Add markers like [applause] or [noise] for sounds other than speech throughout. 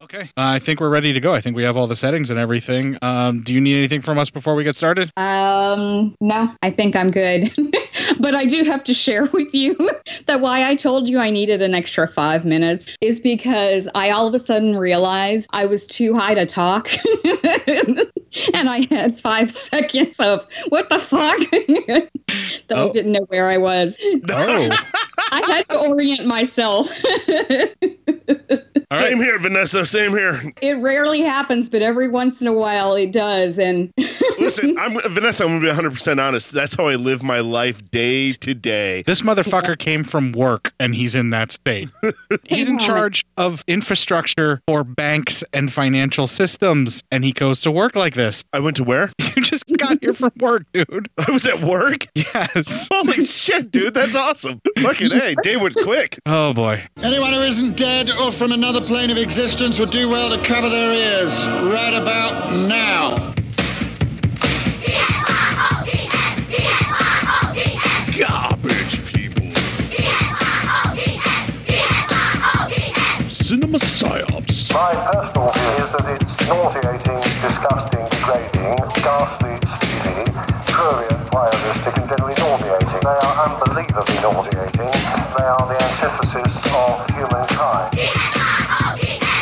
Okay. I think we're ready to go. I think we have all the settings and everything. Um, do you need anything from us before we get started? Um, no, I think I'm good. [laughs] but I do have to share with you [laughs] that why I told you I needed an extra five minutes is because I all of a sudden realized I was too high to talk. [laughs] and I had five [laughs] seconds of what the fuck [laughs] that Oh. I didn't know where I was. Oh, I had to orient myself. [laughs] all [laughs] Same right. here, Vanessa. Same here. it rarely happens, but every once in a while it does. And Listen, I'm Vanessa. I'm gonna be 100 percent honest. That's how I live my life day to day. This motherfucker came from work and he's in that state. He's in charge of infrastructure for banks and financial systems, and he goes to work like this. I went to where? [laughs] You just got here from work, dude. [laughs] I was at work. Yes. Holy shit, dude, that's awesome. Fucking hey, day went quick. [laughs] Oh, boy. Anyone who isn't dead or from another plane of existence would do well to cover their ears right about now. Garbage people. Cinema psyops. My personal view is that it's nauseating, disgusting, degrading, ghastly, sleazy, prurient, voyeuristic, and generally nauseating. They are unbelievably nauseating. They are the antithesis of humankind.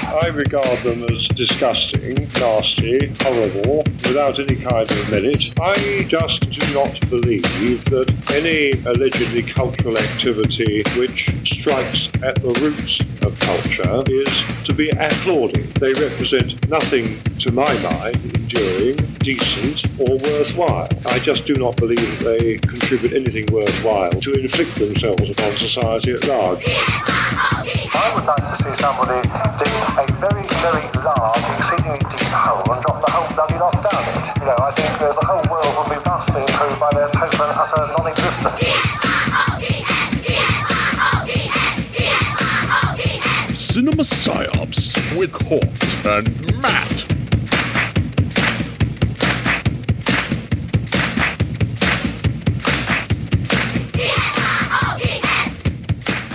I regard them as disgusting, nasty, horrible, without any kind of merit. I just do not believe that any allegedly cultural activity which strikes at the roots of culture is to be applauded. They represent nothing, to my mind, enduring, decent, or worthwhile. I just do not believe that they contribute anything worthwhile to inflict themselves upon society at large. I would like to see somebody dig a very, very large, exceedingly deep hole and drop the whole bloody lot down it. You know, I think uh, the whole world would be vastly improved by their total and utter non-existence. Cinema psyops with Hort and Matt.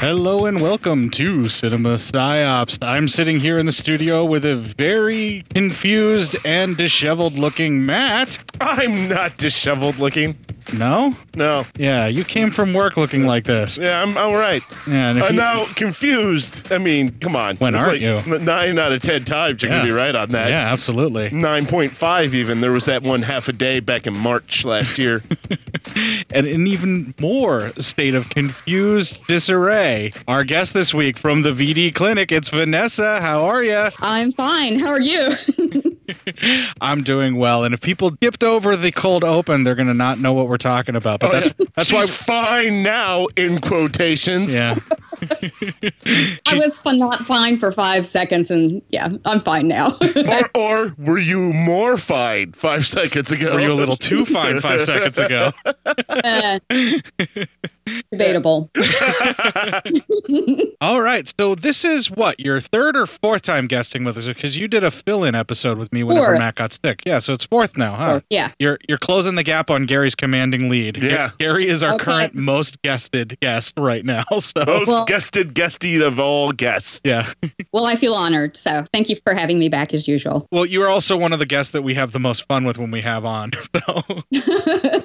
Hello and welcome to Cinema Psyops. I'm sitting here in the studio with a very confused and disheveled looking Matt. I'm not disheveled looking. No? No. Yeah, you came from work looking like this. Yeah, I'm all right. Yeah, and if I'm you- now confused. I mean, come on. When It's aren't like you? Nine out of ten times you're Yeah. gonna be right on that. Yeah, absolutely. 9.5 even. There was that one half a day back in March last year. [laughs] And in even more state of confused disarray, our guest this week from the VD Clinic, it's Vanessa. How are you? I'm fine. How are you? [laughs] I'm doing well. And if people dipped over the cold open, they're going to not know what we're talking about. But that's, that's why. Oh, She's fine now in quotations. Yeah. I was fun, not fine for five seconds, and yeah, I'm fine now. [laughs] [laughs] Or, or were you more fine five seconds ago? Were you a little too fine five [laughs] seconds ago? Uh, [laughs] debatable. All right. So this is what your third or fourth time guesting with us because you did a fill-in episode with me whenever Fourth. Matt got sick. Yeah. So it's fourth now, huh? Fourth, yeah. You're you're closing the gap on Gary's commanding lead. Ga- Yeah. Gary is our Okay. current most guested guest right now. [laughs] So Most Well- guested guested of all guests. yeah. Well, I feel honored. So thank you for having me back as usual. Well, you are also one of the guests that we have the most fun with when we have on. [laughs] So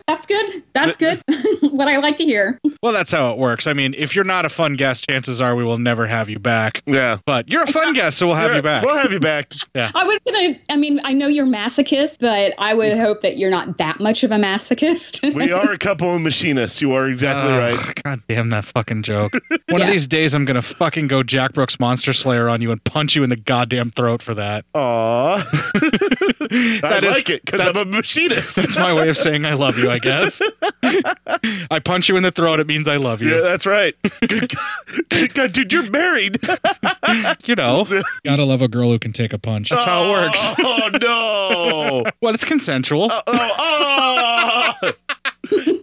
That's good. That's good. [laughs] what I like to hear. well, that's how it works. I mean, if you're not a fun guest, chances are we will never have you back. Yeah. But you're a [laughs] fun guest, so we'll have Yeah, you back. We'll have you back. I was going to, I mean, I know you're masochist, but I would hope that you're not that much of a masochist. We are a couple of machinists. You are exactly Ugh, right. God damn that [laughs] fucking joke. One of Yeah. these days I'm gonna fucking go Jack Brooks Monster Slayer on you and punch you in the goddamn throat for [laughs] that. Aw. I Ah. [laughs] That is- like it because I'm that's- a machinist. That's my way of saying I love you, [laughs] I guess. I punch you in the throat, it means I love yeah, you. that's right. Good God. Good God, dude, you're married. [laughs] [laughs] You know. Gotta love a girl who can take a punch. That's how it works. Oh, no. [laughs] Well, it's consensual. Oh, oh.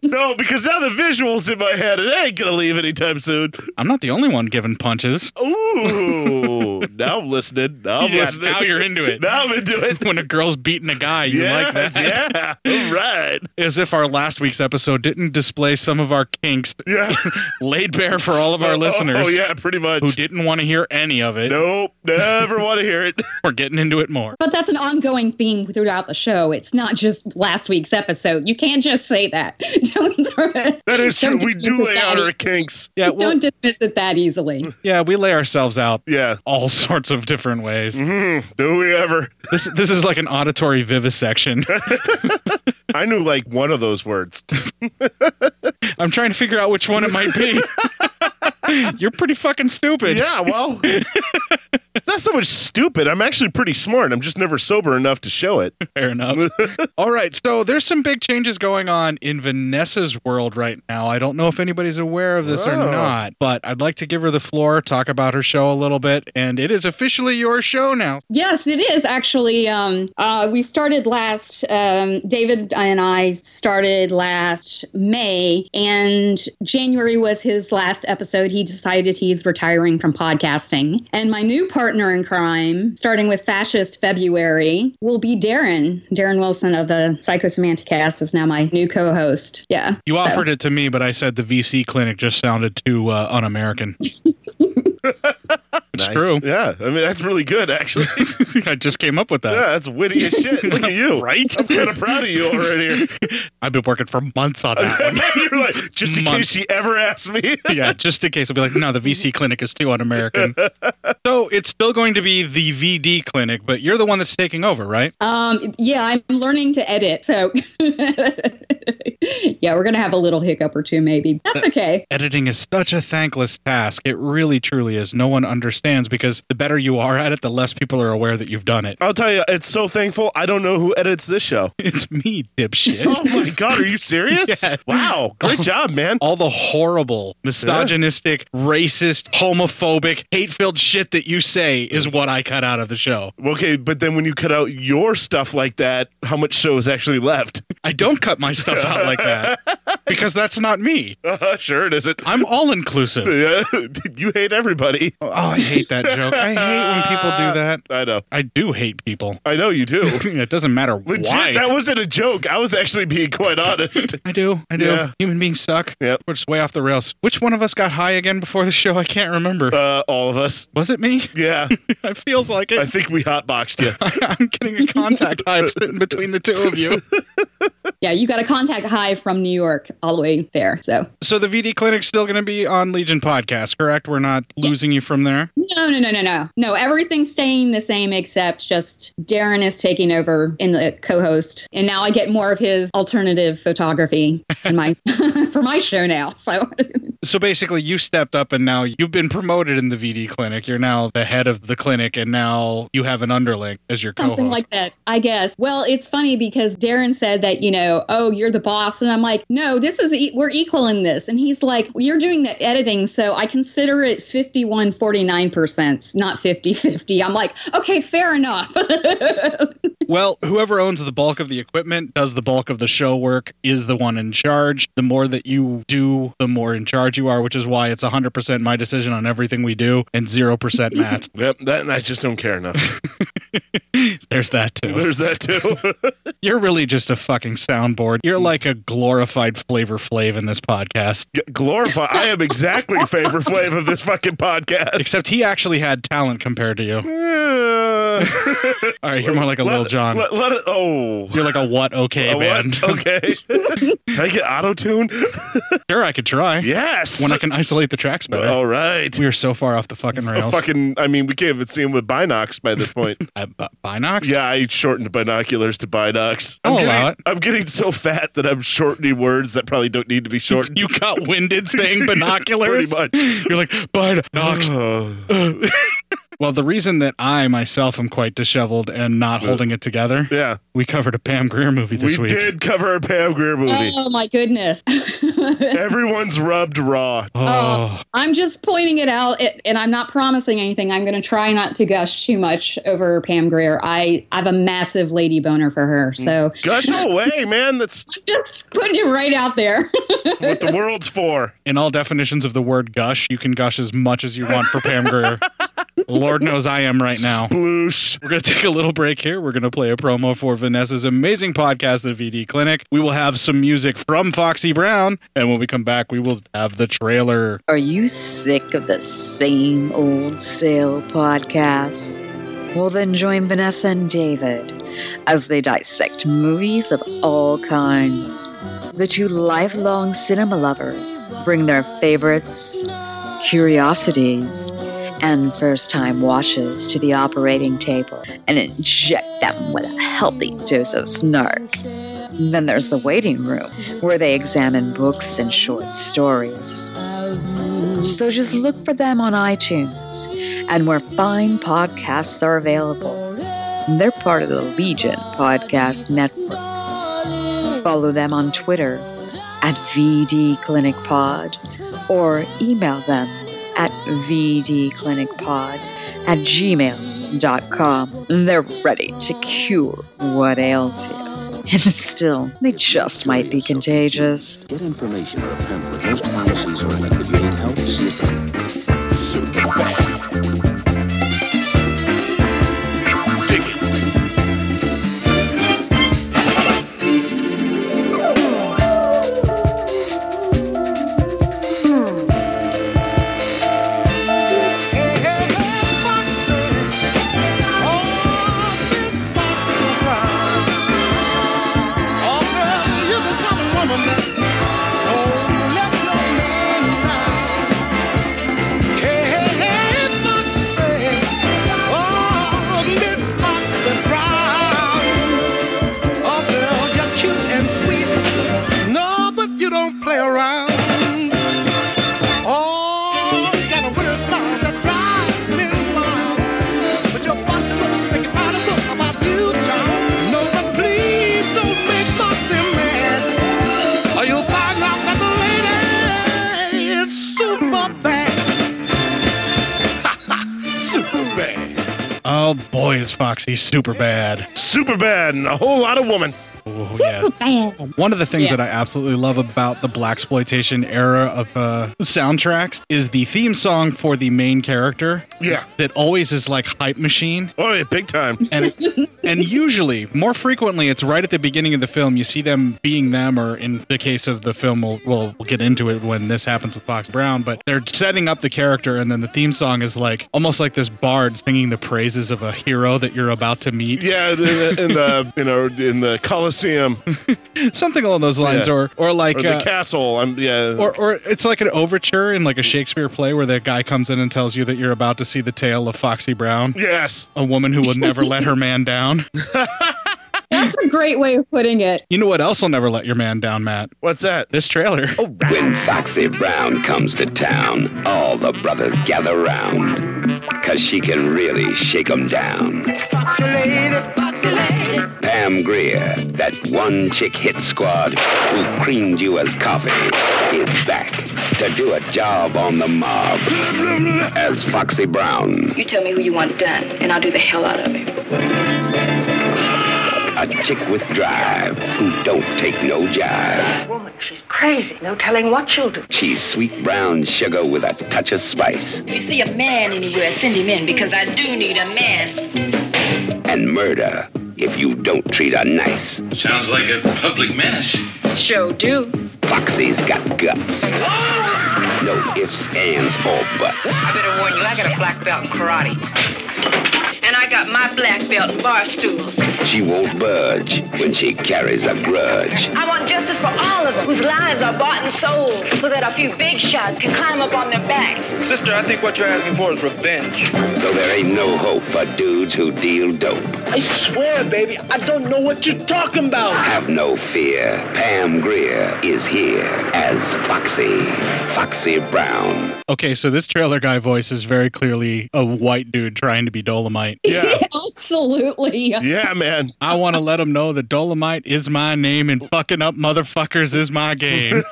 No, because now the visuals in my head, it ain't gonna leave anytime soon. I'm not the only one giving punches. Ooh, now I'm listening. Now [laughs] I'm Yeah, listening. now you're into it. Now I'm into it. When a girl's beating a guy, you like yes, that. Yeah. All right. [laughs] As if our last week's episode didn't display some of our kinks [laughs] Yeah. [laughs] laid bare for all of our Oh, listeners Oh, yeah, pretty much. who didn't want to hear any of it. Nope. Never want to hear it. [laughs] We're getting into it more. [laughs] But that's an ongoing theme throughout the show. It's not just last week's episode. You can't just say that. [laughs] Don't throw it. That is true. Don't We dismiss do it lay that out our easy. kinks. Yeah, well, Don't dismiss it that easily. yeah, we lay ourselves out Yeah. all [laughs] sorts of different ways. Mm, do we ever? This this is like an auditory vivisection. [laughs] [laughs] I knew like one of those words. I'm trying to figure out which one it might be. [laughs] You're pretty fucking stupid. yeah, [laughs] well, it's not so much stupid. I'm actually pretty smart. I'm just never sober enough to show it. Fair [laughs] enough. All right. So there's some big changes going on in Vanessa's world right now. I don't know if anybody's aware of this or Oh. not, but I'd like to give her the floor, talk about her show a little bit, and it is officially your show now. Yes, it is actually. Um, uh, we started last. Um, David and I started last May, and January was his last episode. He decided he's retiring from podcasting. And my new partner in crime, starting with Fascist February, will be Darren. Darren Wilson of the Psychosemanticast is now my new co-host. Yeah, You So- offered it to me, but I said the VC clinic just sounded too uh, [laughs] un-American. it's Nice. true. Yeah, I mean that's really good actually. [laughs] I just came up with that. Yeah, that's witty as shit. Look at [laughs] you. Right? I'm kind of proud of you already. I've been working for months on that one. You're like, [laughs] just in Month. case she ever asks me. [laughs] yeah, just in case. I'll be like, no, [laughs] the VC clinic is too un-American. so it's still going to be the VD clinic, but you're the one that's taking over, right? Um, yeah, I'm learning to edit, so [laughs] yeah, we're gonna have a little hiccup or two, maybe. That's okay. Editing is such a thankless task. It really, truly is. No one understands because the better you are at it, the less people are aware that you've done it. I'll tell you, it's so thankful. I don't know who edits this show. [laughs] It's me, dipshit. Oh my god, are you serious? [laughs] Yeah. Wow, great job, man. all the horrible, misogynistic, racist, homophobic, hate filled shit that you say is what I cut out of the show. Okay, but then when you cut out your stuff like that, how much show is actually left? [laughs] I don't cut my stuff out [laughs] like that because that's not me. Uh, sure, it isn't. I'm all inclusive. [laughs] Yeah, you hate everybody. Oh, I hate that joke. I hate when people [laughs] do that. I know. I do hate people. I know you do. [laughs] it doesn't matter Legit, why. that wasn't a joke. I was actually being quite honest. I do. I do. Yeah. Human beings suck. Yep. We're just way off the rails. Which one of us got high again before the show? I can't remember. Uh, all of us. Was it me? [laughs] Yeah, it feels like it. I think we hotboxed you. [laughs] I'm getting [laughs] a contact high sitting between the two of you. Yeah, you got a contact high from New York all the way there. So So the VD clinic's still going to be on Legion podcast, correct? We're not losing you from there. no, no, no, no, no, no. Everything's staying the same except just Darren is taking over in the co-host, and now I get more of his alternative photography in my [laughs] for my show now. So So basically, you stepped up, and now you've been promoted in the VD clinic. You're now the head of the clinic, and now you have an underling as your co-host. something like that, I guess. Well, it's funny because Darren said that you know, oh, you're the boss, and I'm like, no, this is e- we're equal in this, and he's like, well, you're doing the editing, so I consider it 51 49 percent, not 50 50. I'm like, okay, fair enough. well, whoever owns the bulk of the equipment, does the bulk of the show work, is the one in charge. The more that you do, the more in charge you are, which is why it's 100% my decision on everything we do and [laughs] 0% Matt's. Yep, that, I just don't care enough. [laughs] There's that too. There's that [laughs] too. [laughs] You're really just a fucking soundboard. You're like a glorified flavor flave in this podcast. G- Glorify. I am [laughs] exactly favor flave of this fucking podcast. Except he actually had talent compared to you. Uh, All right, you're more like a let- Lil John. Let, let it, oh. You're like a what okay A what? band. [laughs] Okay. Can I get auto tune? Sure, I could try. Yes. When I can isolate the tracks better. All right. Oh, We are so far off the fucking A rails. fucking, I mean, we can't even see him with binocs by this [laughs] point. Uh, bu- Binox? yeah, I shortened binoculars to binocs. I'm I'll getting, allow it. I'm getting so fat that I'm shortening words that probably don't need to be shortened. You [laughs] got winded saying binoculars? Pretty much. [sighs] You're like, binox. Oh. Well, the reason that I myself am quite disheveled and not holding it together, yeah, we covered a Pam Grier movie this we week. did cover a Pam Grier movie. Oh [laughs] my goodness. Everyone's rubbed raw. Oh, I'm just pointing it out, it, and I'm not promising anything. I'm going to try not to gush too much over Pam Greer. I, I have a massive lady boner for her, Mm. so Gush away, man. That's just putting it right out there. [laughs] what the world's for. in all definitions of the word gush, you can gush as much as you want for Pam Grier. Lord knows I am right now. Sploosh. We're going to take a little break here. We're going to play a promo for Vanessa's amazing podcast, The VD Clinic. We will have some music from Foxy Brown. And when we come back, we will have the trailer. Are you sick of the same old stale podcasts? Well, then join Vanessa and David as they dissect movies of all kinds. The two lifelong cinema lovers bring their favorites, curiosities, and first time watches to the operating table and inject them with a healthy dose of snark. Then there's the waiting room, where they examine books and short stories. So just look for them on iTunes and where fine podcasts are available. They're part of the Legion Podcast Network. Follow them on Twitter at VD Clinic Pod or email them at vdclinicpod at gmail.com. They're ready to cure what ails you. And still, they just might be contagious. Get information or a pamphlet. Most policies are effective. You need help. See if Oh, boy, is Foxy super bad. Super bad and a whole lot of woman. Oh, yes. One of the things Yeah. that I absolutely love about the black exploitation era of uh, soundtracks is the theme song for the main character Yeah. that always is like hype machine. Oh, yeah, big time. and and usually more frequently it's right at the beginning of the film you see them being them or in the case of the film we'll, we'll, we'll get into it when this happens with fox brown but they're setting up the character and then the theme song is like almost like this bard singing the praises of a hero that you're about to meet Yeah, in the, in the you know in the Coliseum [laughs] something along those lines Yeah. or or like or uh, the castle. I'm yeah. [laughs] or, or it's like an overture in like a Shakespeare play where that guy comes in and tells you that you're about to see the tale of Foxy Brown, yes. a woman who will never let her man down. That's a great way of putting it. [laughs] You know what else will never let your man down, Matt? What's that? This trailer. When Foxy Brown comes to town, all the brothers gather round. Cause she can really shake 'em down. Pam Greer, that one chick hit squad who creamed you as coffee, is back to do a job on the mob as Foxy Brown, You tell me who you want done, and I'll do the hell out of it. a chick with drive who don't take no jive. Woman, she's crazy. No telling what she'll do. She's sweet brown sugar with a touch of spice. If you see a man anywhere, send him in because I do need a man. and murder if you don't treat her nice. Sounds like a public menace. Show do. Foxy's got guts. No ifs, ands, or buts. I better warn you, I got a black belt in karate. And I got my black belt in bar stools. she won't budge when she carries a grudge. I want justice for all of them whose lives are bought and sold so that a few big shots can climb up on their backs. Sister, I think what you're asking for is revenge. So there ain't no hope for dudes who deal dope. I swear, baby, I don't know what you're talking about. Have no fear. Pam Greer is here as Foxy, Foxy Brown. Okay, so this trailer guy voice is very clearly a white dude trying to be Dolomite. Yeah. Absolutely. Yeah, man. I want to let him know that Dolomite is my name and fucking up motherfuckers is my game.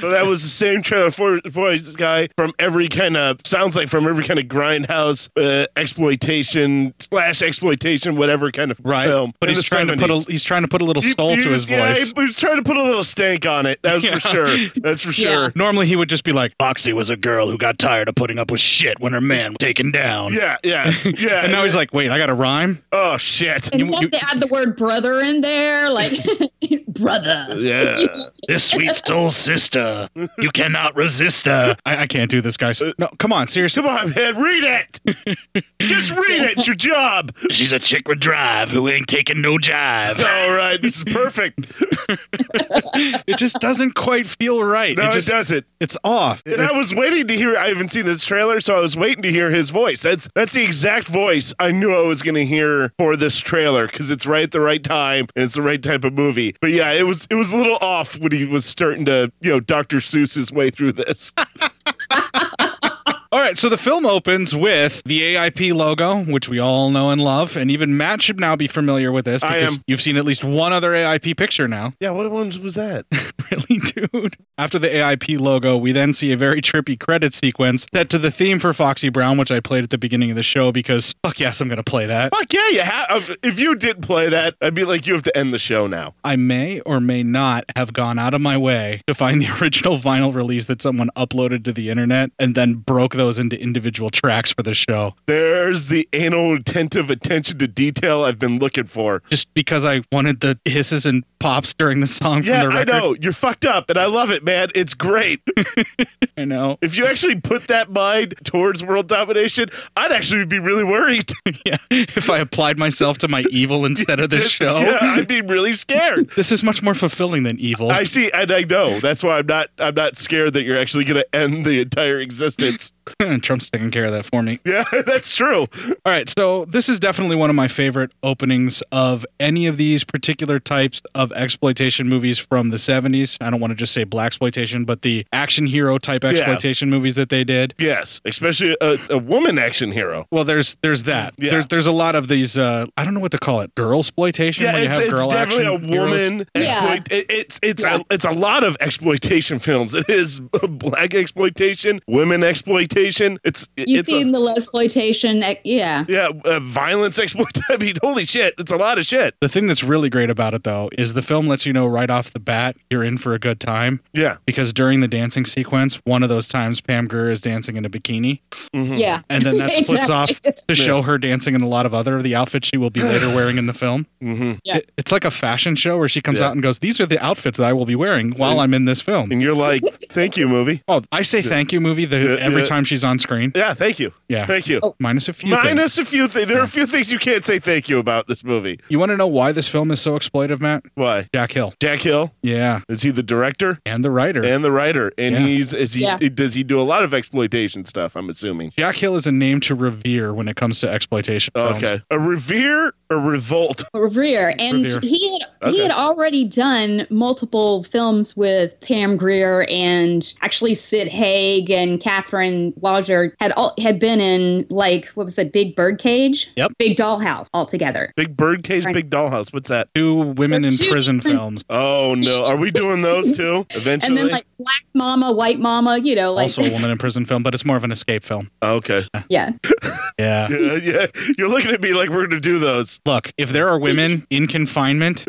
So that was the same trailer for boys guy from every kind of sounds like from every kind of grindhouse uh, exploitation slash exploitation whatever kind of Right. film. But In he's the trying to put a 70s. he's trying to put a little soul to his yeah, voice. he was trying to put a little stank on it. [laughs] That's [laughs] for sure. That's for sure. Normally he would just be like, Foxy was a girl who got tired of putting up with shit when her man was taken down. Yeah, [laughs] yeah, yeah. and now he's like, wait, I got to rhyme? Oh, shit. And you have to add the word brother in there, like [laughs] brother. [laughs] Yeah. this sweet soul sister. You cannot resist her. I, I can't do this, guys. No, come on, seriously. Uh, Come on, man, read it. Just read it. It's your job. She's a chick with drive who ain't taking no [laughs] jive. All right, this is perfect. it just doesn't quite feel right. No, it, just- doesn't. It's off. And I was waiting to hear. I haven't seen this trailer, so I was waiting to hear his voice. That's that's the exact voice I knew I was going to hear for this trailer because it's right at the right time and it's the right type of movie. But yeah, it was it was a little off when he was starting to you know Dr. Seuss his way through this. [laughs] All right, so the film opens with the AIP logo, which we all know and love, and even Matt should now be familiar with this I because am. you've seen at least one other AIP picture now. yeah, what ones was that? After the AIP logo, we then see a very trippy credit sequence set to the theme for Foxy Brown, which I played at the beginning of the show because fuck yes, I'm going to play that. Fuck yeah, you have. If you did play that, I'd be like, you have to end the show now. I may or may not have gone out of my way to find [laughs] the original vinyl release that someone uploaded to the internet and then broke those into individual tracks for the show. There's the anal attentive attention to detail I've been looking for. Just because I wanted the hisses and pops during the song Yeah, from the I record. know. You're fucked up, and I love it, man. It's great. [laughs] I know. If you actually put that mind towards world domination, I'd actually be really worried. [laughs] yeah. If I applied myself to my [laughs] evil instead of this show. Yeah, I'd be really scared. [laughs] This is much more fulfilling than evil. [laughs] I see, and I know. That's why I'm not. I'm not scared that you're actually going to end the entire [laughs] existence. Trump's taking care of that for me. Yeah, [laughs] that's true. All right, so this is definitely one of my favorite openings of any of these particular types of exploitation movies from the 70s. I don't want to just say black exploitation, but the action hero type Yeah. exploitation movies that they did. Yes, especially a, a woman action hero. Well, there's there's that. There's there's a lot of these uh I don't know what to call it. Girl exploitation Yeah, where you it's, have it's girl definitely a action heroes. woman exploit. it- it's it's a, it's a lot of exploitation films. It is [laughs] black exploitation, women exploitation. It's You've it's a- seen the lesploitation, eh, yeah. yeah, uh, violence exploitation. [laughs] I mean, holy shit, it's a lot of shit. The thing that's really great about it, though, is the film lets you know right off the bat you're in for a good time. Yeah. Because during the dancing sequence, one of those times Pam Grier is dancing in a bikini. Mm-hmm. Yeah. And [laughs] then that splits off Exactly. to show her dancing in a lot of other of the outfits she will be later [sighs] wearing in the film. Mm-hmm. Yeah. It- it's like a fashion show where she comes Yeah. out and goes, These are the outfits that I will be wearing while And- I'm in this film. And you're like, Thank you, movie. [laughs] Oh, I say thank you, movie, the, every yeah. time she's on screen. Yeah, thank you. Yeah. Thank you. Minus a few things. Minus a few things. There are a few things you can't say thank you about this movie. You want to know why this film is so exploitive, Matt? Why? Jack Hill. Jack Hill. Yeah. Is he the director and the writer? And the writer. And Yeah. he's is he Yeah. does he do a lot of exploitation stuff? I'm assuming. Jack Hill is a name to revere when it comes to exploitation. films. Okay. A revere or revolt? Greer, and Revere. he had Okay. he had already done multiple films with Pam Greer and actually Sid Haig and Catherine Lodger had all had been in like what was it, Big Birdcage, Yep. Big Dollhouse altogether. Big birdcage, big dollhouse. What's that? Two women in Two prison different- films. Oh no. Are we doing [laughs] those too? And Eventually. then like Black Mama, White Mama, you know, like also a woman in prison film, but it's more of an escape film. Okay. [laughs] yeah, Yeah. [laughs] yeah, yeah. You're looking at me like we're gonna do those. Look, if there [laughs] are women in confinement,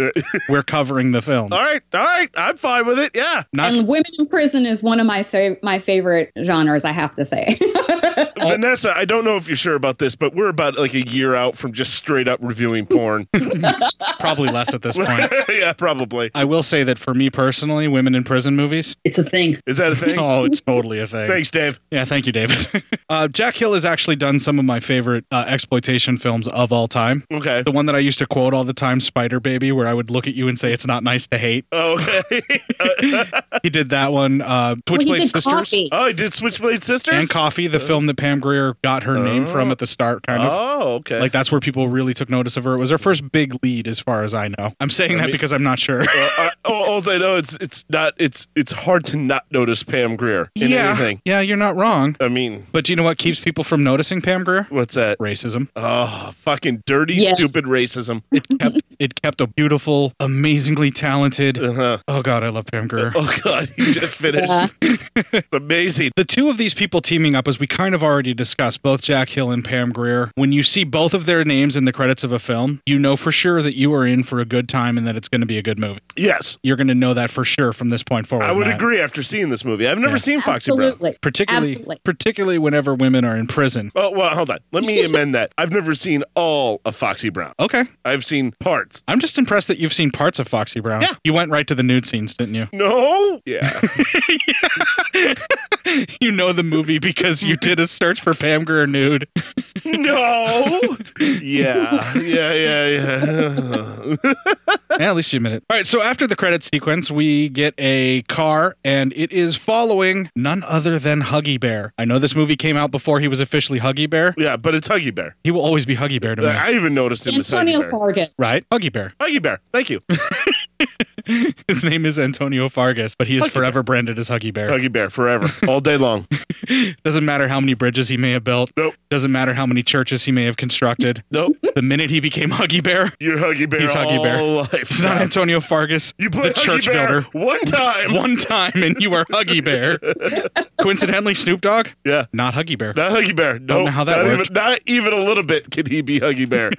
we're covering the film. All right, all right. I'm fine with it. Yeah. and Women in Prison is one of my fav- my favorite genres. I have to say. [laughs] Oh. Vanessa, I don't know if you're sure about this, but we're about like a year out from just straight up reviewing porn. [laughs] Probably less at this point. [laughs] yeah, probably. I will say that for me personally, women in prison movies, it's a thing. Is that a thing? [laughs] oh, it's totally a thing. Thanks, Dave. Yeah, thank you, [laughs] David. uh, Jack Hill has actually done some of my favorite uh, exploitation films of all time. Okay. The one that I used to quote all the time, Spider Baby, where I would look at you and say, it's not nice [laughs] to hate. Oh, [laughs] okay. He did that one, uh, Switchblade Sisters. Oh, he did Switchblade Sisters? And Coffee, Uh, the film that Pam Grier got her name Oh. from at the start, kind of. Oh, okay. Like that's where people really took notice of her. It was her first big lead, as far as I know. I'm saying I that mean- because I'm not sure. uh, all I know it's it's not it's it's hard to not notice Pam Greer in [laughs] yeah, anything. yeah, you're not wrong. I mean, but do you know what keeps people from noticing Pam Grier? What's that? Racism. Oh, fucking dirty, Yes. stupid racism. It kept a beautiful, amazingly talented. Oh God, I love Pam Grier. Uh-huh. [laughs] Oh God, he just finished. Yeah. [laughs] Amazing. The two of these people teaming up, as we kind of already discussed, both Jack Hill and Pam Grier. When you see both of their names in the credits of a film, you know for sure that you are in for a good time and that it's going to be a good movie. Yes, you're going to know that for sure from this point forward. I would Matt. agree after seeing this movie. I've never Oh, Yeah. seen Foxy Brown. particularly, particularly whenever women are in prison. Oh well, hold on. Let me amend that. I've never seen all of Foxy Brown. Okay. I've seen parts. I'm just impressed that you've seen parts of Foxy Brown. Yeah. You went right to the nude scenes, didn't you? [laughs] No. Yeah. You know the movie because [laughs] you did a search for Pam Grier nude. no. Yeah. Yeah. Yeah. Yeah. [laughs] yeah, at least you admit it. All right, so after the credit sequence, we get a car, and it is following none other than Huggy Bear. I know this movie came out before he was officially Huggy Bear. Yeah, but it's Huggy Bear. He will always be Huggy Bear to me. I even noticed him as Antonio Huggy Bear. Fargas. Right? Huggy Bear. Huggy Bear. Thank you. [laughs] His name is Antonio Fargas, but he is forever branded as Huggy Bear. Huggy Bear forever, all day long. [laughs] Doesn't matter how many bridges he may have built. Nope. Doesn't matter how many churches he may have constructed. Nope. The minute he became Huggy Bear, You're Huggy Bear. he's Huggy all Bear. Life. He's not Antonio Fargas. You played the Huggy church Bear builder one time. One time, and you are Huggy Bear. [laughs] Coincidentally, Snoop Dogg. Yeah. Not Huggy Bear. Not Huggy Bear. No, know how that not worked. even not even a little bit can he be Huggy [laughs] Bear.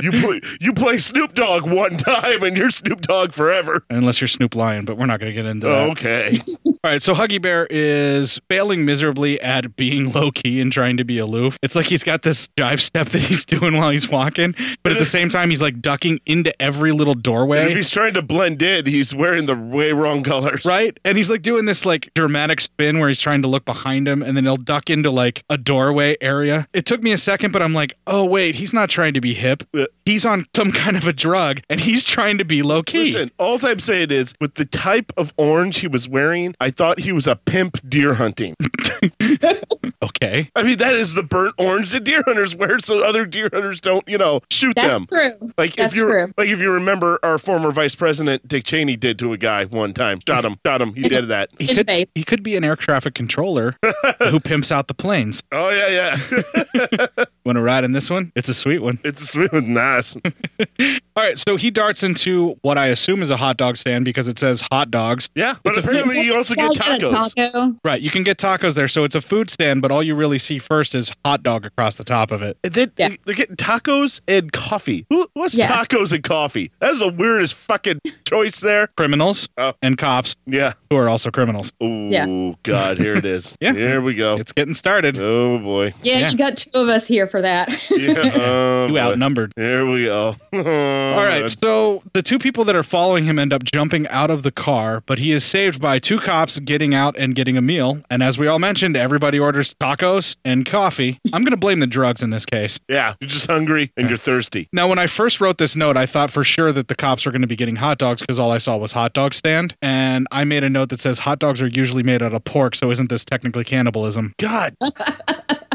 you play you play Snoop Dogg one time and you're Snoop Dogg forever. Unless you're Snoop Lion, but we're not going to get into [laughs] that. Okay. All right, so Huggy Bear is failing miserably at being low key and trying to be aloof. It's like he's got this dive step that he's [laughs] doing while he's walking, [laughs] but at the same time, he's like ducking into every little And if doorway. he's trying to blend in, he's wearing the way wrong colors. Right? And he's like doing this like dramatic spin where he's trying to look behind him and then he'll duck into like a doorway area. It took me a second, but I'm like, oh, wait, he's not trying to be hip. He's on some kind of a drug and he's trying to be low key. Listen, all I'm saying is, with the type of orange he was wearing, I thought he was a pimp deer hunting. okay. I mean, that is the burnt orange that deer hunters wear, so other deer hunters don't, you know, shoot That's them. true. Like That's if you true. like if you remember, our former vice president Dick Cheney did to a guy one time, shot him, shot him. He did that. He could, he could be an air [laughs] traffic controller who pimps out the planes. Oh yeah, yeah. Want to ride in this one? It's a sweet one. It's a sweet one. Nice. [laughs] All right. So he darts into what I assume is a hot dog stand because it says hot dogs. Yeah. But It's a food- apparently, you also get tacos. Taco. Right. You can get tacos there. So it's a food stand, but all you really see first is hot dog across the top of it. And then they're getting tacos and coffee. Who, what's tacos and coffee? That's the weirdest fucking choice there. Criminals and cops. Yeah. Who are also criminals. Oh, God. Here it [laughs] is. yeah. Here we go. It's getting started. Oh, boy. Yeah, you got two of us here for that. [laughs] [laughs] Yeah, you outnumbered. Here we go. [laughs] All right, so the two people that are following him end up jumping out of the car, but he is saved by two cops getting out and getting a meal. And as we all mentioned, everybody orders tacos and coffee. I'm going to blame the drugs in this case. Yeah. You're just hungry and you're thirsty. Now, when I first wrote this note, I thought for sure that the cops were going to be getting hot dogs because all I saw was hot dog stand. And I made a note that says hot dogs are usually made out of pork, so isn't this technically cannibalism? God.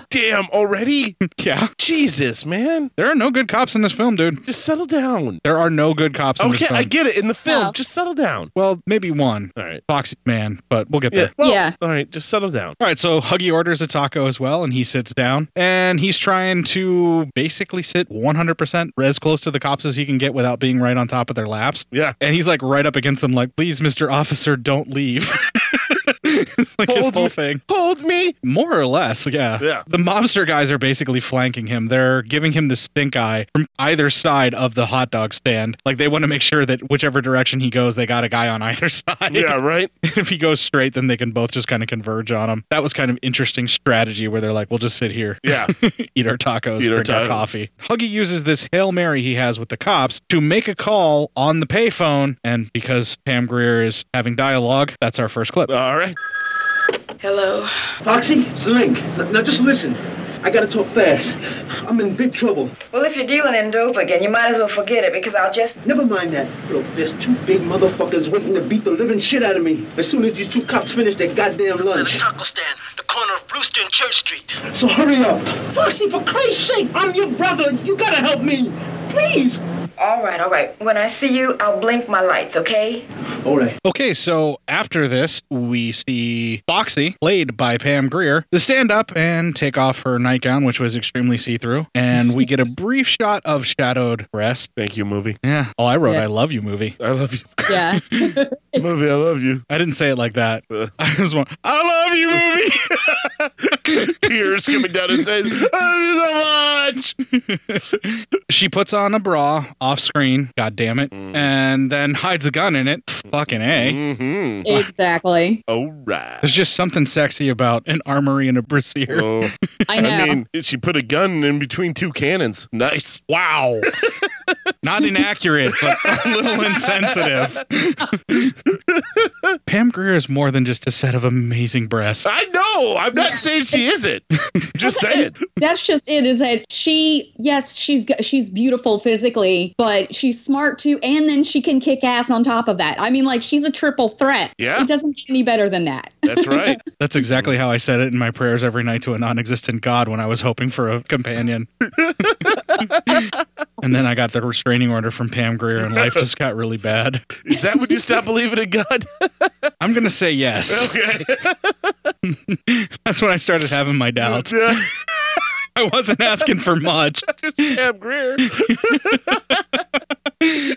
Damn, already? [laughs] yeah. Jesus, man. There are no good cops in this film, dude. Just settle down. There are no good cops in this Okay, film. I get it. In the film, just settle down. Well, maybe one. All right. Foxy Man, but we'll get Yeah. there. well, All right. Just settle down. All right, so Huggy orders a taco as well, and he sits down, and he's trying to basically sit 100% as close to the cops as he can get without being right on top of their laps. Yeah. And he's like right up against them, like, please, Mr. Officer, don't leave. like his whole thing. Hold [laughs] me. [laughs] More or less, yeah. Yeah. The mobster guys are basically flanking him. They're giving him the stink eye from either side of the hot dog stand. Like they want to make sure that whichever direction he goes, they got a guy on either [laughs] side. Yeah, right. [laughs] if he goes straight, then they can both just kind of converge on him. That was kind of interesting strategy where they're like, we'll just sit here. Yeah. [laughs] Eat our tacos, Eat our drink our taco- coffee. Huggy uses this Hail Mary he has with the cops to make a call on the payphone. And because Pam Greer is having dialogue, that's our first clip. All right. Hello. Foxy, it's Link. N- Now just listen. I gotta talk fast. I'm in big trouble. Well, if you're dealing in dope again, you might as well forget it because I'll just. Never mind that. Look, there's two big motherfuckers waiting to beat the living shit out of me as soon as these two cops finish their goddamn lunch. taco stand, the corner of Brewster and Church Street. So hurry up. Foxy, for Christ's sake, I'm your brother. You gotta help me. Please. All right, all right. When I see you, I'll blink my lights, okay? All right. Okay, so after this, we see Foxy, played by Pam Greer, to stand up and take off her nightgown, which was extremely see through. And we get [laughs] a brief shot of shadowed breast. Thank you, movie. Yeah. Oh, I wrote Yeah. I love you, movie. I love you. Yeah. movie, I love you. [laughs] I didn't say it [laughs] like that. I was one. I love you, movie. [laughs] Tears coming down his face. I love you so much. She puts on a bra off screen, god damn it, Mm. and then hides a gun in it. Fucking A. Exactly. Mm-hmm. All right. Oh, There's just something sexy about an armory and a brassiere. [laughs] I know. mean, she put a gun in between two cannons. Nice. Wow. [laughs] Not inaccurate, but a little insensitive. Pam Greer is more than just a set of amazing breasts. I know. I'm not saying she isn't. [laughs] Just saying. That's just it. Is that she? Yes, she's go- she's beautiful physically, but she's smart too, and then she can kick ass on top of that. I mean, like she's a triple threat. Yeah. it doesn't get any better than that. That's right. [laughs] That's exactly how I said it in my prayers every night to a non existent God when I was hoping for [laughs] a companion. and then I got the restraining order from Pam Greer, and life just got really bad. Is that when you stop believing in God? I'm going to say yes. Okay. [laughs] That's when I started having my doubts. [laughs] I wasn't asking for much. Just Pam Greer.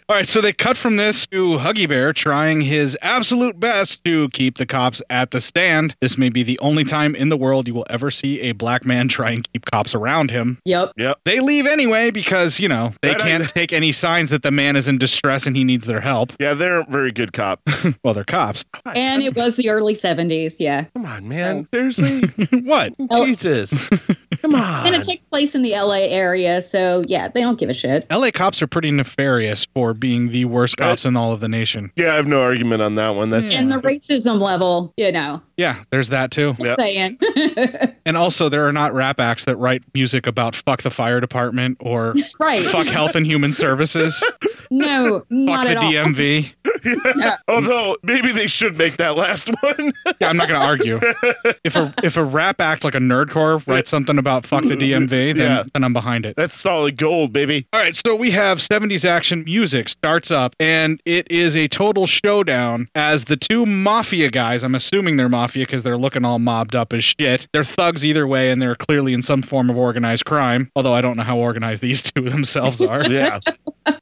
All right, so they cut from this to Huggy Bear trying his absolute best to keep the cops at the stand. This may be the only time in the world you will ever see a black man [laughs] try and keep cops around him. Yep. Yep. They leave anyway because, you know, they [laughs] [laughs] can't take any signs that the man is in distress and he needs their help. Yeah, they're a very good [laughs] cop. [laughs] well, they're cops. And it was the early seventies. Yeah. Come on, Oh. man. Seriously? [laughs] what? Jesus. Come on. And it takes place in the L.A. area, so yeah, they don't [laughs] give a shit. LA cops are pretty nefarious for being the worst cops in all of the nation. Yeah, I have no argument on that one. That's And the racism level, you know, Yeah, there's that too. just saying. [laughs] And also, there are not rap acts that write music about fuck the fire department or [laughs] Right. fuck health and human services, no, [laughs] fuck not the at all. DMV. Although maybe they should make that last [laughs] one. Yeah, I'm not going to argue. If a if a rap act like a nerdcore writes something about fuck the DMV, then, Yeah. then I'm behind [laughs] it. That's solid gold, baby. All right, so we have 70s action music starts up, and it is a total showdown as the two mafia guys, I'm assuming they're mafia because they're looking all mobbed up as shit. They're thugs either way, and they're clearly in some form of organized crime, although I don't know how organized these [laughs] two themselves are. Yeah.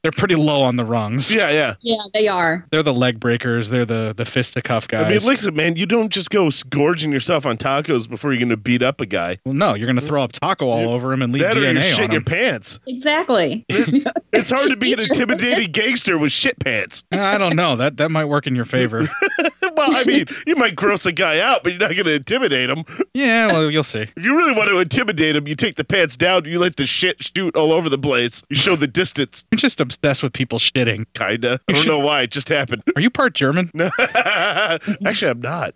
They're pretty low on the rungs. Yeah, yeah. Yeah, they are. They're the leg breakers, they're the, the fisticuff guys. I mean, listen, man, you don't just go gorging yourself on tacos before you're going to beat up a guy. well, no, you're going to throw up taco all over him and leave That or you DNA shit on your him. pants. Exactly. It's hard to be an intimidating gangster with shit [laughs] pants. [laughs] [laughs] I don't know. That that might work in your favor. well, [laughs] I mean, you might gross a guy out, but you're not going to intimidate him. Yeah, well, you'll see. If you really want to intimidate him, you take the pants down, you let the shit shoot all over the place. You show the distance, I'm just obsessed with people shitting. kinda. I don't know why it just happened. Are you part German? [laughs] Actually, I'm not. [laughs]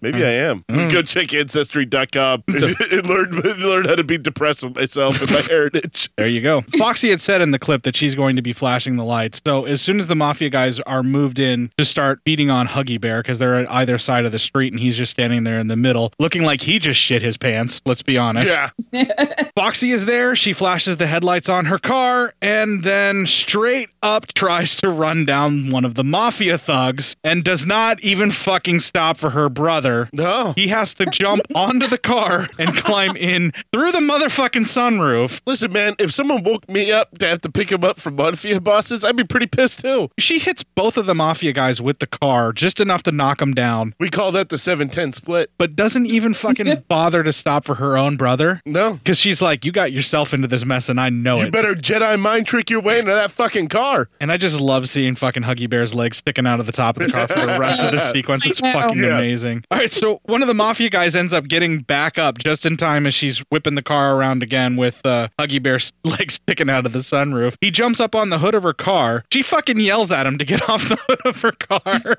Maybe I am. Mm. Go check [laughs] ancestry.com and learn [laughs] learn how to be depressed with myself and my heritage. There you go. Foxy had said in the clip that she's going to be flashing the lights. So as soon as the mafia guys are moved in to start beating on Huggy Bear because they're at either side of the street and he's just standing there in the middle, looking like he just shit his pants. Let's be honest. Yeah. [laughs] Foxy is there. She flashes the headlights on her car and then straight up tries to run down one of the mafia thugs and does not even fucking stop for her brother. No. He has to jump onto the car and climb in through the motherfucking sunroof. Listen, man, if someone woke me up to have to pick him up from mafia bosses, I'd be pretty pissed too. She hits both of the mafia guys with the car just enough to knock them down. We call that the 710 split. But doesn't even [laughs] fucking bother to stop for her own brother. No. Because she's like, you got yourself into this mess and I know You Oh, it. better Jedi mind trick your way into that fucking car. And I just love seeing fucking Huggy Bear's legs sticking out of the top of the car for the rest of this sequence. [laughs] It's I know. fucking Yeah. amazing. All right, so one of the mafia guys ends up getting back up just in time as she's whipping the car around again with uh, Huggy Bear's [laughs] legs sticking out of the sunroof. He jumps up on the hood of her car. She fucking yells at him to get [laughs] off the hood of her [laughs] car.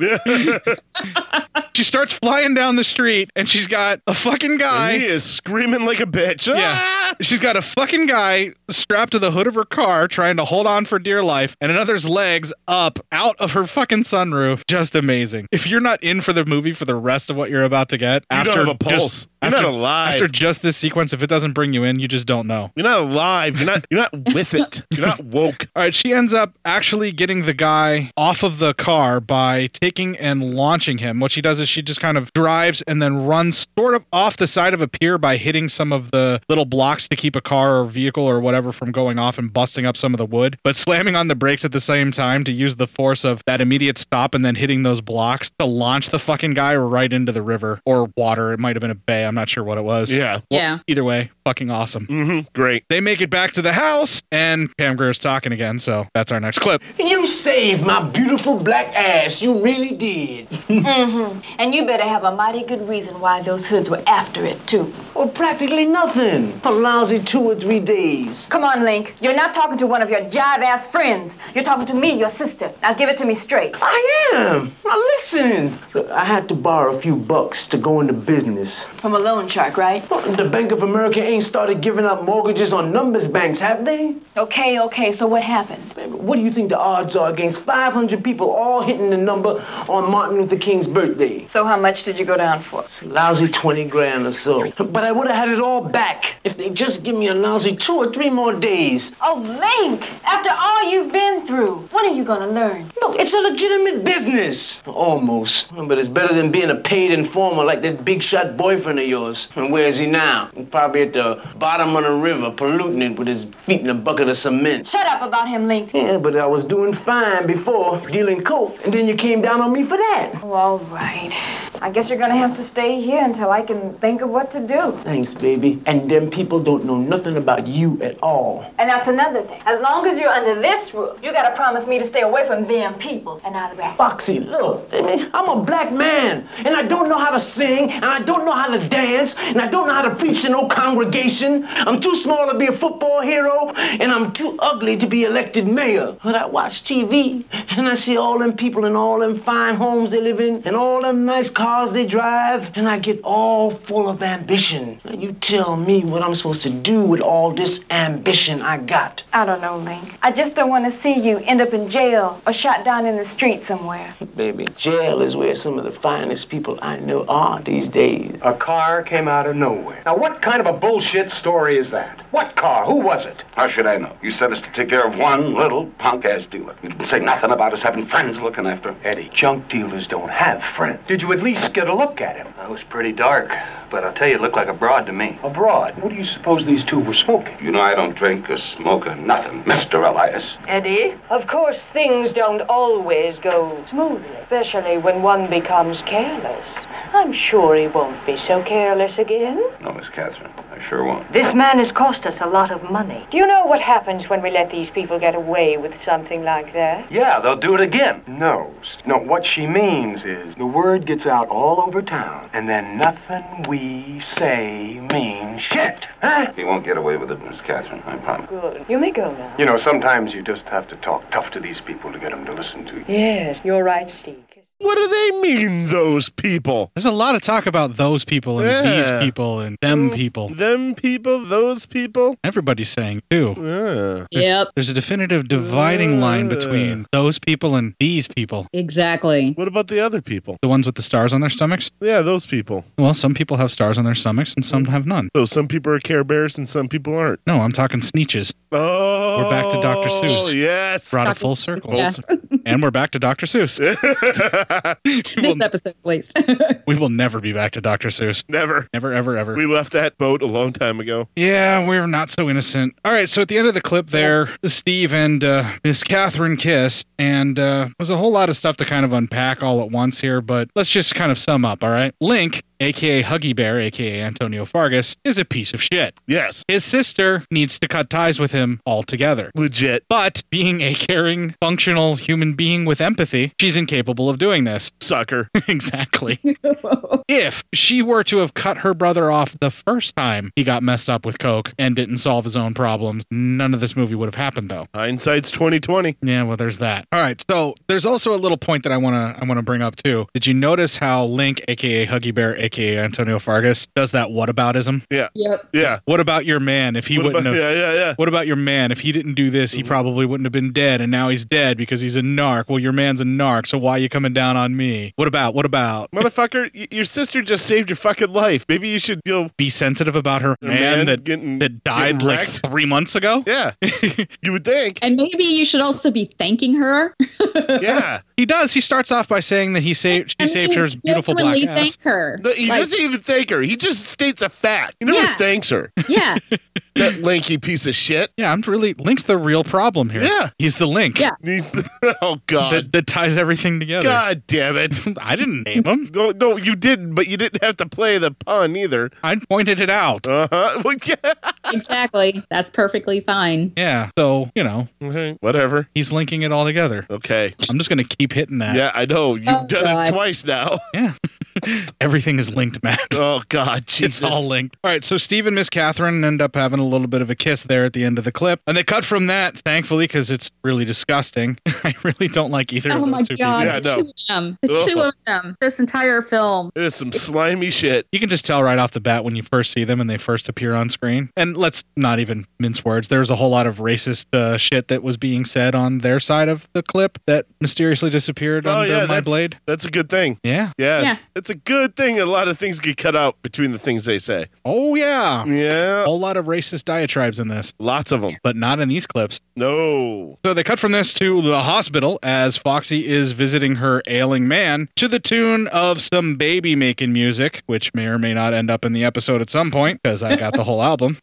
[laughs] she starts flying down the street and she's got a fucking guy. He is screaming like a bitch. Ah! Yeah. She's got a fucking guy strapped to the hood of her car trying to hold on for dear life and another's legs up out of her fucking sunroof. Just amazing. If you're not in for the movie for the rest of what you're about to get, You don't after have a pulse. Just, You're after, not alive. After just this sequence, if it doesn't bring you in, you just don't know. You're not alive. You're not. You're not with it. You're not woke. [laughs] All right, she ends up actually getting the guy off of the car by taking and launching him. What she does is she just kind of drives and then runs sort of off the side of a pier by hitting some of the little blocks to keep a car or vehicle or whatever from going off and busting up some of the wood, but slamming on the brakes at the same time to use the force of that immediate stop and then hitting those blocks to launch the fucking guy right into the river or water. It might have been a bay. I'm not sure what it was. Yeah. yeah. Either way, fucking awesome. Mm-hmm. Great. They make it back to the house, and Pam Greer's talking again. So that's our next clip. You saved my beautiful black ass. You really did. mm-hmm. And you better have a mighty good reason why those hoods were after it, too. Well, practically nothing for lousy two or three days. Come on, Link. You're not talking to one of your jive ass friends. You're talking to me, your sister. Now give it to me straight. I am. Now listen. Look, I had to borrow a few bucks to go into business. From a loan shark, right? The Bank of America ain't started giving out mortgages on numbers banks, have they? Okay, okay, so what happened? What do you think the odds are against 500 people all hitting the number on Martin Luther King's birthday? So how much did you go down for? Lousy 20 grand or so. But I would have had it all back if they just give me a lousy two or three more days. Oh, Link! After all you've been through, what are you gonna learn? Look, it's a legitimate business. Almost. But it's better than being a paid informer like that big shot boyfriend of yours. And where is he now? Probably at the bottom of the river, polluting it with his feet in a bucket of cement. Shut up about him, Link. Yeah, but I was doing fine before dealing coke, and then you came down on me for that. Oh, all right. I guess you're gonna have to stay here until I can think of what to do. Thanks, baby. And them people don't know nothing about you at all. And that's another thing. As long as you're under this roof, you gotta promise me to stay away from them people and out of that. Foxy, look, I mean, I'm a black man, and I don't know how to sing, and I don't know how to dance, and I don't know how to preach to no congregation. I'm too small to be a football hero, and I'm too ugly to be elected mayor. But I watch TV, and I see all them people in all them fine homes they live in, and all them nice cars they drive, and I get all full of ambition. Now you tell me what I'm supposed to do with all this ambition I got. I don't know, Link. I just don't want to see you end up in jail or shot down in the street somewhere. Baby, jail is where some of the finest people I know are these days. A car came out of nowhere. Now, what kind of a bullshit story is that? What car? Who was it? How should I know? You sent us to take care of one little punk ass dealer. You didn't say nothing about us having friends looking after him. Eddie, junk dealers don't have friends. Did you at least get a look at him? It was pretty dark, but I'll tell you, it looked like a broad to me. A broad? What do you suppose these two were smoking? You know I don't drink or smoke or nothing, Mr. Elias. Eddie, of course things don't always go smoothly, especially when one becomes careless. I'm sure he won't be so careless again. No, Miss Catherine, I sure won't. This man has cost us a lot of money. Do you know what happens when we let these people get away with something like that? Yeah, they'll do it again. No. No, what she means is the word gets out all over town, and then nothing we say means shit. Huh? He won't get away with it, Miss Catherine, I promise. Good. You may go now. You know, sometimes you just have to talk tough to these people to get them to listen to you. Yes, you're right, Steve. What do they mean, those people? There's a lot of talk about those people and Yeah. these people and them people. Them people, those people. Everybody's saying too. Yeah. There's, There's a definitive dividing line between those people and these people. Exactly. What about the other people? The ones with the stars on their stomachs. Yeah, those people. Well, some people have stars on their stomachs and some have none. So some people are Care Bears and some people aren't. No, I'm talking sneeches. Oh, We're back to Dr. Seuss. Yes, Brought it full [laughs] circle. [laughs] Yeah. and we're back to Dr. Seuss. [laughs] this episode, please. We will never be back to Dr. Seuss. Never. Never, ever, ever. We left that boat a long time ago. Yeah, we're not so innocent. All right, so at the end of the clip there, Steve and uh, Miss Catherine kissed, and uh, there's a whole lot of stuff to kind of unpack all at once here, but let's just kind of sum up, all right? Link, aka Huggy Bear, aka Antonio Fargas, is a piece of shit. Yes. His sister needs to cut ties with him altogether. Legit. But being a caring, functional human being with empathy, she's incapable of doing this. Sucker. [laughs] exactly. if she were to have cut her brother off the first time he got messed up with coke and didn't solve his own problems, none of this movie would have happened though. Hindsight's 2020. Yeah, well there's that. All right, so there's also a little point that I want to I want to bring up too. Did you notice how Link aka Huggy Bear aka Antonio Fargas does that whataboutism? Yeah. Yep. Yeah. What about your man if he What wouldn't about- have yeah, yeah, yeah. What about your man if he didn't do this, Mm-hmm. he probably wouldn't have been dead and now he's dead because he's a narc. Well, your man's a narc, so why are you coming down on me? What about? What about? Motherfucker, y- your sister just saved your fucking life. Maybe you should you'll be sensitive about her Her man man, that that died getting like wrecked? three months ago. Yeah, you would think. And maybe you should also be thanking her. [laughs] yeah, he does. He starts off by saying that he saved she I saved mean, her beautiful black genuinely ass. thank her. No, he Like, doesn't [laughs] even thank her. He just states a fact. He never Yeah. thanks her. yeah. That lanky piece of shit. Yeah, I'm really Link's the real problem here. Yeah. he's the link. Yeah. He's the- [laughs] oh God. That, that ties everything together. God damn it! [laughs] I didn't name him. No, no, you didn't. But you didn't have to play the pun either. I pointed it out. Uh huh. [laughs] Well, yeah. exactly. That's perfectly fine. Yeah, so you know, Okay. Whatever. he's linking it all together. Okay. I'm just gonna keep hitting that. Yeah, I know. You've Oh, done God. it twice now. Yeah. Everything is linked, Matt. [laughs] Oh God, Jesus. It's all linked. All right, so Steve and Miss Catherine end up having a little bit of a kiss there at the end of the clip, and they cut from that, thankfully, because it's really disgusting. [laughs] I really don't like either of oh those my two God. people. Yeah, no. the two of them. The two Ugh. of them. This entire film. It is some slimy shit. You can just tell right off the bat when you first see them and they first appear on screen. And let's not even mince words. There was a whole lot of racist uh, shit that was being said on their side of the clip that mysteriously disappeared Oh under yeah, my that's, blade. That's a good thing. Yeah. Yeah, Yeah. it's a good thing. A lot of things get cut out between the things they say. Oh yeah. A Yeah, whole lot of racist diatribes in this, lots of them. but not in these clips. No, So they cut from this to the hospital as Foxy is visiting her ailing man to the tune of some baby making music, which may or may not end up in the episode at some point because I got the whole [laughs] album.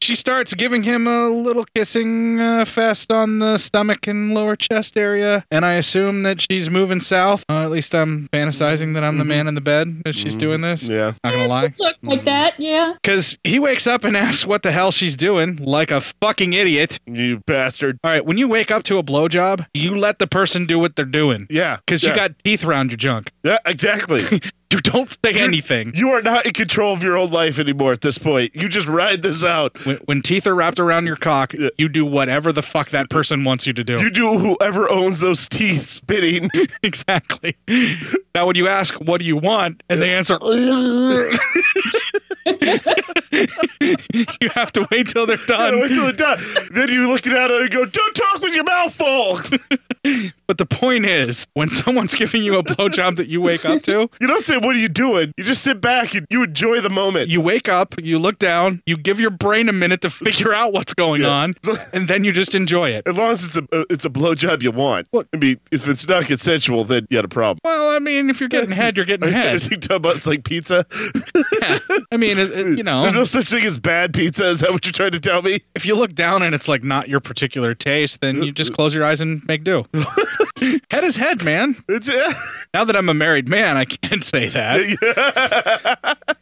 she starts giving him a little kissing uh, fest on the stomach and lower chest area, and I assume that she's moving south. Uh, at least I'm fantasizing that I'm the man in the bed as she's doing this. Mm-hmm. yeah, Not gonna lie. Look like that. Yeah. Because he wakes up and [laughs] asks what the hell she's doing, like a fucking idiot. you bastard. All right, when you wake up to a blowjob, you let the person do what they're doing. Yeah, Because yeah. you got teeth around your junk. yeah, exactly. [laughs] You don't say anything. you are not in control of your own life anymore at this point. You just ride this out. When, when teeth are wrapped around your cock, Yeah. you do whatever the fuck that person wants you to do. You do whoever owns those teeth bidding. [laughs] exactly. Now, when you ask, what do you want? And they answer, [laughs] you have to wait till they're Yeah, wait done. till they're done. then you look it out and go, "Don't talk with your mouth full." [laughs] But the point is, when [laughs] someone's giving you a blowjob that you wake up to, [laughs] You don't say, "What are you doing?" You just sit back and you enjoy the moment. you wake up, you look down, you give your brain a minute to figure out what's going Yeah. on, and then you just enjoy it. as long as it's a uh, it's a blowjob you want. What? I mean, if it's not consensual, then you had a problem. Well, I mean, if you're getting head, [laughs] you're getting Is head. he talking about it's like [laughs] pizza? I mean, it, it- Uh, you know, There's no such thing as bad pizza. Is that what you're trying to tell me? if you look down and it's like not your particular taste, then you just close your eyes and make [laughs] do. head is head, man. It's yeah. Now that I'm a married man, I can't [laughs] say that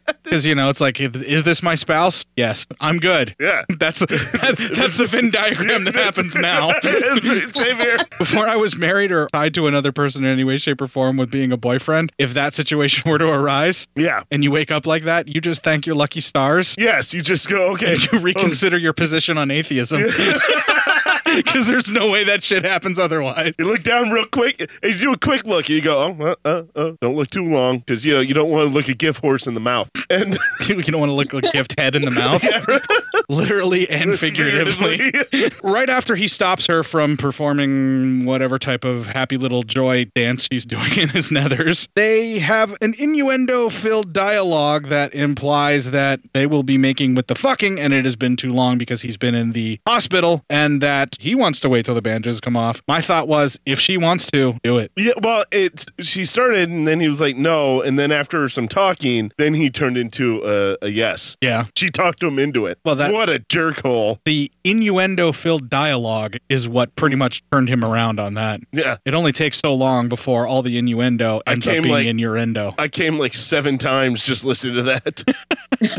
[laughs] because you know it's like, is this my spouse? Yes, I'm good. yeah. [laughs] That's that's that's the Venn diagram [laughs] that happens now. Same here. before I was married or tied to another person in any way, shape, or form with being a boyfriend, if that situation [laughs] were to arise Yeah. and you wake up like that, you just thank your lucky stars Yes, you just go, okay. Oh. and [laughs] you reconsider your position on [laughs] atheism. [laughs] Because there's no way that shit happens otherwise. You look down real quick and you do a quick look and you go, oh, uh, uh, uh, don't look too long because, you know, you don't want to look a gift horse in the mouth. [laughs] And [laughs] You don't want to look like gift head in the [laughs] mouth, [laughs] literally and figuratively. right after he stops her from performing whatever type of happy little joy dance she's doing in his nethers, they have an innuendo filled dialogue that implies that they will be making with the fucking and it has been too long because he's been in the hospital and that He wants to wait till the bandages come off. My thought was, if she wants to, do it. Yeah, well, it she started and then he was like no, and then after some talking, then he turned into a, a yes. Yeah. She talked him into it. Well, that- what a jerkhole. The innuendo filled dialogue is what pretty much turned him around on that. Yeah. It only takes so long before all the innuendo ends up came being like- innuendo. I came like seven times just listening to that. [laughs]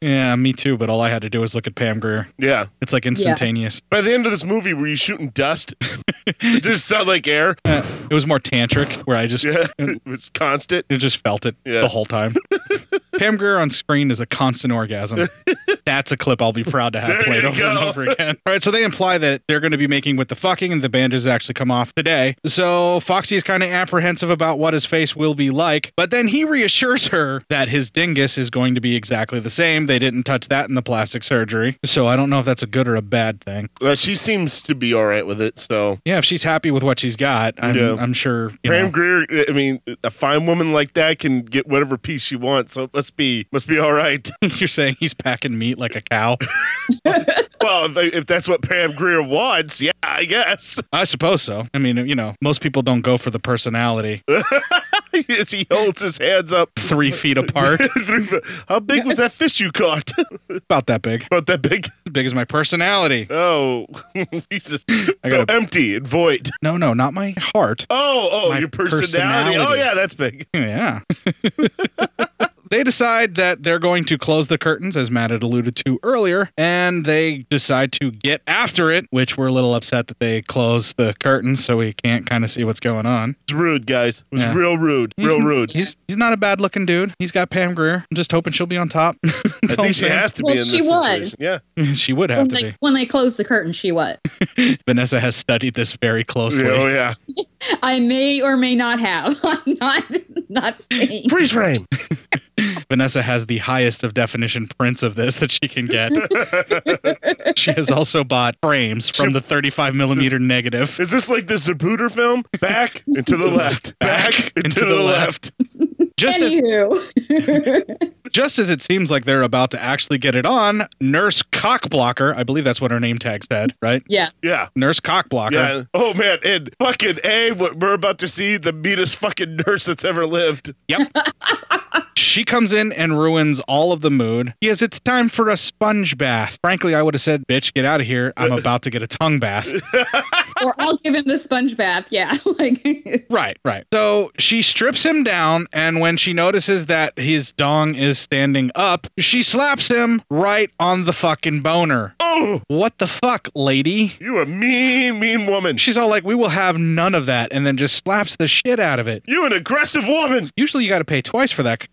Yeah, me too, but all I had to do was look at Pam Greer. Yeah. It's like instantaneous. By the end of this movie, were you shooting [laughs] dust? it just sound like air. Uh, it was more tantric where I just [laughs] it was constant. It just felt it the whole [laughs] time. Pam Grier on screen is a [laughs] constant orgasm. That's a clip I'll be proud to have There played you over and go. over [laughs] again. All right, so they imply that they're going to be making with the fucking and the bandages actually come off today. So Foxy is kind of apprehensive about what his face will be like, but then he reassures her that his dingus is going to be exactly the same. They didn't touch that in the plastic surgery. So I don't know if that's a good or a bad thing. Uh, she seems to be all right with it. So Yeah, if she's happy with what she's got, I'm, Yeah. I'm sure. You Pam know. Greer, I mean, a fine woman like that can get whatever piece she wants. So it must be must be all right. [laughs] You're saying he's packing meat like a cow? [laughs] well, if, if that's what Pam Greer wants, yeah, I guess. I suppose so. I mean, you know, most people don't go for the [laughs] personality. As he holds his hands up [laughs] Three feet apart. How big was that fish you caught? [laughs] About that big. About that big. [laughs] Big as my personality. Oh, [laughs] Jesus. I so gotta- empty and void. No, no, not my heart. Oh, oh, My your personality. Oh, personality. yeah, that's [laughs] big. Yeah. [laughs] they decide that they're going to close the curtains, as Matt had alluded to earlier, and they decide to get after it, which we're a little upset that they close the curtains so we can't kind of see what's going on. It's rude, guys. It was Yeah. real rude. He's- real rude. He's he's not a bad looking dude. He's got Pam Greer. I'm just hoping she'll be on top. [laughs] I I think she has to be Well, in she this was. situation. Yeah. [laughs] She would have When to they, be. when they closed the curtain, she was. [laughs] Vanessa has studied this very closely. Oh, [laughs] yeah. I may or may not have. [laughs] I'm not not saying. Freeze frame. [laughs] Vanessa has the highest of definition prints of this that she [laughs] can get. she has also bought frames from the 35 millimeter negative. Is this like the Zapruder film? Back [laughs] and to the left. Back, and to, the, left. Just as, just as it seems like they're about to actually get it on, Nurse Cockblocker, I believe that's what her name tag said, right? Yeah. Yeah. Nurse Cockblocker. Yeah. Oh man, and fucking a what we're about to see the meanest fucking nurse that's ever lived. Yep. She comes in and ruins all of the mood. Yes, it's time for a sponge bath. Frankly, I would have said, bitch, get out of here. [laughs] I'm about to get a tongue bath. [laughs] or I'll give him the sponge bath. Yeah, [laughs] like Right, right. So she strips him down, and when she notices that his dong is standing up, she slaps him right on the fucking boner. Oh! What the fuck, lady? You a mean, mean woman. She's all like, we will have none of that, and then just slaps the shit out of it. You an aggressive woman. Usually you gotta pay twice for that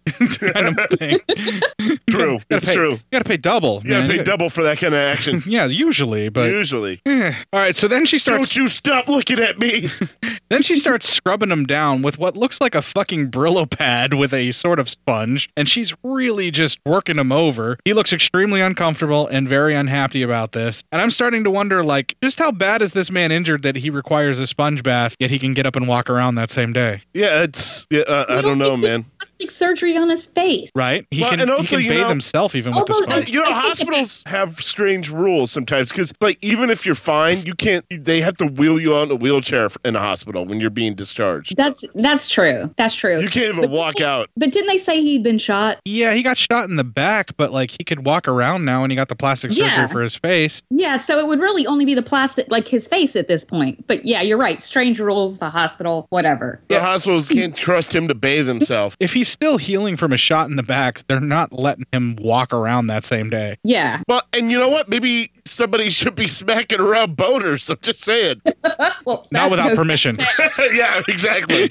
kind of thing. [laughs] True. You gotta It's pay- true. You gotta pay double. You gotta man. pay double for that kind of action. [laughs] Yeah, usually, but Usually. Eh. all right. So then she starts. Don't you stop looking at me. [laughs] Then she starts scrubbing him down with what looks like a fucking Brillo pad with a sort of sponge, and she's really just working him over. He looks extremely uncomfortable and very unhappy about this. And I'm starting to wonder, like, just how bad is this man injured that he requires a sponge bath, yet he can get up and walk around that same day, Yeah, it's yeah, uh, I don't know, man. plastic surgery on his face. right? He Well, can, and he also, can you bathe know- himself even with the Although, I- sponge. You know, take it back. hospitals have strange rules sometimes because, like, even if you're fine, you can't. They have to wheel you out in a wheelchair in a hospital when you're being discharged. That's that's true. That's true. You can't even walk out. But didn't they say he'd been shot? Yeah, he got shot in the back, but like he could walk around now, and he got the plastic surgery Yeah. for his face. Yeah, so it would really only be the plastic, like his face at this point. But yeah, you're right. Strange rules, the hospital, whatever. The hospitals can't trust him to bathe himself. If he's still healing from a shot in the back, they're not letting him walk around that same day. Yeah. Well, and you know what? Maybe somebody [laughs] should be smacking around boners. I'm just saying. [laughs] Well, Not that without [laughs] goes- permission. [laughs] yeah, exactly.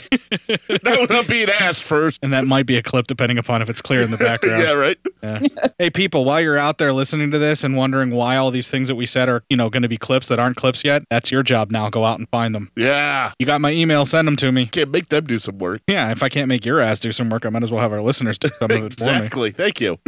Not without being asked first. And that might be a clip depending upon if it's clear in [laughs] the background. Yeah, right. Yeah. Hey people, while you're out there listening to this and wondering why all these things that we said are, you know, going to be clips that aren't clips yet, that's your job now. Go out and find them. Yeah. You got my email, send them to me. Can't make them do some work. Yeah, if [laughs] I can't make your ass do some work, I might as well have our listeners do some of it for me. Exactly. Thank you.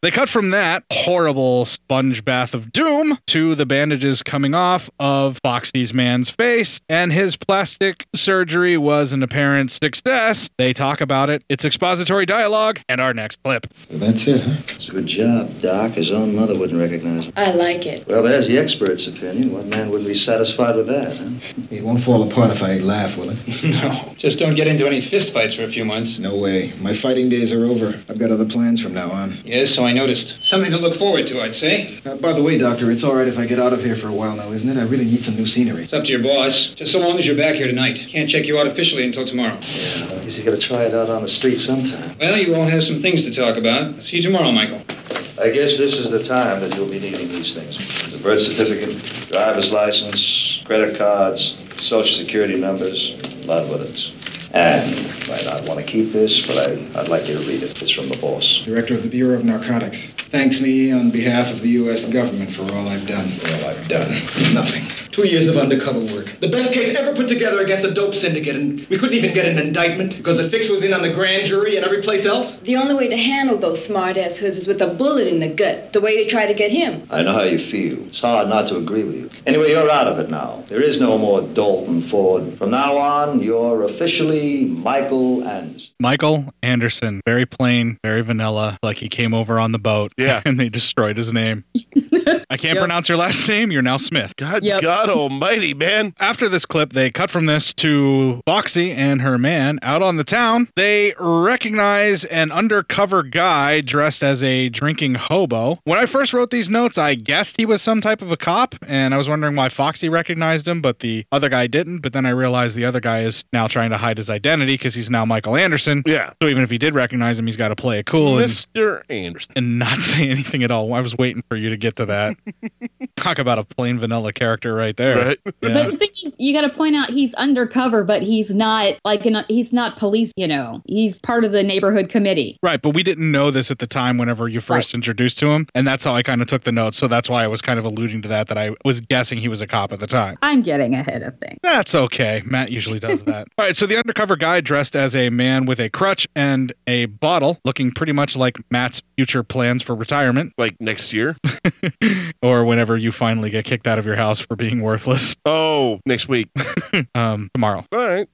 They cut from that horrible sponge bath of doom to the bandages coming off of Foxy's man's face, and his plastic surgery was an apparent success. They talk about it. It's expository dialogue, and our next clip. That's it, huh? It's a good job, Doc. His own mother wouldn't recognize him. I like it. Well, there's the expert's opinion. What man wouldn't be satisfied with that, huh? It won't fall apart if I laugh, will it? [laughs] No. Just don't get into any fistfights for a few months. No way. My fighting days are over. I've got other plans from now on. Yes, so I noticed. Something to look forward to, I'd say. Uh, by the way, Doctor, it's all right if I get out of here for a while now, isn't it? I really need some new scenery. It's up to your boss. Just so long as you're back here tonight. Can't check you out officially until tomorrow. I guess he's got to try it out on the street sometime. Well, you won't have some things to talk about. See you tomorrow, Michael. I guess this is the time that you'll be needing these things. The birth certificate, driver's license, credit cards, social security numbers, a lot of others. And you might not want to keep this, but I, I'd like you to read it. It's from the boss. Director of the Bureau of Narcotics. Thanks me on behalf of the U.S. government for all I've done. All I've done. Nothing. Two years of undercover work. The best case ever put together against a dope syndicate, and we couldn't even get an indictment because the fix was in on the grand jury and every place else? The only way to handle those smart-ass hoods is with a bullet in the gut, the way they try to get him. I know how you feel. It's hard not to agree with you. Anyway, you're out of it now. There is no more Dalton Ford. From now on, you're officially Michael Anderson. Michael Anderson, very plain, very vanilla, like he came over on the boat. Yeah. [laughs] And they destroyed his name. I can't pronounce your last name. You're now Smith. God, God almighty, man. After this clip, they cut from this to Foxy and her man out on the town. They recognize an undercover guy dressed as a drinking hobo. When I first wrote these notes, I guessed he was some type of a cop, and I was wondering why Foxy recognized him, but the other guy didn't. But then I realized the other guy is now trying to hide his identity because he's now Michael Anderson. Yeah. So even if he did recognize him, he's got to play it cool and, Mr. Anderson. and not [laughs] say anything at all. I was waiting for you to get to [laughs] that. Talk about a plain vanilla character right there. Right. But the thing is, you got to point out he's undercover, but he's not like an, he's not police. You know, he's part of the neighborhood committee. Right, but we didn't know this at the time whenever you first Right. introduced to him, and that's how I kind of took the notes. So that's why I was kind of alluding to that that I was guessing he was a cop at the time. I'm getting ahead of things. That's okay. Matt [laughs] usually does that. All right, so the undercover guy dressed as a man with a crutch and a bottle, looking pretty much like Matt's future plans for retirement. Like next year? [laughs] or whenever you finally get kicked out of your house for being worthless. Oh, next week. [laughs] um, tomorrow. All right.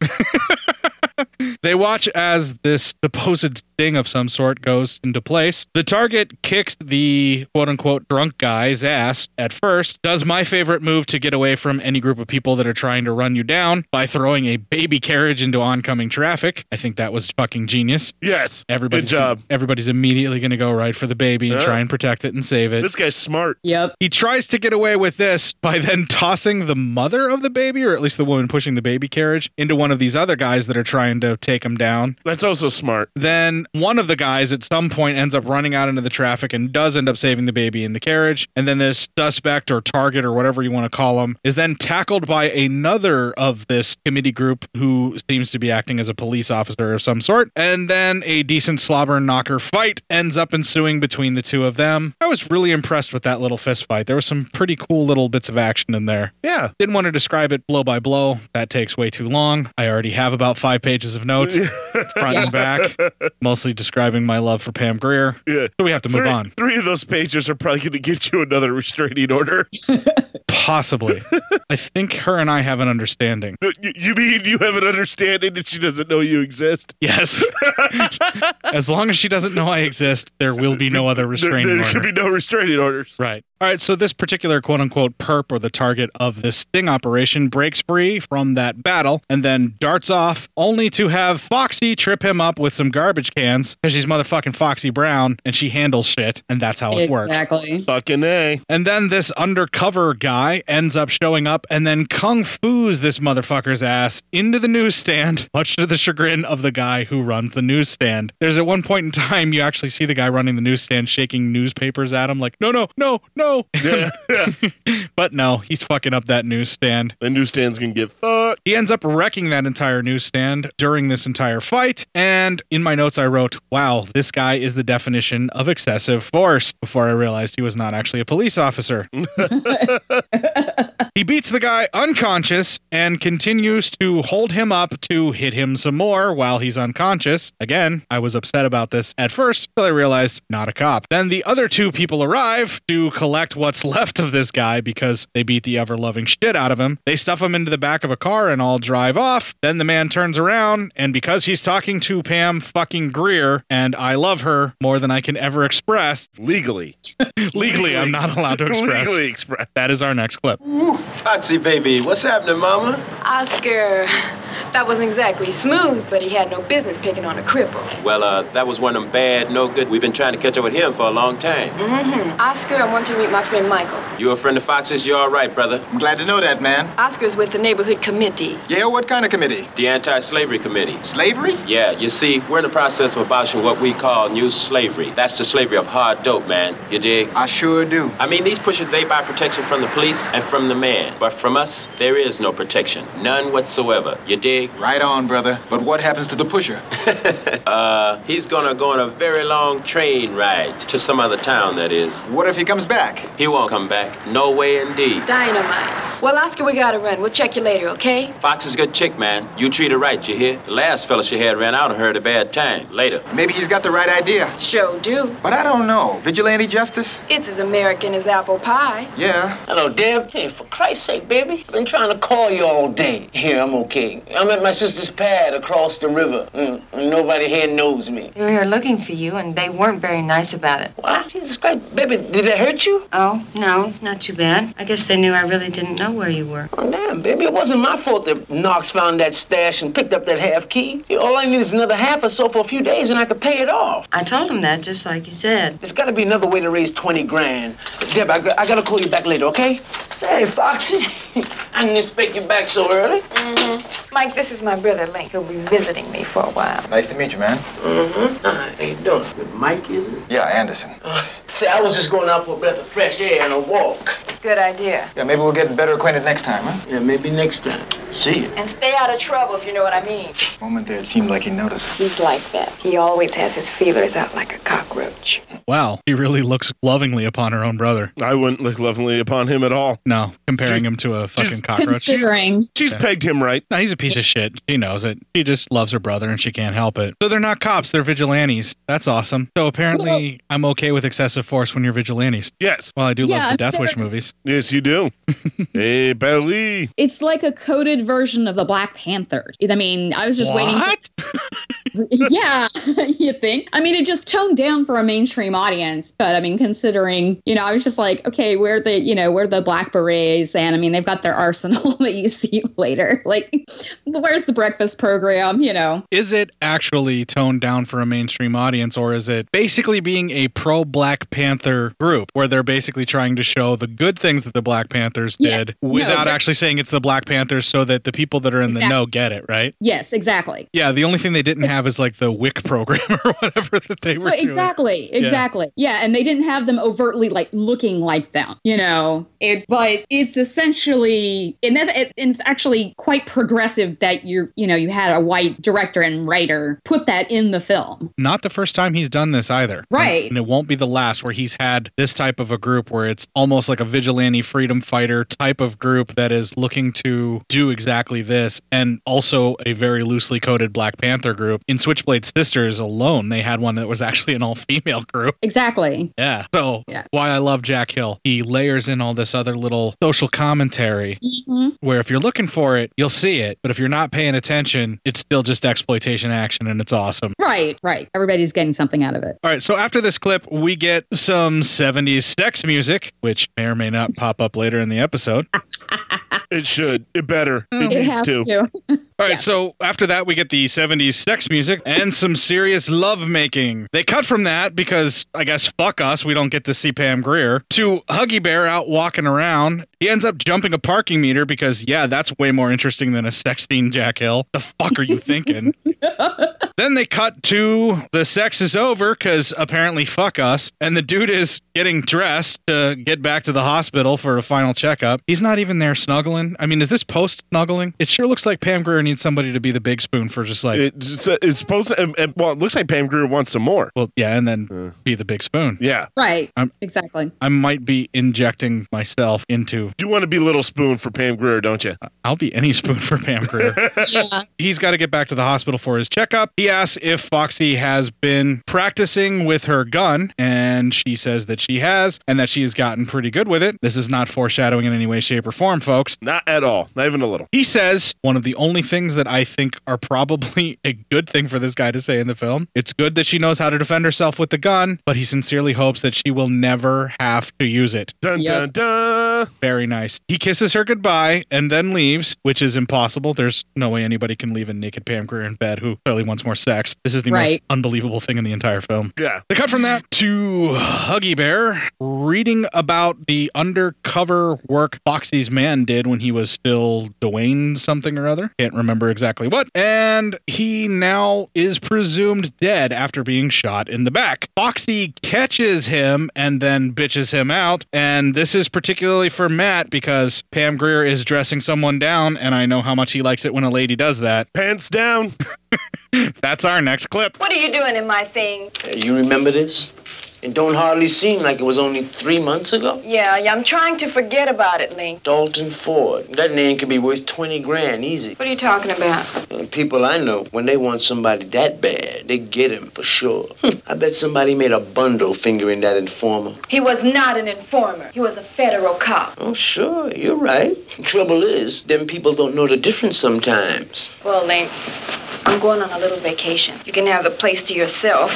They watch as this supposed sting of some sort goes into place. The target kicks the quote unquote drunk guy's ass at first, does my favorite move to get away from any group of people that are trying to run you down by throwing a baby carriage into oncoming traffic. I think that was fucking genius. Yes. Everybody's Good job. everybody's immediately going to go right for the baby and Yeah. try and protect it and save it. This guy's smart. Yep. He tries to get away with this by then tossing the mother of the baby, or at least the woman pushing the baby carriage, into one of these other guys that are trying to take him down. That's also smart. Then one of the guys at some point ends up running out into the traffic and does end up saving the baby in the carriage. And then this suspect or target or whatever you want to call him is then tackled by another of this committee group who seems to be acting as a police officer of some sort. And then a decent slobber and knocker fight ends up ensuing between the two of them. I was really impressed with that little fist fight. There was some pretty cool little bits of action in there. Yeah. Didn't want to describe it blow by blow. That takes way too long. I already have about five pages of notes, front and back, [laughs] mostly describing my love for Pam Greer. Yeah. So we have to move three, on. Three of those pages are probably going to get you another restraining [laughs] order. [laughs] Possibly. I think her and I have an understanding. You, you mean you have an understanding that she doesn't know you exist? [laughs] Yes. As long as she doesn't know I exist, there will be no other There, restraining there order. could be no restraining orders. Right. All right, so this particular quote unquote perp or the target of this sting operation breaks free from that battle and then darts off, only to have Foxy trip him up with some garbage cans because she's motherfucking Foxy Brown and she handles shit, and that's how it works. Exactly. Fucking A. And then this undercover guy ends up showing up and then kung fu's this motherfucker's ass into the newsstand, [laughs] much to the chagrin of the guy who runs the newsstand. There's at one point in time you actually see the guy running the newsstand shaking newspapers at him, like, no, no, no, no. [laughs] but no, he's fucking up that newsstand. The newsstand's gonna get fucked. He ends up wrecking that entire newsstand during this entire fight. And in my notes, I wrote, wow, this guy is the definition [laughs] of excessive force before I realized he was not actually a police officer. He beats the guy unconscious and continues to hold him up to hit him some more while he's unconscious. Again, I was upset about this at first till I realized not a cop. Then the other two people arrive to collect what's [laughs] left of this guy because they beat the ever loving shit out of him. They stuff him into the back of a car and all drive off. Then the man turns around and because he's talking to Pam fucking Greer and I love her more than I can ever express legally. [laughs] Legally, I'm not allowed to express. Legally express. That is our next clip. Ooh, Foxy baby, what's happening, mama? Oscar, that wasn't exactly smooth, but he had no business picking on a cripple. Well, uh, that was one of them bad, no good. We've been trying to catch up with him for a long time. Mm-hmm. Oscar, I want you to meet my friend Michael. You a friend of Fox's? You all right, brother? I'm glad to know that, man. Oscar's with the neighborhood committee. Yeah, what kind of committee? The anti-slavery committee. Slavery? Yeah, you see, we're in the process of abolishing what we call new slavery. That's the slavery of hard dope, man. You dig? I sure do. I mean, these pushers, they buy protection from the police and from the man. But from us, there is no protection. None whatsoever. You [laughs] dig? Right on, brother. But what happens to the pusher? uh, he's gonna go on a very long train ride to some other town, that is. What if he comes back? He won't come back. No way indeed. Dynamite. Well, Oscar, we gotta run. We'll check you later, okay? Fox is a good chick, man. You treat her right, you hear? The last fella she had ran out of her at a bad time. Later. Maybe he's got the right idea. Sure do. But I don't know. Vigilante justice? It's as American as apple pie. Yeah. Hello, Deb. Hey, for Christ's sake, baby. Been trying to call you all day. Here, I'm okay. I'm at my sister's pad across the river. Mm, and nobody here knows me. They were here looking for you, and they weren't very nice about it. What? Jesus Christ, baby, did it hurt you? Oh, no, not too bad. I guess they knew I really didn't know where you were. Oh, damn, baby, it wasn't my fault that Knox found that stash and picked up that half key. All I need is another half or so for a few days, and I could pay it off. I told them that, just like you said. There's got to be another way to raise 20 grand. Deb, I, I got to call you back later, okay? Say, Foxy, [laughs] I didn't expect you back so early. Mm-hmm. Mike, this is my brother Link. He'll be visiting me for a while. Nice to meet you, man. Mm-hmm. How you doing? Good Mike, is it? Yeah, Anderson. Uh, say, I was just going out for a breath of fresh air and a walk. Good idea. Yeah, maybe we'll get better acquainted next time, huh? Yeah, maybe next time. See ya. And stay out of trouble if you know what I mean. Moment there, it seemed like he noticed. He's like that. He always has his feelers out like a cockroach. Wow, she really looks lovingly upon her own brother. I wouldn't look lovingly upon him at all. No, comparing him to a fucking cockroach. Considering. She's pegged him right. No, he's a piece of shit. She knows it. She just loves her brother and she can't help it. So they're not cops, they're vigilantes. That's awesome. So apparently, Well- I'm okay with excessive force when you're vigilantes. Yes. Well, I do Yeah, love the Death Wish they're- movies. Yes, you [laughs] do. hey, Belly. It's like a coded version of the Black Panther. I mean, I was just waiting. for- [laughs] yeah, you think? I mean, it just toned down for a mainstream audience, but I mean, considering you know, I was just like, okay, where the you know, where the Black Berets, and I mean, they've got their arsenal [laughs] that you see later. Like, where's the breakfast program? You know, Is it actually toned down for a mainstream audience, or is it basically being a pro Black Panther group where they're basically trying to show the good things that the Black Panthers Yes. did No, without they're- actually saying it's the Black Panthers so that the people that are in the Exactly. know get it, right? yes, exactly. Yeah, the only thing they didn't have is like the WIC program [laughs] or whatever that they were Well, doing. exactly, Yeah. exactly. Yeah. and they didn't have them overtly like looking like them. You know, it's but it's essentially and that it, and it's actually quite progressive that you're you know you had a white director and writer put that in the film. Not the first time he's done this either. Right. And, and it won't be the last where he's had this type of a group where it's almost like a vigilante freedom fighter type of group that is looking to do exactly this and also a very loosely coded Black Panther group. In Switchblade Sisters alone, they had one that was actually an all female [laughs] group. Exactly. Yeah. So why I love Jack Hill. He layers in all this other little social commentary Mhm. where if you're looking for it, you'll see it. But if you're not paying attention, it's still just exploitation action and it's awesome. Right, right. Everybody's getting something out of it. All right, so after this clip, we get some 70s sex music, which may or may not pop up later in the episode. [laughs] It should. It better. It, needs to. All right, so after that, we get the 70s sex music and some serious love making. They cut from that because I guess fuck us, we don't get to see Pam Greer, to Huggy Bear out walking around. He ends up jumping a parking meter because, yeah, that's way more interesting than a sex scene, Jack Hill. The fuck are you thinking? then they cut to the sex is over because apparently fuck us. And the dude is getting dressed to get back to the hospital for a final checkup. He's not even there snuggling. I mean, is this post snuggling? It sure looks like Pam Greer needs somebody to be the big spoon for just like, It's, uh, it's supposed to. and- and- well, it looks like Pam Greer wants some more. Well, yeah, and then be the big spoon. Yeah. Right. I'm- exactly. I might be injecting myself into You want to be Little Spoon for Pam Grier, don't you? Uh, I'll be any spoon for Pam Grier. He's got to get back to the hospital for his checkup. He asks if Foxy has been practicing with her gun, and she says that she has and that she has gotten pretty good with it. This is not foreshadowing in any way, shape, or form, folks. Not at all. Not even a little. He says one of the only things that I think are probably a good thing for this guy to say in the film. It's good that she knows how to defend herself with the gun, but he sincerely hopes that she will never have to use it. Dun, dun, dun. Very nice. He kisses her goodbye and then leaves, which is impossible. There's no way anybody can leave a naked Pam Grier in bed who clearly wants more sex. This is the Right. most unbelievable thing in the entire film. [laughs] Yeah. They cut from that to Huggy Bear reading about the undercover work Foxy's man did when he was still Dwayne something or other. Can't remember exactly what. And he now is presumed dead after being shot in the back. Foxy catches him and then bitches him out. And this is particularly for Matt because Pam Greer is dressing someone down, and I know how much he likes it when a lady does that. Pants down. [laughs] That's our next clip. What are you doing in my thing? You remember this? It don't hardly seem like it was only three months ago. Yeah, yeah, I'm trying to forget about it, Lee. Dalton Ford. That name could be worth 20 grand easy. What are you talking about? And people I know, when they want somebody that bad, they get him for sure. [laughs] I bet somebody made a bundle fingering that informer. He was not an informer. He was a federal cop. Oh, sure, you're right. Trouble is, them people don't know the difference sometimes. Well, Lee, I'm going on a little vacation. You can have the place to yourself.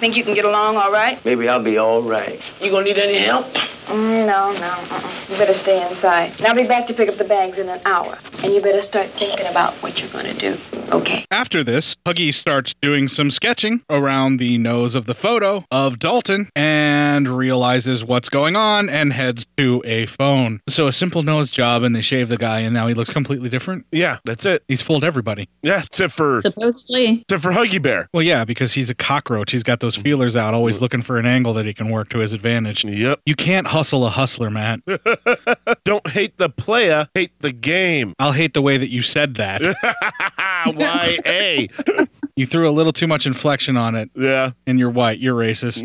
Think you can get along all right? Maybe I'll be all right. You gonna need any help? Mm, no, no. Uh-uh. You better stay inside. And I'll be back to pick up the bags in an hour. And you better start thinking about what you're going to do. Okay. After this, Huggy starts doing some sketching around the nose of the photo of Dalton and realizes what's going on and heads to a phone. So a simple nose job and they shave the guy and now he looks completely different. Yeah, that's it. He's fooled everybody. Yeah, except for supposedly. Except for Huggy Bear. Well, yeah, because he's a cockroach. He's got those feelers out, always looking for an angle that he can work to his advantage. Yep. You can't hustle a [laughs] hustler, Matt. Don't hate the player, hate the game. I'll hate the way that you said that. [laughs] [laughs] Why eh, a? you threw a little too much inflection on it. Yeah. And you're white. [laughs] You're racist.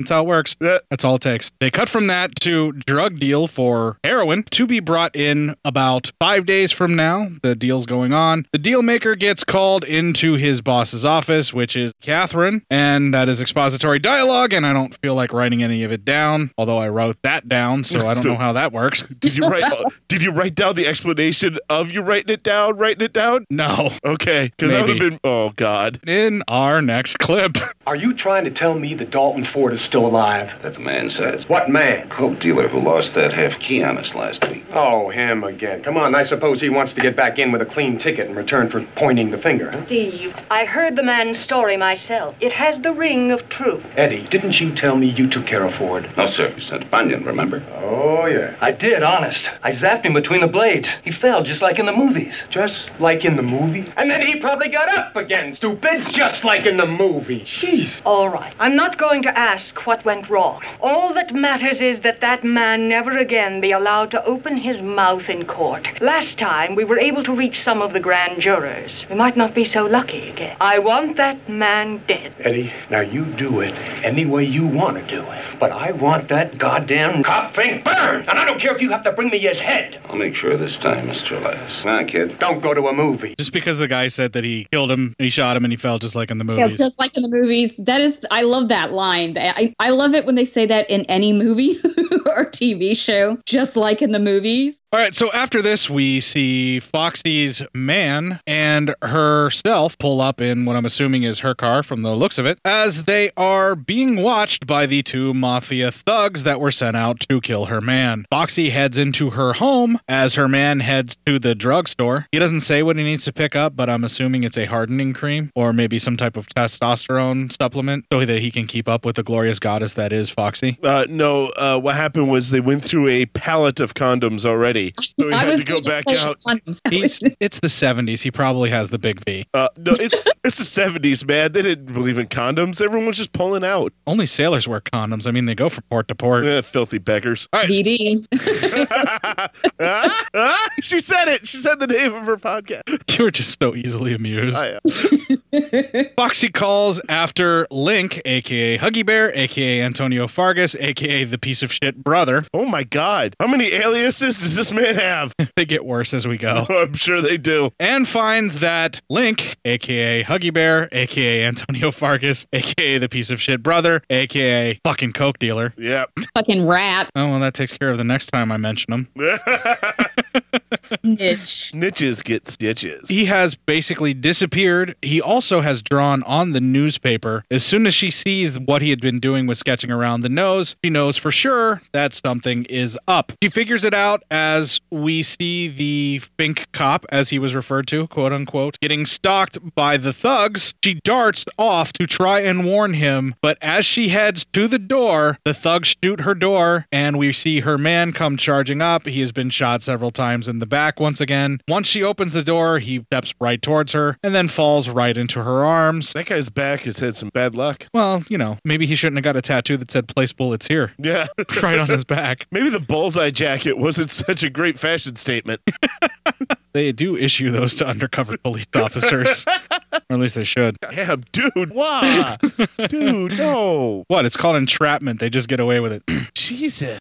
That's how it works. That's all it takes. They cut from that to drug deal for heroin to be brought in about five days from now. The deal's going on. The deal maker gets called into his boss's office, which is Catherine, and that is expository dialogue. And I don't feel like writing any of it down, although I wrote that down, so I [laughs] don't So- know how that works. Did you [laughs] write? did you write down the explanation of you writing it down? Writing it down? No. Okay, because I would have Maybe. been. Oh God. In our next clip. [coughs] Are you trying to tell me that Dalton Ford is still alive? That the man says. What man? Coke dealer who lost that half key on us last week. Oh, him again. Come on, I suppose he wants to get back in with a clean ticket in return for pointing the finger. huh? Steve, I heard the man's story myself. It has the ring of truth. Eddie, didn't you tell me you took care of Ford? No, sir. You sent Bunyan, remember? Oh, yeah. I did, honest. I zapped him between the blades. He fell just like in the movies. Just like in the movie? And then he probably got up again, stupid. Just like in the movie. Jeez. All right. I'm not going to ask what went wrong. All that matters is that that man never again be allowed to open his mouth in court. Last time, we were able to reach some of the grand jurors. We might not be so lucky again. I want that man dead. Eddie, now you do it any way you want to do it. But I want that goddamn cop thing burned. And I don't care if you have to bring me his head. I'll make sure this time, Mr. Elias. Come on, kid. Don't go to a movie. Just because the guy said that he killed him, he shot him, and he fell just like in the Yeah, movies. just like in the movies. That is, I love that line. I, I love it when they say that in any movie [laughs] or TV show, just like in the movies. All right, so after this, we see Foxy's man and herself pull up in what I'm assuming is her car from the looks of it, as they are being watched by the two mafia thugs that were sent out to kill her man. Foxy heads into her home as her man heads to the drugstore. He doesn't say what he needs to pick up, but I'm assuming it's a hardening cream or maybe some type of testosterone supplement so that he can keep up with the glorious goddess that is Foxy. Uh, no, uh, what happened was they went through a pallet of condoms [laughs] already, so we I had was to go gonna back say out. He's, it's the 70s. He probably has the big V. Uh, no, it's it's the seventies, man. They didn't believe in condoms. Everyone was just pulling out. Only sailors wear condoms. I mean, they go from port to port. Yeah, filthy beggars. All [laughs] right. BD. Ah, ah, she said it. She said the name of her podcast. You were just so easily amused. I, Foxy calls after Link, aka Huggy Bear, aka Antonio Fargas, aka the piece of shit brother. Oh my god. How many aliases does this man have? [laughs] they get worse as we go. [laughs] I'm sure they do. And finds that Link, aka Huggy Bear, aka Antonio Fargas, aka the piece of shit brother, aka fucking coke dealer. Yep. Fucking [laughs] rat. Oh well, that takes care of the next time I mention him. Snitch. Snitches get stitches. He has basically disappeared. He also has drawn on the newspaper. As soon as she sees what he had been doing with sketching around the nose, she knows for sure that something is up. She figures it out as we see the Fink cop, as he was referred to, quote unquote, getting stalked by the thugs. She darts off to try and warn him, but as she heads to the door, the thugs shoot her door, and we see her man come charging up. He has been shot several times in the back once again. Once she opens the door, he steps right towards her and then falls right into her arms. That guy's back has had some bad luck. Well, you know, maybe he shouldn't have got a tattoo that said place bullets here. Yeah. [laughs] Right on his back. Maybe the bullseye jacket wasn't such a great fashion statement. [laughs] They do issue those to undercover police [laughs] officers. or at least they should. Yeah, dude. Why? dude, no. What? It's called entrapment. They just get away with it. [laughs] Jesus.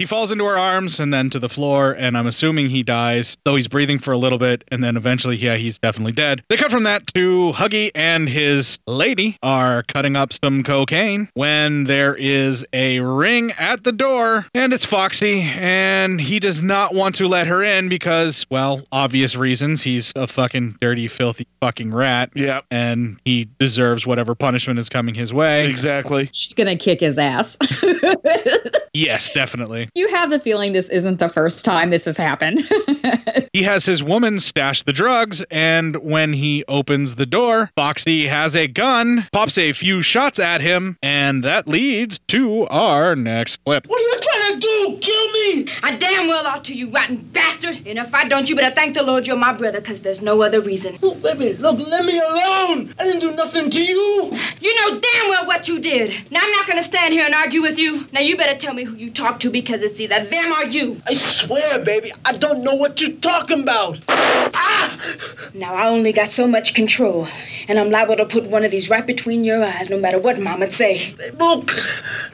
he falls into her arms and then to the floor, and I'm assuming he dies, though he's breathing for a little bit, and then eventually, yeah, he's definitely dead. They cut from that to Huggy and his lady are cutting up some cocaine when there is a ring at the door, and it's Foxy, and he does not want to let her in because, well, obvious reasons. He's a fucking dirty, filthy fucking rat. Yeah. And he deserves whatever punishment is coming his way. Exactly. She's gonna kick his ass. [laughs] Yes, definitely. you have the feeling this isn't the first time this has happened. [laughs] He has his woman stash the drugs, and when he opens the door, Foxy has a gun, pops a few shots at him, and that leads to our next clip. What are you trying to do? Kill me? I damn well ought to, you rotten bastard. And if I don't, you better thank the Lord you're my brother, because there's no other reason. Oh, baby, look, let me alone. I didn't do nothing to you. You know damn well what you did. Now, I'm not going to stand here and argue with you. Now, you better tell me who you talked to, because it's either them or you. I swear, baby, I don't know what you're talking about. Now, I only got so much control, and I'm liable to put one of these right between your eyes, no matter what Mama'd say. Look,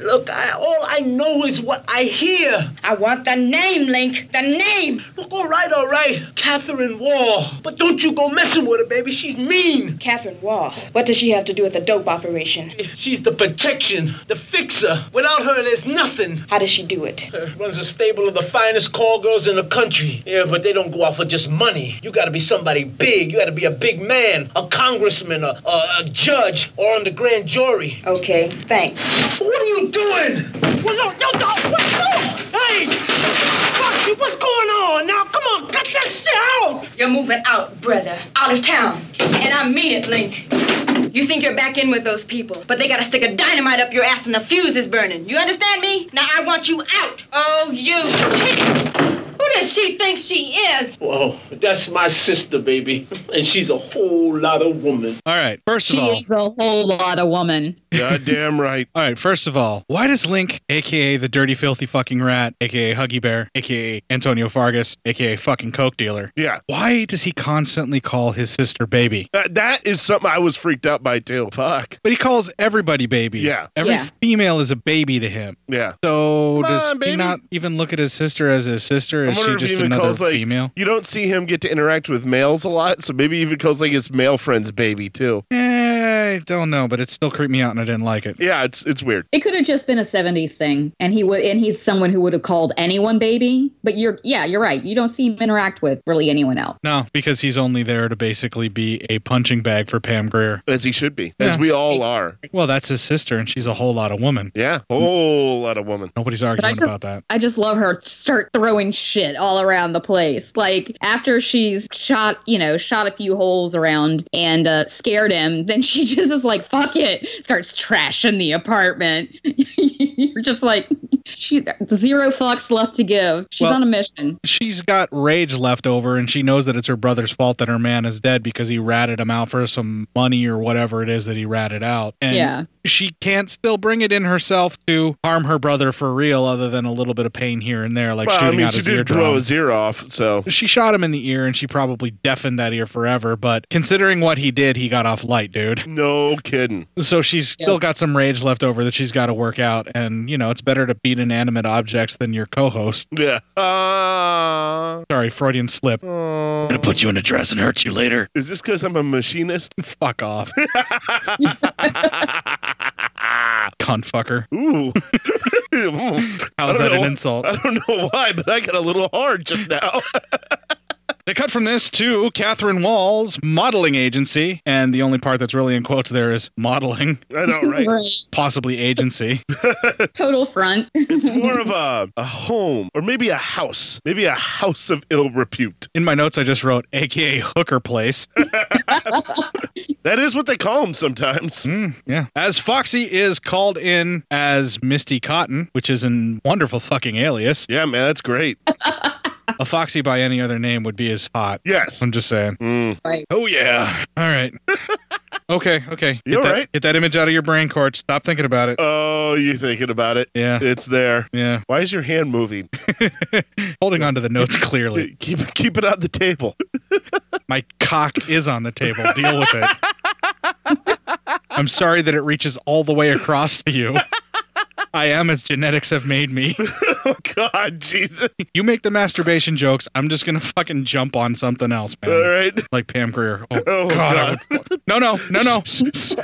look, I, all I know is what I hear. I want the name, Link. The name. Look, all right, all right. Catherine Wall. But don't you go messing with her, baby. She's mean. Catherine Wall. What does she have to do with the dope operation? She's the protection, the fixer. Without her, there's nothing. How does she do it? Uh, runs a stable of the finest call girls in the country. Yeah, but they don't go out for just money. You gotta be somebody big. You gotta be a big man, a congressman, a, a, a judge, or on the grand jury. Okay, thanks. What are you doing? Well, no, no, no, what, no! Hey! Foxy, what's going on now? Come on, cut that shit out! You're moving out, brother. Out of town. And I mean it, Link. You think you're back in with those people, but they gotta stick a dynamite up your ass and the fuse is burning. You understand me? Now I want you out. Oh, you. Who does she think she is? Whoa, that's my sister, baby. And she's a whole lot of woman. All right, first of she all, is a whole lot of woman. Goddamn right. all right, first of all, why does Link, aka the dirty, filthy fucking rat, aka Huggy Bear, aka Antonio Fargas, aka fucking Coke dealer, Yeah. why does he constantly call his sister baby? That, Uh, that is something I was freaked out by too. Fuck. But he calls everybody baby. Yeah. Every Yeah. female is a baby to him. Yeah. So Come does on, he baby. not even look at his sister as his sister? I Is she wonder if just he even another calls like female? you don't see him get to interact with males a lot, so maybe he even calls like his male friends baby too. Eh, I don't know, but it still creeped me out and I didn't like it. Yeah, it's it's weird. It could have just been a '70s thing, and he would, and he's someone who would have called anyone baby. But you're, yeah, you're right. You don't see him interact with really anyone else. No, because he's only there to basically be a punching bag for Pam Greer. As he should be. As Yeah. we all are. Well, that's his sister, and she's a whole lot of woman. Yeah. Whole lot of woman. Nobody's But I arguing just- about that. I just love her start throwing shit all around the place. Like after she's shot, you know, shot a few holes around and uh, scared him, [laughs] then she just Cruz is like, fuck it, starts trashing the apartment. [laughs] You're just like, she zero fucks left to give. She's Well- on a [laughs] mission. She's got rage left over, and she knows that it's her brother's fault that her man is dead because he ratted him out for some money or whatever it is that he ratted out. And Yeah. she can't still bring it in herself to harm her brother for real, other than a little bit of pain here and there, like well, shooting I mean, out she his did eardrum. blow his ear off, so She shot him in the ear, and she probably deafened that ear forever. But considering what he did, he got off light, dude. No kidding. So she's still got some rage left over that she's got to work out. And you know, it's better to beat inanimate objects than your co-host. yeah. Uh, Sorry, Freudian slip. I'm gonna put you in a dress and hurt you later. Is this because I'm a machinist? [laughs] [laughs] Fuck off. Cunt fucker. [laughs] Ooh. How is that an insult? I don't know why, but I got a little hard just [laughs] now. They cut from this to Catherine Wall's modeling agency, and the only part that's really in quotes there is modeling. I know, right? Right. Possibly agency. Total front. [laughs] it's more of a, a home or maybe a house, maybe a house of ill repute. In my notes, I just wrote AKA Hooker Place. that is what they call them sometimes. yeah. As Foxy is called in as Misty Cotton, which is a wonderful fucking alias. Yeah, man, that's great. [laughs] a Foxy by any other name would be as hot. Yes. I'm just saying. Oh, yeah. [laughs] All right. Okay, okay. You all get, that, right? get that image out of your brain, Court. Stop thinking about it. Oh, you thinking about it? Yeah. It's there. Yeah. Why is your hand moving? [laughs] Holding onto the notes clearly. [laughs] keep keep it on the table. [laughs] My cock is on the table. Deal with it. [laughs] I'm sorry that it reaches all the way across [laughs] to you. I am as genetics have made me. oh, God, Jesus. You make the masturbation jokes. I'm just going to fucking jump on something else, man. All right. Like Pam Greer. Oh, Oh, God. I would- No, no, [laughs] no, no.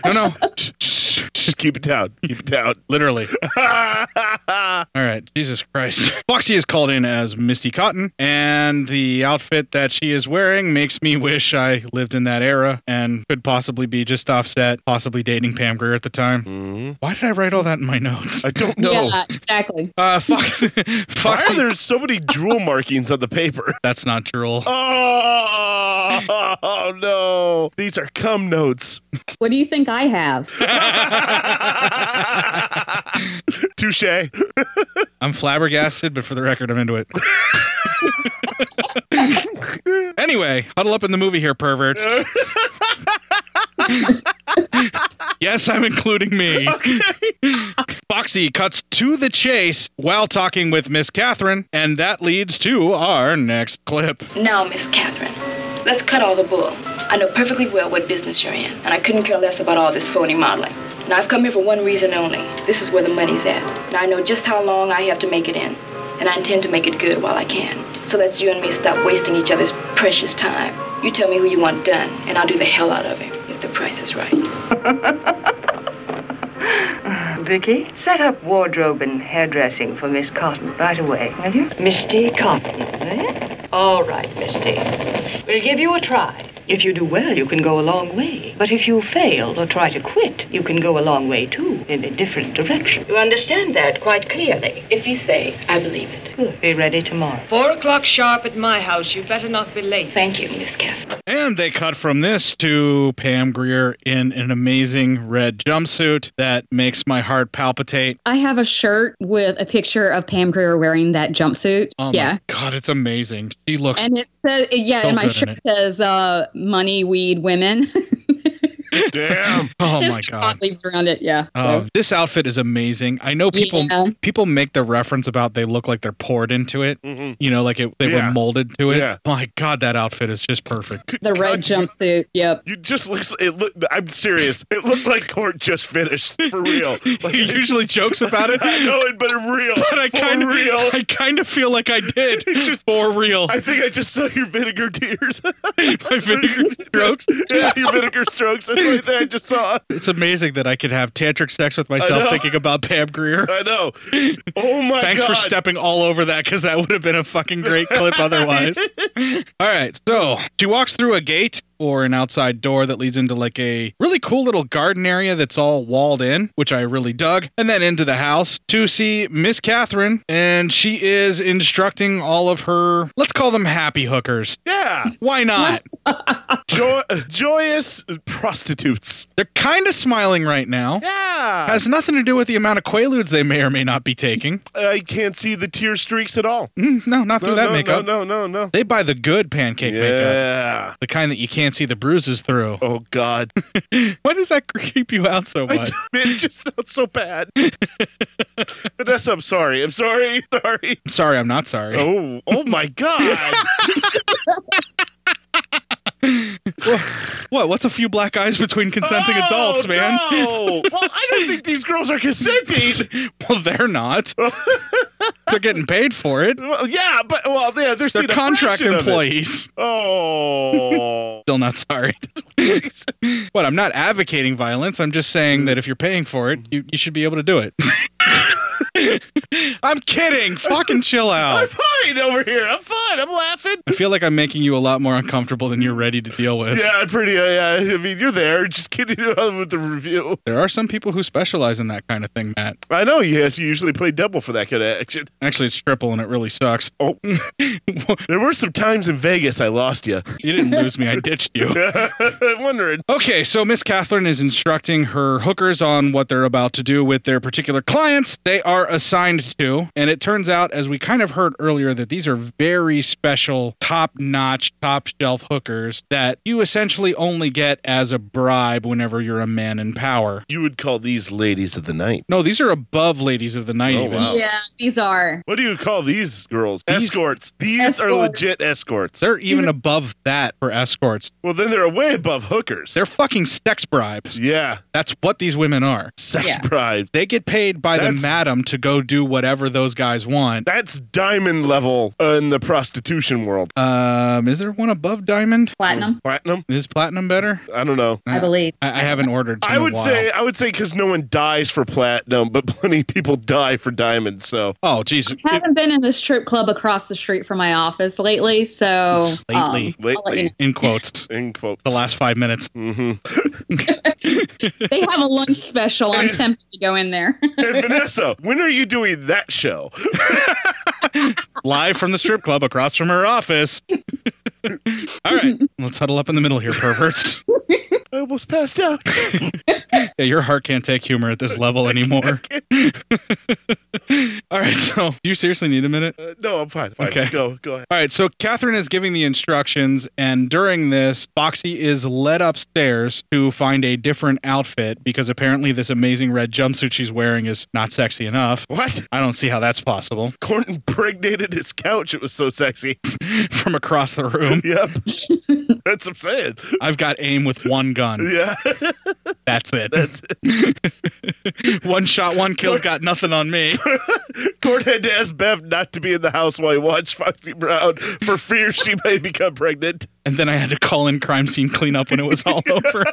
No, no. Just keep it down. Keep it down. Literally. [laughs] All right, Jesus Christ. [laughs] Foxy is called in as Misty Cotton, and the outfit that she is wearing makes me wish I lived in that era and could possibly be just offset, possibly dating Pam Grier at the time. Why did I write all that in my notes? Mm-hmm. I don't know. [laughs] Yeah, exactly. [laughs] Uh, Fox, Foxy. Why are there so many drool markings on the paper? That's not drool. Oh, [laughs] oh, [laughs] no. These are cum notes. What do you think I have? [laughs] Touche. I'm flabbergasted, but for the record, I'm into it. anyway, huddle up in the movie here, perverts. yes, I'm including me. Foxy cuts to the chase while talking with Miss Catherine, and that leads to our next clip. Now, Miss Catherine, let's cut all the bull. I know perfectly well what business you're in, and I couldn't care less about all this phony modeling. Now, I've come here for one reason only. This is where the money's at. Now, I know just how long I have to make it in, and I intend to make it good while I can. So let's you and me stop wasting each other's precious time. You tell me who you want done, and I'll do the hell out of it, if the price is right. [laughs] Vicky, set up wardrobe and hairdressing for Miss Cotton right away, will you? Misty Cotton, eh? All right, Misty. We'll give you a try. If you do well, you can go a long way. But if you fail or try to quit, you can go a long way too, in a different direction. You understand that quite clearly. If you say, I believe it. Good. Be ready tomorrow. Four o'clock sharp at my house. You better not be late. Thank you, Miss Catherine. And they cut from this to Pam Greer in an amazing red jumpsuit that makes my heart palpitate. I have a shirt with a picture of Pam Greer wearing that jumpsuit. Oh my yeah. God, it's amazing. She looks And it says, yeah, So and my good in shirt says uh, money, weed, women. Damn. [laughs] [laughs] Oh my There's god. thought leaves around it. Yeah. Oh, this outfit is amazing. I know people Yeah. people make the reference about they look like they're poured into it. You know, like it, they Mm-hmm. Yeah. were molded to it. Yeah. My god, that outfit is [laughs] just perfect. the red jumpsuit. Yep. You just looks. It look. I'm serious. It looked like court just finished for [laughs] real. Like, he usually jokes about [laughs] it. I know it, but it real. [laughs] But I For kind of real. I kind of feel like I [laughs] did. just for real. I think I just saw your vinegar tears. [laughs] [laughs] My vinegar strokes. yeah, your vinegar strokes. That's the only thing I just saw. it's amazing that I could have tantric sex with myself know. thinking about Pam Greer. [laughs] I know. Oh my Thanks god. for stepping all over that [laughs] because that would have been a fucking great clip otherwise. all right, so she walks through a gate or an outside door that leads into like a really cool little garden area that's all walled in, which I really dug, and then into the house to see Miss Catherine, and she is instructing all of her, let's call them happy hookers. Yeah. Why not? [laughs] Joy- joyous prostitutes. They're kind of smiling right now. Yeah. Has nothing to do with the amount of quaaludes they may or may not be taking. I can't see the tear streaks at all. Mm, no, not through that makeup. No, no, no, no. They buy the good pancake Yeah. makeup. The kind that you can't see the bruises through. Oh, God. [laughs] Why does that creep you out so I much? d- man, [laughs] it just sounds so [laughs] bad. Vanessa, I'm sorry. I'm sorry. [laughs] Sorry. I'm sorry, I'm not sorry. Oh, oh my [laughs] God. What? What's a few black eyes between consenting adults, man? Oh, No. Well, I don't [laughs] think these girls are consenting. well, [laughs] they're not. they're getting paid for it. Well, yeah, but well, yeah, they're, They're seeing a contract fraction of it. employees. Oh. Still not sorry. [laughs] what? I'm not advocating violence. I'm just saying that if you're paying for it, you, you should be able to do it. [laughs] I'm kidding. Fucking chill I'm out. fine over here. I'm fine. I'm laughing. I feel like I'm making you a lot more uncomfortable than you're ready to deal with. Yeah, I'm pretty. Uh, yeah, I mean, you're there. Just kidding [laughs] around with the review. There are some people who specialize in that kind of thing, Matt. I know you have to usually play double for that kind of action. Actually, it's triple and it really sucks. [laughs] Oh, there were some times in Vegas I lost you. You didn't lose me, I ditched [laughs] you. I'm wondering. Okay, so Miss Catherine is instructing her hookers on what they're about to do with their particular clients they are assigned to. And it turns out, as we kind of heard earlier, that these are very special, top notch, top shelf hookers that you essentially only get as a bribe whenever you're a man in power. You would call these ladies of the night. No, these are above ladies of the night, Oh, even. wow. Yeah, these are. What do you call these girls? These- escorts. These are Escorts. legit escorts. They're even above that for escorts. Well, then they're way above hookers. They're fucking sex bribes. yeah, That's what these women are. sex Yeah. bribes. They get paid by That's- the madam to go do whatever those guys want. That's diamond level in the prostitution world. Um, is there one above diamond? Platinum, Platinum? Is platinum better? I don't know. I believe. I, I haven't ordered. I in a would while. say I would say because no one dies for platinum, but [laughs] plenty of people die for diamonds. So Oh, jeez. It- Haven't been in the strip club across the street from my office lately, so um, Lately. I'll let you know. In quotes. [laughs] in quotes. The last five minutes. hmm they have a lunch special. [laughs] I'm tempted to go in there. [laughs] And Vanessa, [laughs] when are you doing that show? Live from the strip club across from [laughs] her office. All right. Let's huddle up in the middle here, perverts. I almost passed out. Yeah, your heart can't take humor at this level anymore. [laughs] All right. So, do you seriously need a minute? Uh, no, I'm fine. fine. Okay. Go, go ahead. All right, so Catherine is giving the instructions, and during this, Foxy is led upstairs to find a different outfit because apparently this amazing red jumpsuit she's wearing is not sexy enough. What? I don't see how that's possible Corn impregnated his couch. It was so sexy. [laughs] from across the room. yep. [laughs] That's what I'm saying. I've got aim with one [laughs] gun. Yeah. That's it. That's it. [laughs] one shot, one kill's got nothing on [laughs] me. Court had to ask Bev not to be in the house while he watched Foxy Brown for fear she may become [laughs] pregnant. And then I had to call in crime scene cleanup when [laughs] it was all over.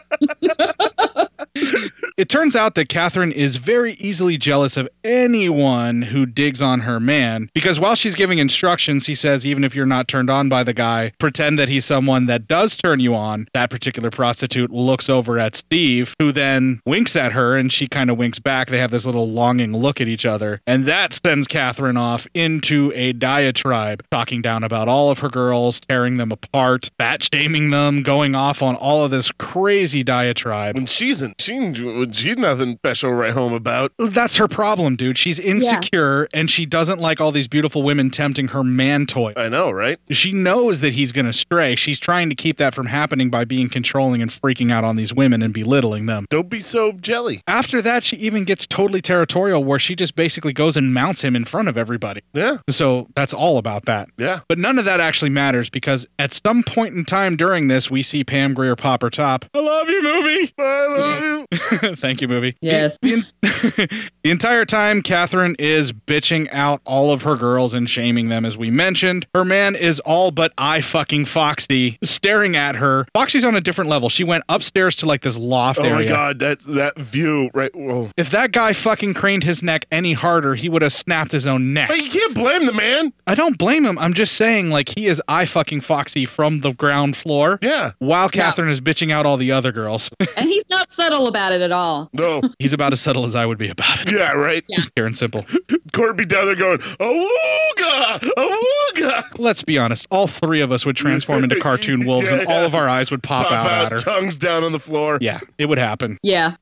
it turns out that Catherine is very easily jealous of anyone who digs on her man because while she's giving instructions, he says, even if you're not turned on by the guy, pretend that he's someone that does turn you on. That particular prostitute looks over at Steve, who then winks at her and she kind of winks back. They have this little longing look at each other. And that sends Catherine off into a diatribe, talking down about all of her girls, tearing them apart, fat shaming them, going off on all of this crazy diatribe. When she's in, she, when she's nothing special right home about. That's her problem, dude. She's insecure and she doesn't like all these beautiful women tempting her man toy. I know, right? She knows that he's going to stray. She's trying to keep that from happening by being controlling and freaking out on these women and belittling them. Don't be so jelly. After that, she even gets totally territorial where she just basically goes and mounts him in front of everybody. Yeah. So that's all about that. Yeah. But none of that actually matters because at some point in time during this, we see Pam Greer pop her top. I love you, movie. I love you. Thank you, movie. Yes. [laughs] The, the en- the The entire time, Catherine is bitching out all of her girls and shaming them, as we mentioned. Her man is all but I fucking Foxy staring at her. Foxy's on a different level. She went upstairs to like this loft Oh area. my god, that that view right. Whoa. If that guy fucking craned his neck any harder, he would have snapped his own neck. But you can't blame the man. I don't blame him. I'm just saying, like, he is I fucking Foxy from the ground floor. Yeah. While Catherine is bitching out all the other girls. [laughs] and he's not subtle about it at all. No. He's about as subtle as I would be about it. Yeah, right. Pure and simple. Corby down there going, Awooga! Awooga! Let's be honest. All three of us would [laughs] transform into cartoon wolves, and all of our eyes would pop, out, at her. Tongues down on the floor. Yeah, it would happen. Yeah.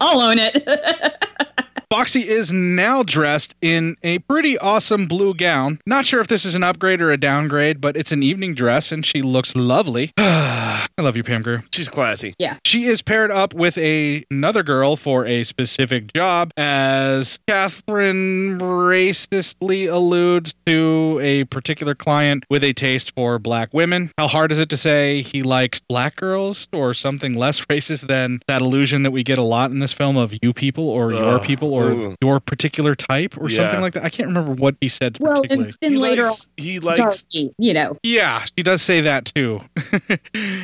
I'll own it. Foxy is now dressed in a pretty awesome blue gown. Not sure if this is an upgrade or a downgrade, but it's an evening dress and she looks lovely. [sighs] I love you, Pam Greer. She's classy. Yeah. She is paired up with a, another girl for a specific job as Catherine racistly alludes to a particular client with a taste for black women. How hard is it to say he likes black girls or something less [laughs] racist than that illusion that we get a lot in this film of you people or your Ugh. people or Ooh. your particular type or Yeah. something like that? I can't remember what he said Well, particularly. and then later likes- on, he likes- Darky, you know. Yeah, she does say that too. [laughs]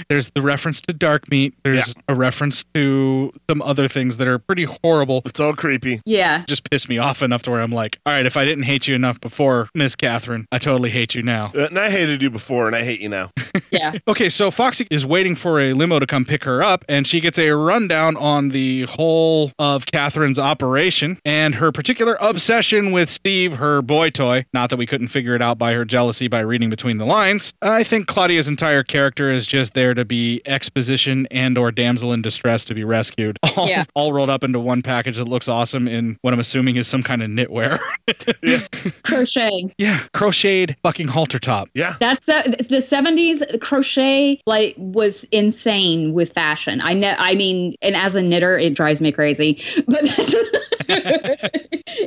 There's the reference to dark meat. There's a reference to some other things that are pretty horrible. It's all creepy. Yeah. Just piss me off enough to where I'm like, all right, if I didn't hate you enough before, Miss Catherine, I totally hate you now. Uh, And I hated you before, and I hate you now. Yeah. [laughs] Okay, so Foxy is waiting for a limo to come pick her up, and she gets a rundown on the whole of Catherine's operation and her particular obsession with Steve, her boy toy. Not that we couldn't figure it out by her jealousy by reading between the lines. I think Claudia's entire character is just there to be exposition and or damsel in distress to be rescued. [laughs] All, Yeah. all rolled up into one package that looks awesome in what I'm assuming is some kind of knitwear. [laughs] Crochet. yeah, crocheted fucking halter top. Yeah. That's the, the 70s crochet like was insane with fashion. I know I mean and as a knitter it drives me crazy. [laughs] But [laughs] that's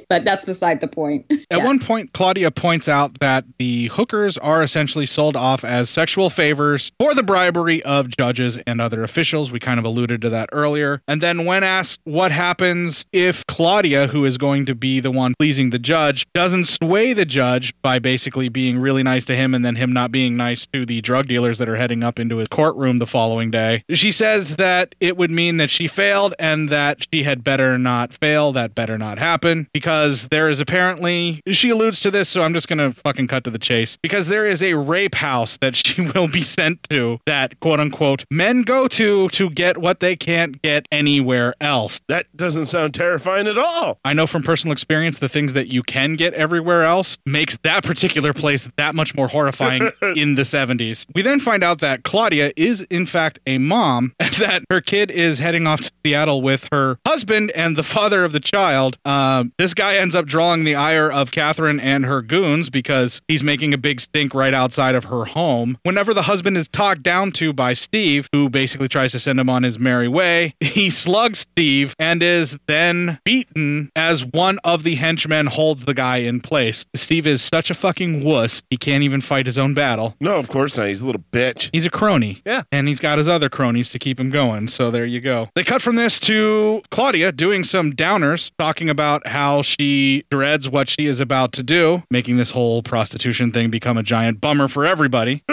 But that's beside the point. At one point, Claudia points out that the hookers are essentially sold off as sexual favors for the bribery of judges and other officials. We kind of alluded to that earlier. And then, when asked what happens if Claudia, who is going to be the one pleasing the judge, doesn't sway the judge by basically being really nice to him and then him not being nice to the drug dealers that are heading up into his courtroom the following day, she says that it would mean that she failed and that she had better not fail. That better not happen because there is apparently, she alludes to this, so I'm just going to fucking cut to the chase because there is a rape house that [laughs] she will be sent to that quote unquote men go to to get what they can't get anywhere else. That doesn't sound terrifying at all. I know from personal experience the things that you can get everywhere else makes that particular place that much [laughs] more horrifying [laughs] in the 70s. We then find out that Claudia is in fact a mom [laughs] and that her kid is heading off to Seattle with her husband and the father of the child. Um, this guy ends up drawing the ire of Catherine and her goons because he's making a big stink right outside of her home. Whenever the husband is talked down to by Steve, who basically tries to send him on his merry way, [laughs] he slugs Steve and is then beaten as one of the henchmen holds the guy in place. Steve is such a fucking wuss, he can't even fight his own battle. No, of course not. He's a little bitch. He's a crony. Yeah. And he's got his other cronies to keep him going. So there you go. They cut from this to Claudia doing some downers, talking about how she dreads what she is about to do, making this whole prostitution thing become a giant bummer [laughs] for everybody.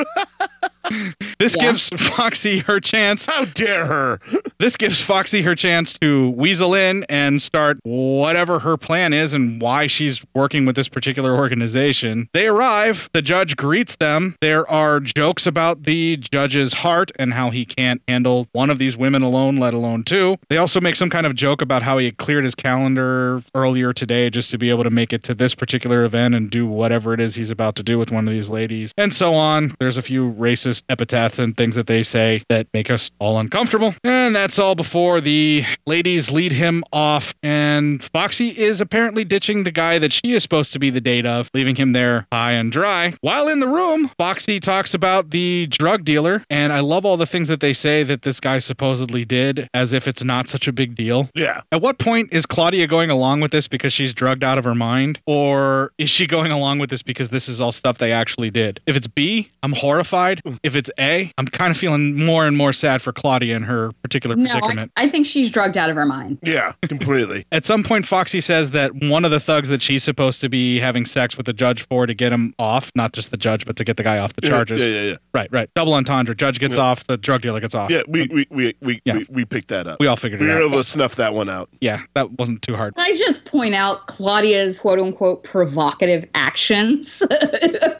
This gives Foxy her chance. How dare her? this gives Foxy her chance to weasel in and start whatever her plan is and why she's working with this particular organization. They arrive. The judge greets them. There are jokes about the judge's heart and how he can't handle one of these women alone, let alone two. They also make some kind of joke about how he had cleared his calendar earlier today just to be able to make it to this particular event and do whatever it is he's about to do with one of these ladies, and so on. There's a few racist epithets and things that they say that make us all uncomfortable. And that's all before the ladies lead him off. And Foxy is apparently ditching the guy that she is supposed to be the date of, leaving him there high and dry. While in the room, Foxy talks about the drug dealer. And I love all the things that they say that this guy supposedly did as if it's not such a big deal. Yeah. At what point is Claudia going along with this because she's drugged out of her mind? Or is she going along with this because this is all stuff they actually did? If it's Mm. B, I'm horrified. If it's A, I'm kind of feeling more and more sad for Claudia and her particular no, I, predicament. I think she's drugged out of her mind. Yeah, completely. [laughs] At some point, Foxy says that one of the thugs that she's supposed to be having sex with the judge for to get him off, not just the judge, but to get the guy off the Yeah, charges. yeah, yeah, yeah. Right, right. Double entendre. Judge gets Yeah. off, the drug dealer gets off. Yeah, we we we we, Uh, Yeah. we, we picked that up. We all figured it we out. were able to snuff that one out. Yeah, that wasn't too hard. Can I just point out Claudia's quote unquote provocative actions? [laughs]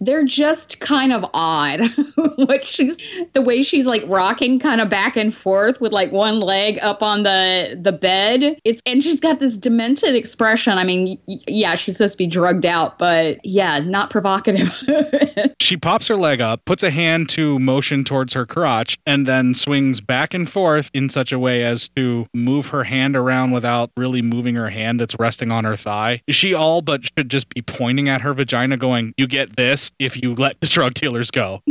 They're just kind of odd. [laughs] what she's the way she's like rocking kind of back and forth with like one leg up on the the bed. It's and she's got this demented expression. I mean, y- yeah, she's supposed to be drugged out, but yeah, not provocative. [laughs] [laughs] She pops her leg up, puts a hand to motion towards her crotch, and then swings back and forth in such a way as to move her hand around without really moving her hand that's resting on her thigh. She all but should just be pointing at her vagina, going, You get this if you let the drug dealers go.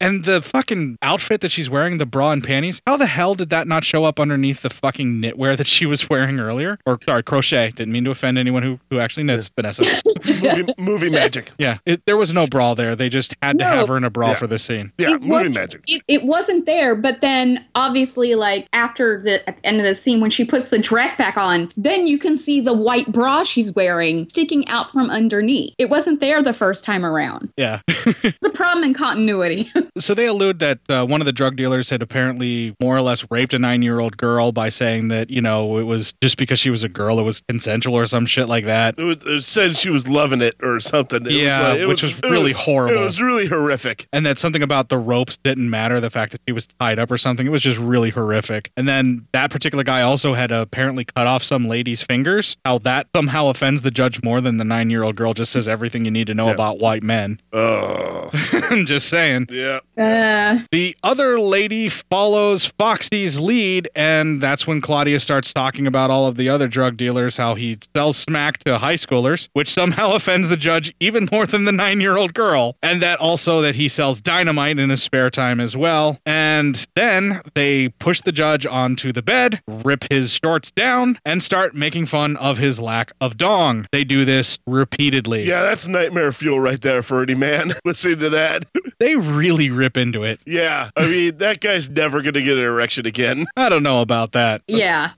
and the fucking outfit that she's wearing, the bra and panties, how the hell did that not show up underneath the fucking knitwear that she was wearing earlier? Or, sorry, crochet. Didn't mean to offend anyone who, who actually knits, Vanessa. [laughs] movie, movie magic. Yeah, it, there was no brawl there. They just had to No. have her in a brawl Yeah. for this scene. Yeah, movie magic. it, it wasn't there but then obviously like after the at the end of the scene when she puts the dress back on then you can see the white bra she's wearing sticking out from underneath it wasn't there the first time around [laughs] Yeah. it's a problem in continuity [laughs] So they allude that uh, one of the drug dealers had apparently more or less raped a nine year old girl by saying that, you know, it was just because she was a girl, it was consensual or some shit like that. It, was, it said she was loving it or something. It Yeah, like- it which was really it horrible. It was really horrific. And that something about the ropes didn't matter, the fact that she was tied up or something. It was just really horrific. And then that particular guy also had apparently cut off some lady's fingers. How that somehow offends the judge more than the nine year old girl just says everything you need to know about white men. Oh. [laughs] I'm just saying. Yeah. uh, The other lady follows Foxy's lead, and that's when Claudia starts talking about all of the other drug dealers, how he sells smack to high schoolers, which somehow [laughs] offends the judge even more than the nine year old girl, and that also that he sells dynamite in his spare time as well. And then they push the judge onto the bed, rip his shorts down, and start making fun of his lack of dong. They do this repeatedly. Yeah, that's nightmare fuel right there for any man [laughs] listening to that. They really rip into it. Yeah, I mean that guy's never going to get an erection again. [laughs] I don't know about that. yeah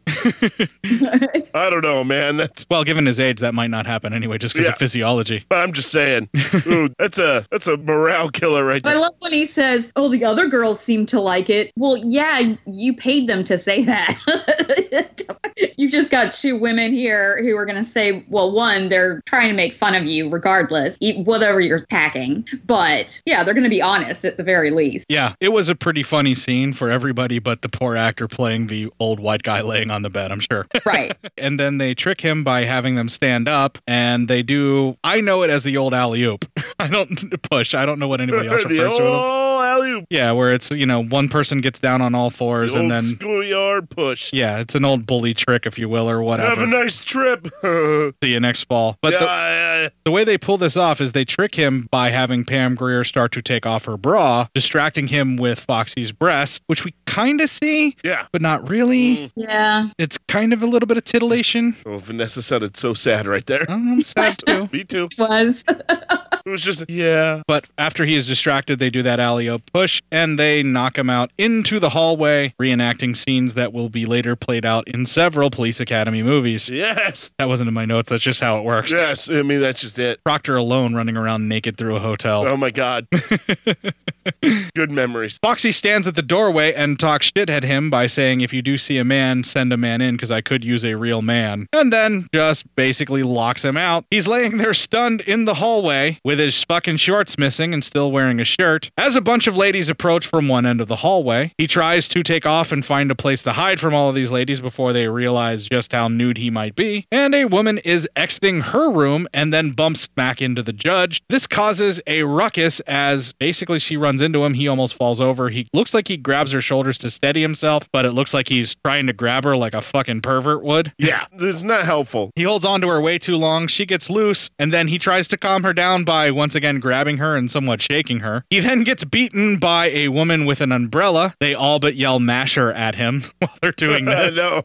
I don't know, man. That's well, given his age, that might not happen anyway, just because Yeah. of physiology. But I'm just [laughs] saying, ooh, that's a that's a morale killer right but i there. love when he says oh the other girls seem to like it well yeah you paid them to say that [laughs] you've just got two women here who are going to say, well, one, they're trying to make fun of you regardless, e- whatever you're packing. But yeah, they're going to be honest at the very least. Yeah, it was a pretty funny scene for everybody but the poor actor playing the old white guy laying on the bed, I'm sure. Right. [laughs] and then they trick him by having them stand up, and they do, I know it as the old alley oop. [laughs] I don't push, I don't know what anybody else [laughs] the refers to it. old alley, Yeah, where it's, you know, one person gets down on all fours the and old then. schoolyard push. Yeah, it's an old bully trick, if you will, or Have a whatever. nice trip. [laughs] but See you next fall. But the- The way they pull this off is they trick him by having Pam Greer start to take off her bra, distracting him with Foxy's breast, which we kind of see, yeah, Mm-hmm. but not really. Yeah. It's kind of a little bit of titillation. Oh, Vanessa sounded so sad right there. I'm sad too. [laughs] Me too. Was. It was just yeah. But after he is distracted, they do that alley oop push and they knock him out into the hallway, reenacting scenes that will be later played out in several Police Academy movies. Yes. That wasn't in my notes. That's just how it works. Yes, I mean that's just it. Proctor alone running around naked through a hotel. Oh my god. Good memories. Foxy stands at the doorway and talks shit at him by saying, If you do see a man, send a man in because I could use a real man. And then just basically locks him out. He's laying there stunned in the hallway with his fucking shorts missing and still wearing a shirt. As a bunch of ladies approach from one end of the hallway, he tries to take off and find a place to hide from all of these ladies before they realize just how nude he might be. And a woman is exiting her room and then bumps back into the judge. This causes a ruckus as basically she runs into him. He almost falls over. He looks like he grabs her shoulders to steady himself, but it looks like he's trying to grab her like a fucking pervert would. [laughs] Yeah, this is not helpful. He holds onto her way too long. She gets loose, and then he tries to calm her down by once again grabbing her and somewhat shaking her. He then gets beaten Beaten by a woman with an umbrella. They all but yell masher at him [laughs] while they're [laughs] doing this. no.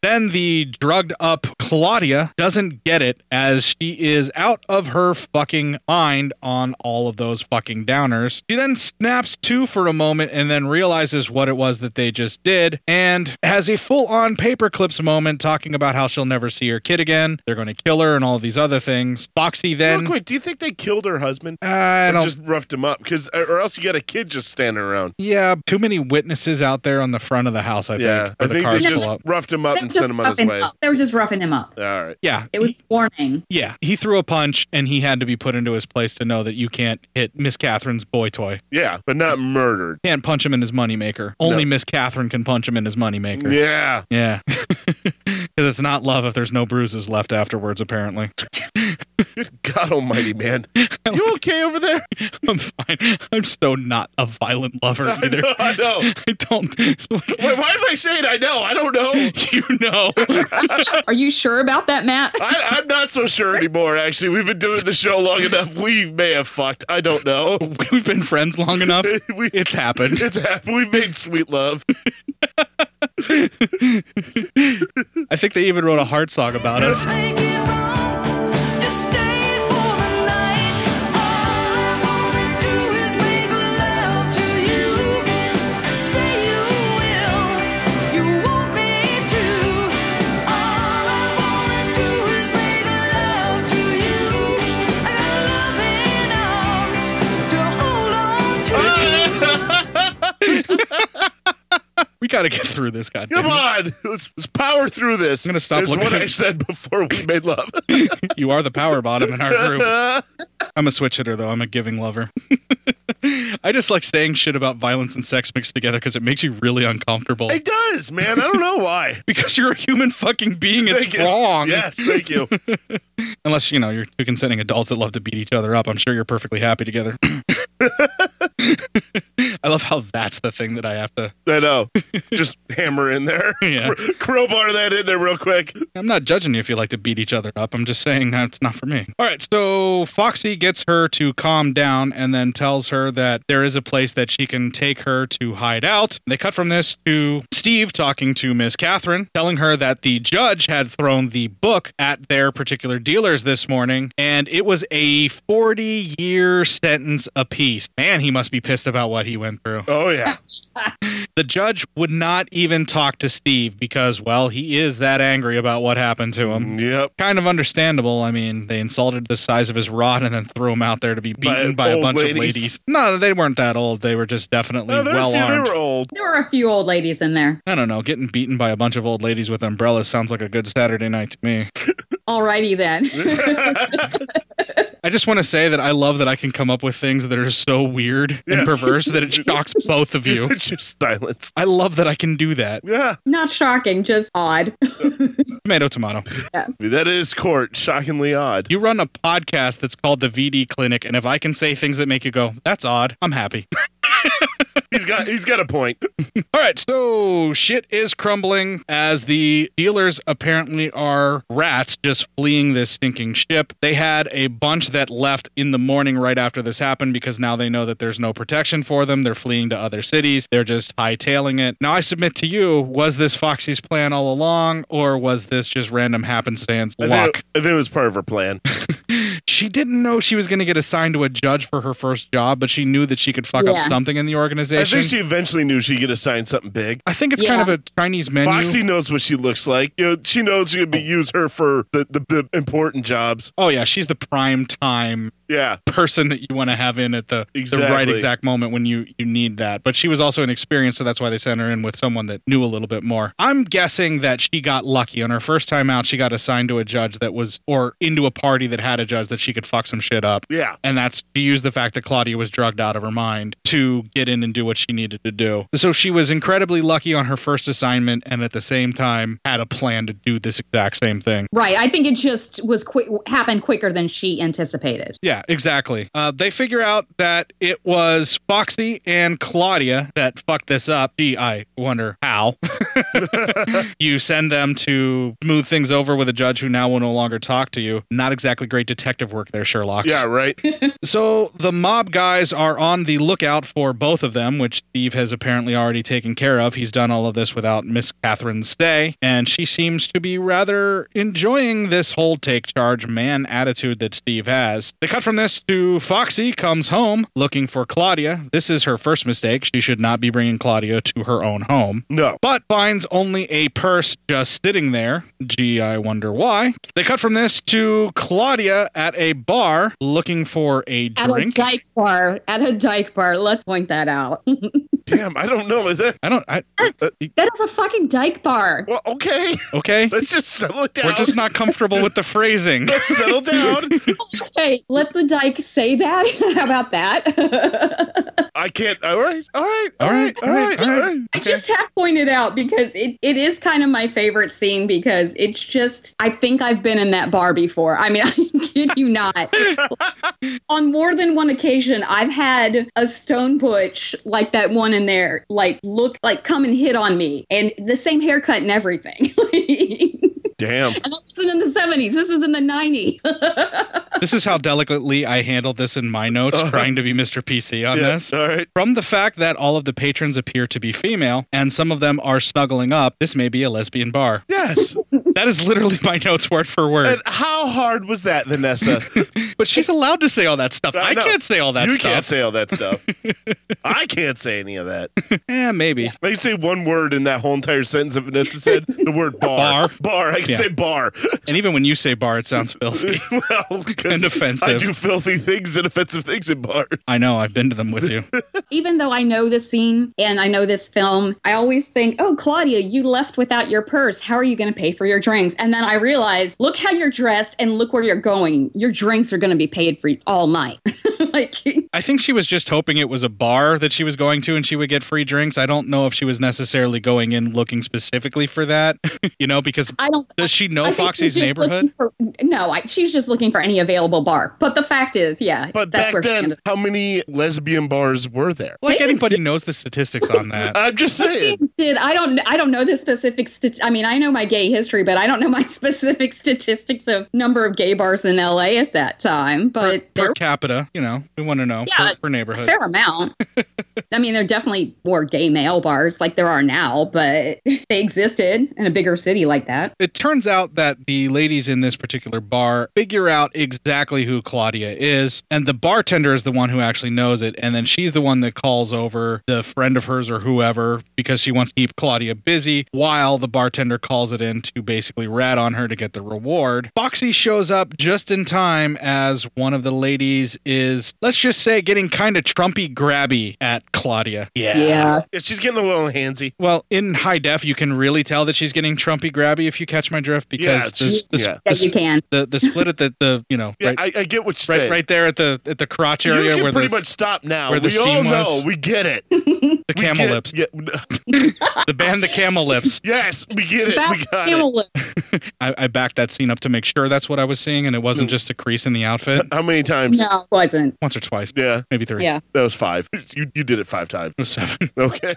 Then the drugged up Claudia doesn't get it as she is out of her fucking mind on all of those fucking downers. She then snaps to for a moment and then realizes what it was that they just did and has a full on paperclips moment talking about how she'll never see her kid again. They're going to kill her and all these other things. Foxy then. Real quick, do you think they killed her husband? I Or don't- Just roughed him up, because or else you got a kid just standing around. Yeah, too many witnesses out there on the front of the house, I Yeah, think. I or the think they cars just pull up. roughed him up They were and just sent him on his roughing way. up. They were just roughing him up. All right. Yeah. It was warning. Yeah, he threw a punch and he had to be put into his place to know that you can't hit Miss Catherine's boy toy. Yeah, but not murdered. Can't punch him in his moneymaker. Only Miss Catherine can punch him in his moneymaker. Yeah. Yeah. [laughs] Because it's not love if there's no bruises left [laughs] afterwards, apparently. God almighty, man. You okay over there? [laughs] I'm fine. I'm so not a violent lover I either. know, I know. [laughs] I don't. Wait, why am I saying I know? I don't [laughs] know. you [laughs] know. [laughs] Are you sure about that, Matt? I, I'm not so sure anymore, actually. We've been doing the show long enough. We may have fucked. I don't know. We've been friends [laughs] long enough. it's happened. It's happened. We've made sweet love. I think they even wrote a heart song [laughs] about us. We got to get through this, goddamn. Come on. Let's, let's power through this. I'm going to stop It's looking what at- I said before [laughs] we made love. You are the power bottom in our group. I'm a switch hitter, though. I'm a giving lover. [laughs] I just like saying shit about violence and sex mixed together because it makes you really uncomfortable. [laughs] It does, man. I don't know why. [laughs] because you're a human fucking being, it's Thank you. wrong. Yes, thank you. Unless, you know, you're two consenting adults that love to beat each other up. I'm sure you're perfectly happy together. [laughs] I love how that's the thing that I have to. I [laughs] know. Just hammer in there. Yeah. Cr- Crowbar that in there real quick. I'm not judging you if you like to beat each other up. I'm just saying that's not for me. All right, so Foxy gets her to calm down and then tells her that there is a place that she can take her to hide out. They cut from this to Steve talking to Miss Catherine, telling her that the judge had thrown the book at their particular dealers this morning, and it was a 40 year sentence apiece. Man, he must be pissed about what he went through. Oh, yeah. The judge would not even talk to Steve because, well, he is that angry about what happened to him. Yep. Kind of understandable. I mean, they insulted the size of his rod and then threw him out there to be beaten by, a old bunch of ladies. ladies. No, they weren't that old. They were just definitely No, there were a well few- they armed. were old. There were a few old ladies in there. I don't know. Getting beaten by a bunch of old ladies with umbrellas sounds like a good Saturday night to me. Alrighty then. [laughs] I just want to say that I love that I can come up with things that are so weird and Yeah. perverse [laughs] that it shocks both of you. It's just silence. I love that I can do that. Yeah. Not shocking, just odd. [laughs] Tomato, tomato. That is court. Shockingly odd. You run a podcast that's called the VD Clinic, and if I can say things that make you go, "That's odd," [laughs] I'm happy. He's got he's got a point. [laughs] All right, so shit is crumbling as the dealers apparently are rats just fleeing this sinking ship. They had a bunch that left in the morning right after this happened because now they know that there's no protection for them. They're fleeing to other cities. They're just hightailing it. Now I submit to you, was this Foxy's plan all along or was this just random happenstance I luck? think, it, I think it was part of her plan. she didn't know she was going to get assigned to a judge for her first job, but she knew that she could fuck Yeah. up something in the I organization. think she eventually knew she'd get assigned something big. I think it's kind of a Chinese menu. Foxy knows what she looks like. You know, she knows you could be use her for the, the, the important jobs. Oh yeah, she's the prime time yeah [laughs] person that you want to have in at the, the right Exactly. exact moment when you you need that. But she was also inexperienced, so that's why they sent her in with someone that knew a little bit more. I'm guessing that she got lucky on her first time out. She got assigned to a judge that was or into a party that had a judge that she could fuck some shit up. Yeah. and that's she used the fact that Claudia was drugged out of her mind to get in and do what she needed to do. So she was incredibly lucky on her first assignment, and at the same time had a plan to do this exact same thing. right. I think it just was quick happened quicker than she anticipated. Yeah, exactly. Uh, they figure out that it was Foxy and Claudia that fucked this up. Gee, I wonder how. [laughs] you send them to smooth things over with a judge who now will no longer talk to you. Not exactly great detective work there, Sherlock. Yeah, right. so the mob guys are on the lookout out for both of them, which Steve has apparently already taken care of. He's done all of this without Miss Catherine's stay, and she seems to be rather enjoying this whole take charge man attitude that Steve has. They cut from this to Foxy comes home looking for Claudia. This is her first mistake. She should not be bringing Claudia to her own home. No. But finds only a purse just sitting there. Gee, I wonder why. They cut from this to Claudia at a bar looking for a At a drink. dyke bar. At a dyke bar. Let's point that out. [laughs] Damn, I don't know. Is that? I don't. I, uh, that is a fucking dyke bar. Well, okay. [laughs] okay. Let's just settle it down. We're just not comfortable with the phrasing. Let's [laughs] settle down. Hey, let the dyke say that. [laughs] How about that? I can't. All right. All right. All right. All right. All right. I just have pointed out because it, it is kind of my favorite scene because it's just I think I've been in that bar before. I mean, [laughs] I kid you not. On more than one occasion, I've had a stone butch like that one in there, like look like come and hit on me, and the same haircut and everything. [laughs] Damn. and that wasn't in the seventies. This is in the nineties. This is how delicately I handled this in my notes, trying to be Mr. PC on Uh-huh. Yeah, this. From the fact that all of the patrons appear to be female and some of them are snuggling up, this may be a lesbian bar. Yes. that is literally my notes word for word. And how hard was that, Vanessa? [laughs] but she's allowed to say all that stuff. I, know. can't say all that you stuff. can't say all that [laughs] stuff. I can't say any of that. Yeah, maybe. I can say one word in that whole entire sentence that Vanessa said. The word bar. Bar. Bar. I can Yeah. say bar. and even when you say bar, [laughs] it sounds filthy well, and offensive. I do filthy things and offensive things in bars. I know. I've been to them with you. even though I know this scene and I know this film, I always think, oh, Claudia, you left without your purse. How are you going to pay for your drinks? And then I realize, look how you're dressed and look where you're going. Your drinks are going to be paid for [laughs] all night. I think she was just hoping it was a bar that she was going to and she would get free drinks. I don't know if she was necessarily going in looking specifically for that, [laughs] you know, because I don't. does she know I think she's Foxy's just neighborhood? looking For, no, I, she's just looking for any available bar. But the fact is, yeah, But [laughs] that's back where she then, ended. how many lesbian bars were there? Like anybody knows the statistics on [laughs] that. I'm just saying. Did I don't I don't know the specific. St- I mean, I know my gay history, but I don't know my [laughs] specific statistics of number of gay bars in L.A. at that time. But there per capita, you know, we want to know Yeah, per, per neighborhood. fair [laughs] amount. I mean, there definitely were gay male bars like there are now, but [laughs] they existed in a bigger city like that. It turns out that the ladies in this particular bar figure out exactly who Claudia is, and the bartender is the one who actually knows it, and then she's the one that calls over the friend of hers or whoever because she wants to keep Claudia busy while the bartender calls it in to basically rat on her to get the reward. Foxy shows up just in time as one of the ladies is, let's just say, getting kind of Trumpy grabby at Claudia. She's getting a little handsy. Well, in high def, you can really tell that she's getting Trumpy grabby if you catch my drift Yeah, because it's- the, the, yeah. the- Yeah, you can. the the split at the the you know Yeah, right, I, I get what you're right saying. right there at the at the crotch You area can where pretty the much stop now. where the we all seam was. know. We get [laughs] it. the camel lips, the band the camel lips. Yes, we get it. we got it. I, I backed that scene up to make sure that's what I was seeing, and it wasn't just a crease in the outfit. Mm. How many times? No, it wasn't. Once or twice. Yeah, maybe three. Yeah. That was five. You you did it five times. It was seven. Okay.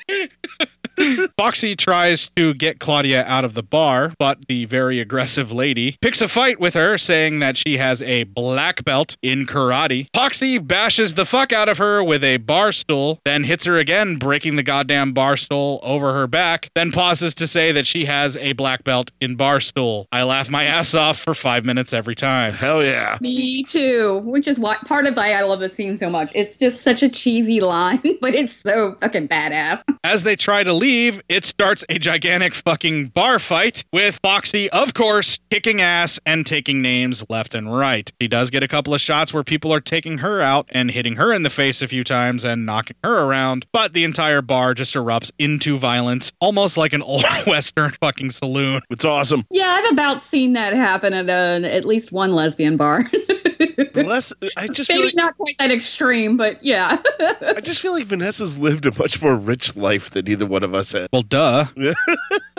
Foxy tries to get Claudia out of the bar, but the very aggressive lady picks a fight with her, saying that she has a black belt in karate. Foxy bashes the fuck out of her with a bar stool, then hits her again, breaking the goddamn bar stool over her back, then pauses to say that she has a black belt in bar stool. I laugh my ass off for five minutes every time. Hell yeah. Me too, which is why part of why I love the scene so much. It's just such a cheesy [laughs] line, but it's so fucking badass. As they try to leave, it starts a gigantic fucking bar fight with Foxy, of course, kicking ass and taking names left and right. She does get a couple of shots where people are taking her out and hitting her in the face a few times and knocking her around, but the entire bar just erupts into violence, almost like an [laughs] old Western fucking saloon. It's awesome. Yeah, I've about seen that happen at uh at least one lesbian bar. [laughs] Unless I just maybe feel like, not quite that extreme, but yeah. I just feel like Vanessa's lived a much more rich life than either one of us has. Well, duh. [laughs]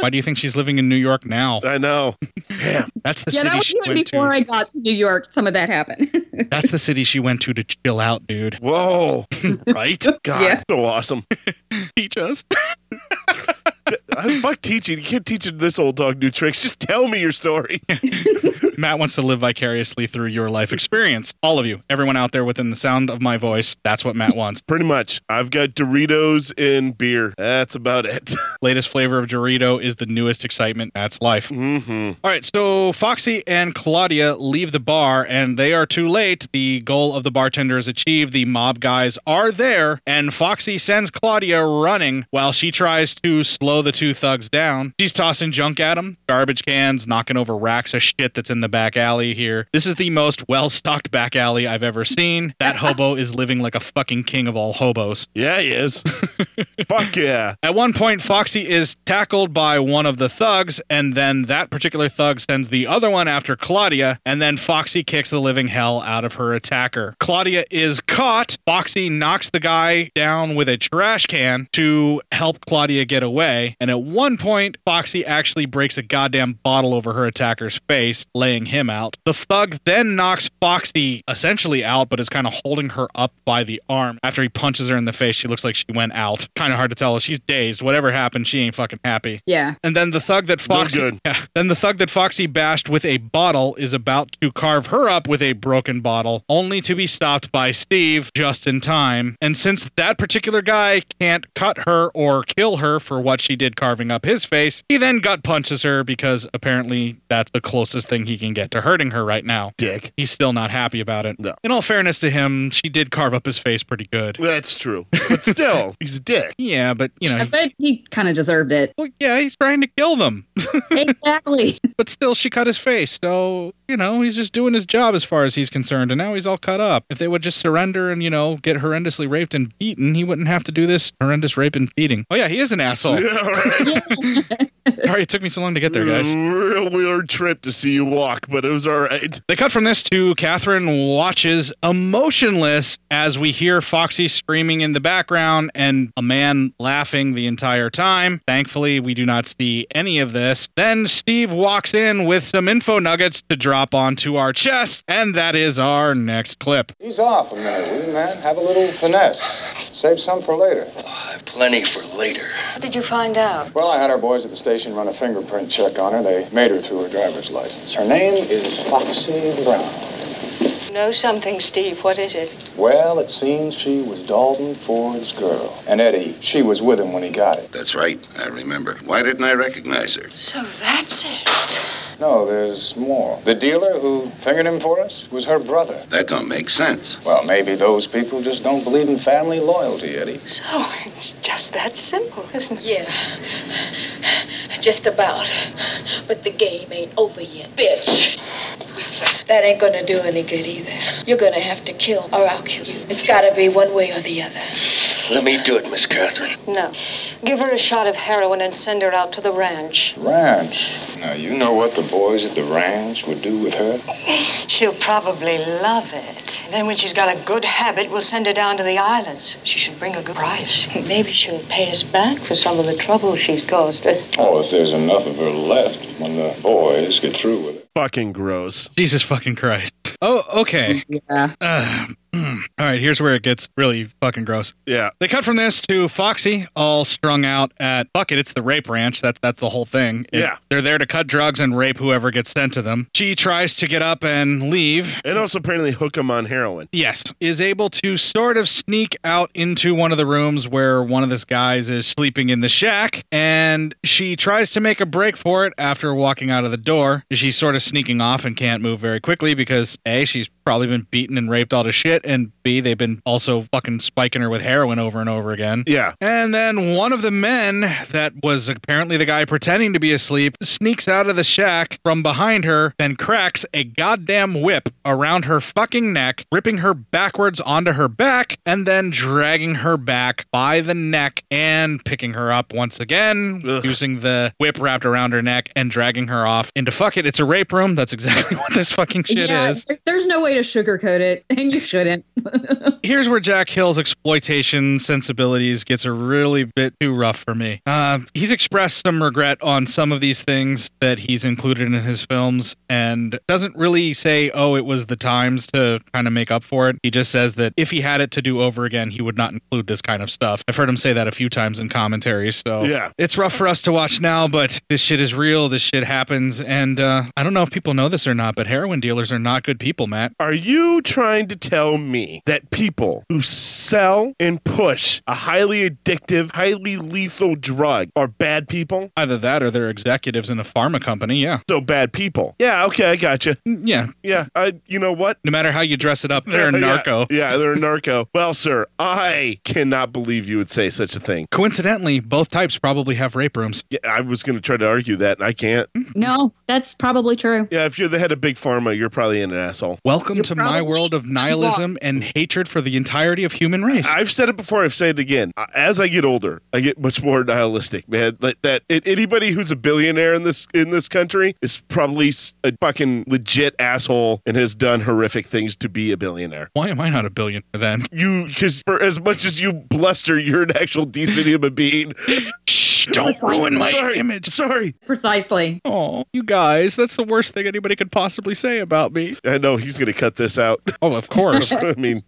Why do you think she's living in New York now? I know. Damn. That's the yeah, city that was she even went before to. I got to New York. Some of that happened. That's the city she went to to chill out, dude. Whoa. [laughs] [laughs] right? [laughs] God, so awesome. Teach us. I fuck teaching. You can't teach this old dog new tricks. Just tell me your [laughs] story. Matt wants to live vicariously through your life experience. All of you, everyone out there within the sound of my voice, that's what Matt wants. Pretty much. I've got Doritos and beer. That's about it. [laughs] Latest flavor of Dorito is the newest excitement. That's life. Mm-hmm. All right, so Foxy and Claudia leave the bar and they are too late. The goal of the bartender is achieved. The mob guys are there, and Foxy sends Claudia running while she tries to slow the two thugs down. She's tossing junk at them, garbage cans, knocking over racks of shit that's in the back alley here. This is the most well stocked back alley I've ever seen. [laughs] That hobo is living like a fucking king of all hobos. Yeah, he is. [laughs] Fuck yeah. At one point, Foxy is tackled by one of the thugs, and then that particular thug sends the other one after Claudia, and then Foxy kicks the living hell out of her attacker. Claudia is caught. Foxy knocks the guy down with a trash can to help Claudia get away, and at one point, Foxy actually breaks a goddamn bottle over her attacker's face, laying him out. The thug then knocks Foxy essentially out, but is kind of holding her up by the arm. After he punches her in the face, she looks like she went out. Kind of hard to tell. She's dazed. Whatever happened, she ain't fucking happy. Yeah. And then the thug that Foxy good. [laughs] Yeah. then the thug that Foxy bashed with a bottle is about to carve her up with a broken bottle, only to be stopped by Steve just in time. And since that particular guy can't cut her or kill her for what she did carving up his face, he then gut punches her because apparently that's the closest thing he can get to hurting her right now. Dick. He's still not happy about it. No. In all fairness to him, she did carve up his face pretty good. That's true. But still, [laughs] he's a dick. Yeah, but [laughs] you know, I bet he kind of deserved it. Well, yeah, he's trying to kill them. [laughs] exactly. But still, she cut his face. So, you know, he's just doing his job as far as he's concerned. And now he's all cut up. If they would just surrender and, you know, get horrendously raped and beaten, he wouldn't have to do this horrendous rape and beating. Oh, yeah, he is an asshole. [laughs] Yeah, right. [laughs] all right, it took me so long to get there, guys. Real weird trip to see you walk, but it was all right. They cut from this to Catherine watches emotionless as we hear Foxy screaming in the background and a man laughing the entire time. Thankfully, we do not see any of this. Then Steve walks in with some info nuggets to drop onto our chest, and that is our next clip. Ease off a minute, will you, man? Have a little finesse. Save some for later. Oh, Plenty for later. What did you find out? Well, I had our boys at the station run a fingerprint check on her. They made her through her driver's license. Her name is Foxy Brown. Know something, Steve. What is it? Well, it seems she was Dalton Ford's girl. And Eddie, she was with him when he got it. That's right. I remember. Why didn't I recognize her? So that's it. No, there's more. The dealer who fingered him for us was her brother. That don't make sense. Well, maybe those people just don't believe in family loyalty, Eddie. So Oh, it's just that simple, isn't it? Yeah. Just about. But the game ain't over yet, bitch. That ain't gonna do any good either. You're gonna have to kill, or I'll kill you. It's gotta be one way or the other. Let me do it, Miss Catherine. No. Give her a shot of heroin and send her out to the ranch. Ranch. Now, you know what the boys at the ranch would do with her? She'll probably love it. And then when she's got a good habit, we'll send her down to the islands. She should bring a good price. [laughs] Maybe she'll pay us back for some of the trouble she's caused us. Oh, if there's enough of her left when the boys get through with it. Fucking gross. Jesus fucking Christ. Oh, okay. Uh, hmm. Yeah. all right, here's where it gets really fucking gross. Yeah. They cut from this to Foxy, all strung out at fuck it, it's the rape ranch. That's that's the whole thing. It- Yeah. They're there to cut drugs and rape whoever gets sent to them. She tries to get up and leave. And also apparently hook him on heroin. Yes, is able to sort of sneak out into one of the rooms where one of this guys is sleeping in the shack, and she tries to make a break for it after walking out of the door. She's sort of sneaking off and can't move very quickly because A, she's probably been beaten and raped all to shit, and B, they've been also fucking spiking her with heroin over and over again. Yeah. And then one of the men that was apparently the guy pretending to be asleep sneaks out of the shack from behind her, then cracks a goddamn whip around her fucking neck, ripping her backwards onto her back, and then dragging her back by the neck and picking her up once again, using the whip wrapped around her neck and dragging her off into fuck it, it's a rape room. That's exactly [laughs] what this fucking shit yeah, is. is. There's no way to sugarcoat it, [laughs] and you [laughs] shouldn't. Here's where Jack Hill's exploitation sensibilities gets a really bit too rough for me. Uh, he's expressed some regret on some of these things that he's included in his films and doesn't really say, oh, it was the times to kind of make up for it. He just says that if he had it to do over again, he would not include this kind of stuff. I've heard him say that a few times in commentaries. So Yeah. it's rough for us to watch now, but this shit is real. This shit happens. And uh, I don't know if people know this or not, but heroin dealers are not good people, Matt. Are you trying to tell me that people who sell and push a highly addictive, highly lethal drug are bad people? Either that or they're executives in a pharma company, yeah. Mm, So bad people. Yeah, okay, I gotcha. Yeah. Yeah, I, you know what? No matter how you dress it up, they're a narco. [laughs] Yeah, yeah, they're a narco. well, sir, I cannot believe you would say such a thing. Coincidentally, both types probably have rape rooms. Hmm. Yeah, I was going to try to argue that, and I can't. no, that's probably true. Yeah, if you're the head of Big Pharma, you're probably an asshole. Welcome to my world of nihilism and hatred for the entirety of human race. I've said it before. I've said it again. Uh, As I get older, I get much more nihilistic, man. Like that. It, anybody who's a billionaire in this in this country is probably s- a fucking legit asshole and has done horrific things to be a billionaire. Why am I not a billionaire then? You, because for as much as you bluster, you're an actual decent human being. Shh! Don't ruin my image. Sorry. Precisely. Oh, you guys, that's the worst thing anybody could possibly say about me. I know he's going to cut this out. [laughs] Oh, of [laughs] course. I mean,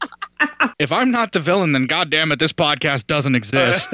if I'm not the villain, then goddamn it, this podcast doesn't exist.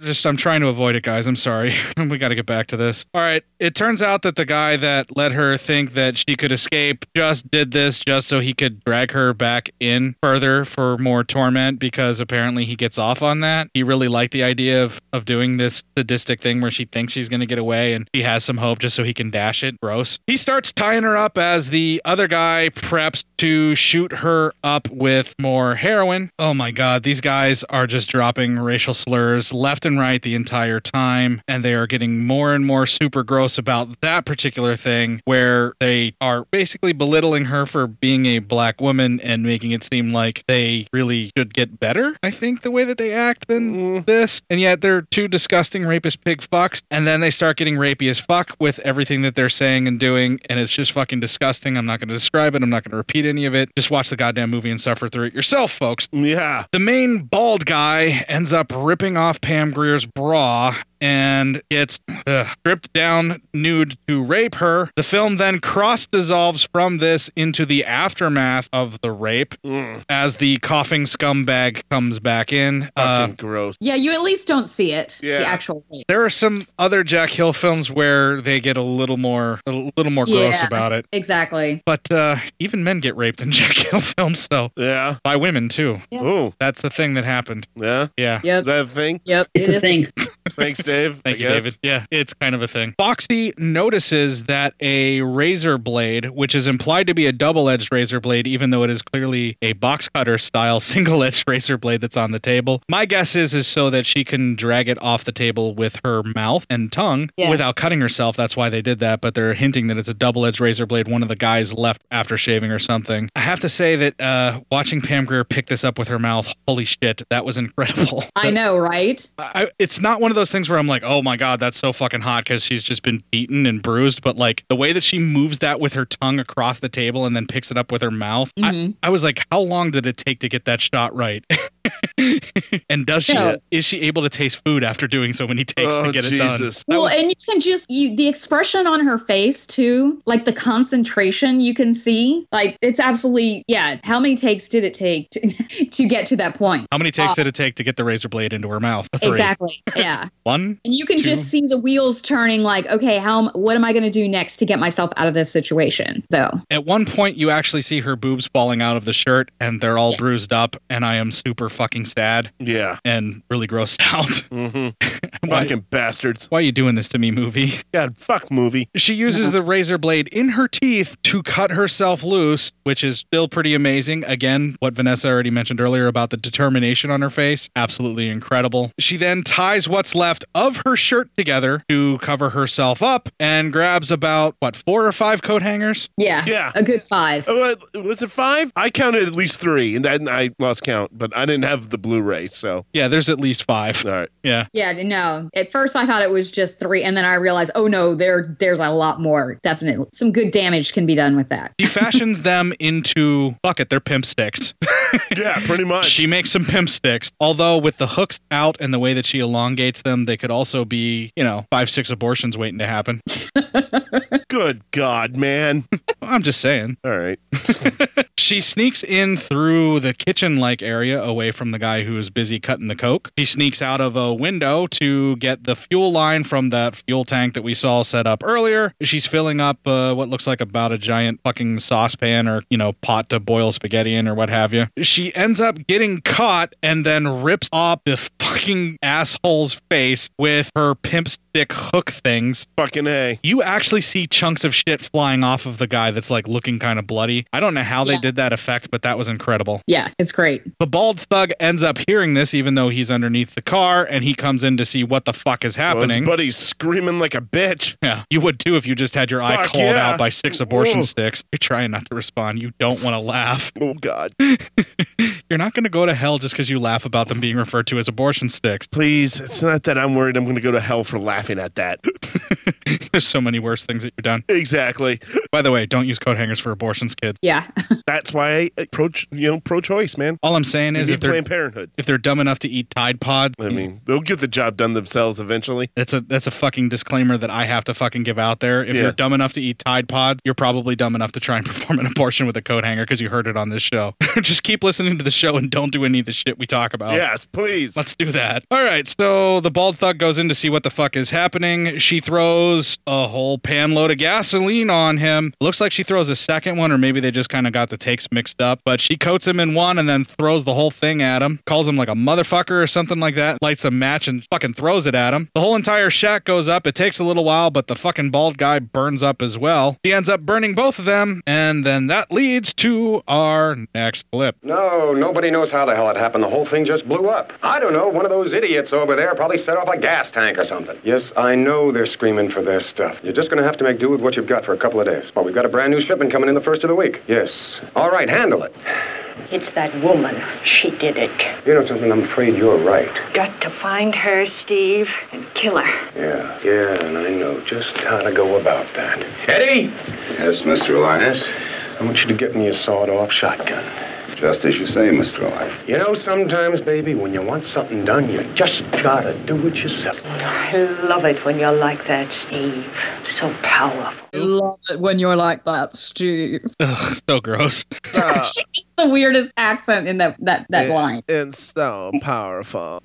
Just, I'm trying to avoid it, guys. I'm sorry. [laughs] we got to get back to this. All right. It turns out that the guy that let her think that she could escape just did this just so he could drag her back in further for more torment because apparently he gets off on that. He really liked the idea of, of doing this sadistic thing where she thinks she's going to get away and she has some hope just so he can dash it. Gross. He starts tying her up as the other guy preps to shoot her up with more heroin. Oh my God. These guys are just dropping racial slurs left and right the entire time. And they are getting more and more super gross about that particular thing where they are basically belittling her for being a black woman and making it seem like they really should get better. I think the way that they act Mm. than this. And yet they're two disgusting rapist pig fucks. And then they start getting rapey as fuck with everything that they're saying and doing. And it's just fucking disgusting. I'm not going to describe it. I'm not going to repeat any of it. Just watch the goddamn movie and suffer through it yourself, folks. Yeah. The main bald guy ends up ripping off Pam Greer's bra and gets ugh, stripped down nude to rape her. The film then cross dissolves from this into the aftermath of the rape Mm. as the coughing scumbag comes back in. Uh, Fucking gross. Yeah, you at least don't see it. The Yeah. actual rape. There are some other Jack Hill films where they get a little more a little more gross Yeah, about it. Exactly. But uh, even men get raped in [laughs] Jack Hill films, though. Yeah. By women too. Yeah. Ooh. That's the thing that happened. Yeah. Yeah. Yep. Is that a thing? Yep. It's a thing. [laughs] Thanks, Dave. [laughs] Thank I you, guess. David. Yeah, it's kind of a thing. Foxy notices that a razor blade, which is implied to be a double edged razor blade, even though it is clearly a box cutter style [laughs] single edged razor blade that's on the table. My guess is is so that she can drag it off the table with her mouth and tongue Yeah. without cutting herself. That's why they did that, but they're hinting that it's a double edged razor blade one of the guys left after shaving or something. I have to say that uh, watching Pam Greer pick this up with her mouth, holy shit, that was incredible. I know, right? I, it's not one of those things where I'm like, oh my god, that's so fucking hot because she's just been beaten and bruised. But like the way that she moves that with her tongue across the table and then picks it up with her mouth, Mhm. I, I was like, how long did it take to get that shot right? [laughs] and does she Yeah. is she able to taste food after doing so many takes Oh, to get Jesus. it done? well, and you can just you the expression on her face too, like the concentration you can see, like it's absolutely yeah. How many takes did it take to, [laughs] to get to that point? How many takes Uh, did it take to get the razor blade into her mouth? Three. Exactly. [laughs] Yeah. One. And you can two. just see the wheels turning like, okay, how am- what am I going to do next to get myself out of this situation though? At one point, you actually see her boobs falling out of the shirt, and they're all bruised up. And I am super fucking sad. Yeah. And really grossed [laughs] out. Mm-hmm. [laughs] Why- Fucking bastards. Why are you doing this to me, movie? God, fuck movie. She uses Mm-hmm. the razor blade in her teeth to cut herself loose, which is still pretty amazing. Again, what Vanessa already mentioned earlier about the determination on her face, absolutely incredible. She then ties what's left of her shirt together to cover herself up and grabs about, what, four or five coat hangers? Yeah. Yeah. A good five. Oh, uh, was it five? I counted at least three, and then I lost count, but I didn't didn't have the Blu-ray, so yeah, there's at least five. All right, yeah, Yeah, no. At first, I thought it was just three, and then I realized, oh no, there there's a lot more. Definitely, some good damage can be done with that. She fashions them into bucket. They're pimp sticks. [laughs] yeah, [laughs] [laughs] pretty much. She makes some pimp sticks. Although with the hooks out and the way that she elongates them, they could also be, you know, five, six abortions waiting to happen. Good God, man. I'm just saying. All right. she sneaks in through the kitchen like area away from the guy who is busy cutting the coke. She sneaks out of a window to get the fuel line from that fuel tank that we saw set up earlier. She's filling up uh, what looks like about a giant fucking saucepan or, you know, pot to boil spaghetti in or what have you. She ends up getting caught and then rips off the fucking asshole's face with her pimp stick hook things. Fucking A. You actually see chunks of shit flying off of the guy that's like looking kind of bloody. I don't know how they did that effect, but that was incredible. Yeah, it's great. The bald thug ends up hearing this, even though he's underneath the car, and he comes in to see what the fuck is Well, his happening. buddy's screaming like a bitch. Yeah, you would too if you just had your eye Fuck clawed yeah. out by six abortion Whoa. sticks. You're trying not to respond. You don't want to laugh. [laughs] Oh God, [laughs] you're not going to go to hell just because you laugh about them being referred to as abortion sticks. Please, it's not that I'm worried I'm going to go to hell for laughing at that. [laughs] There's so many worse things that you've done. Exactly. By the way, don't use coat hangers for abortions, kids. Yeah. [laughs] That's why I approach, you know, pro-choice, man. All I'm saying You is need if they're Planned Parenthood. if they're dumb enough to eat Tide Pod, I mean, they'll get the job done themselves eventually. That's a that's a fucking disclaimer that I have to fucking give out there. If Yeah. you're dumb enough to eat Tide Pods, you're probably dumb enough to try and [laughs] perform an abortion with a coat hanger because you heard it on this show. [laughs] [laughs] Just keep listening to the show and don't do any of the shit we talk about. Yes, please. Let's do that. All right, so the bald thug goes in to see what the fuck is happening. She throws a whole pan load of gasoline on him. Looks like she throws a second one, or maybe they just kind of got the takes mixed up. But she coats him in one and then throws the whole thing at him, calls him like a motherfucker or something like that, lights a match and fucking throws it at him. The whole entire shack goes up. It takes a little while, but the fucking bald guy burns up as well. He ends up burning both of them, and then that leads to our next clip. [laughs] No, nobody knows how the hell it happened. The whole thing just blew up. I don't know. One of those idiots over there probably set off a gas tank or something. Yes, I know they're screaming for their stuff. You're just going to have to make do with what you've got for a couple of days. Well, we've got a brand new shipment coming in the first of the week. Yes. All right, handle it. It's that woman. She did it. You know something? I'm afraid you're right. Got to find her, Steve, and kill her. Yeah, yeah, and I know just how to go about that. Eddie! Yes, Mr. Elias. I want you to get me a sawed off shotgun. Just as you say, Mr. Elias. You know, sometimes, baby, when you want something done, you just gotta do it yourself. I love it when you're like that, Steve. So powerful. I love it when you're like that, Stu. Ugh, [laughs] so gross. Uh, [laughs] It's the weirdest accent in that that that line. And so [laughs] powerful.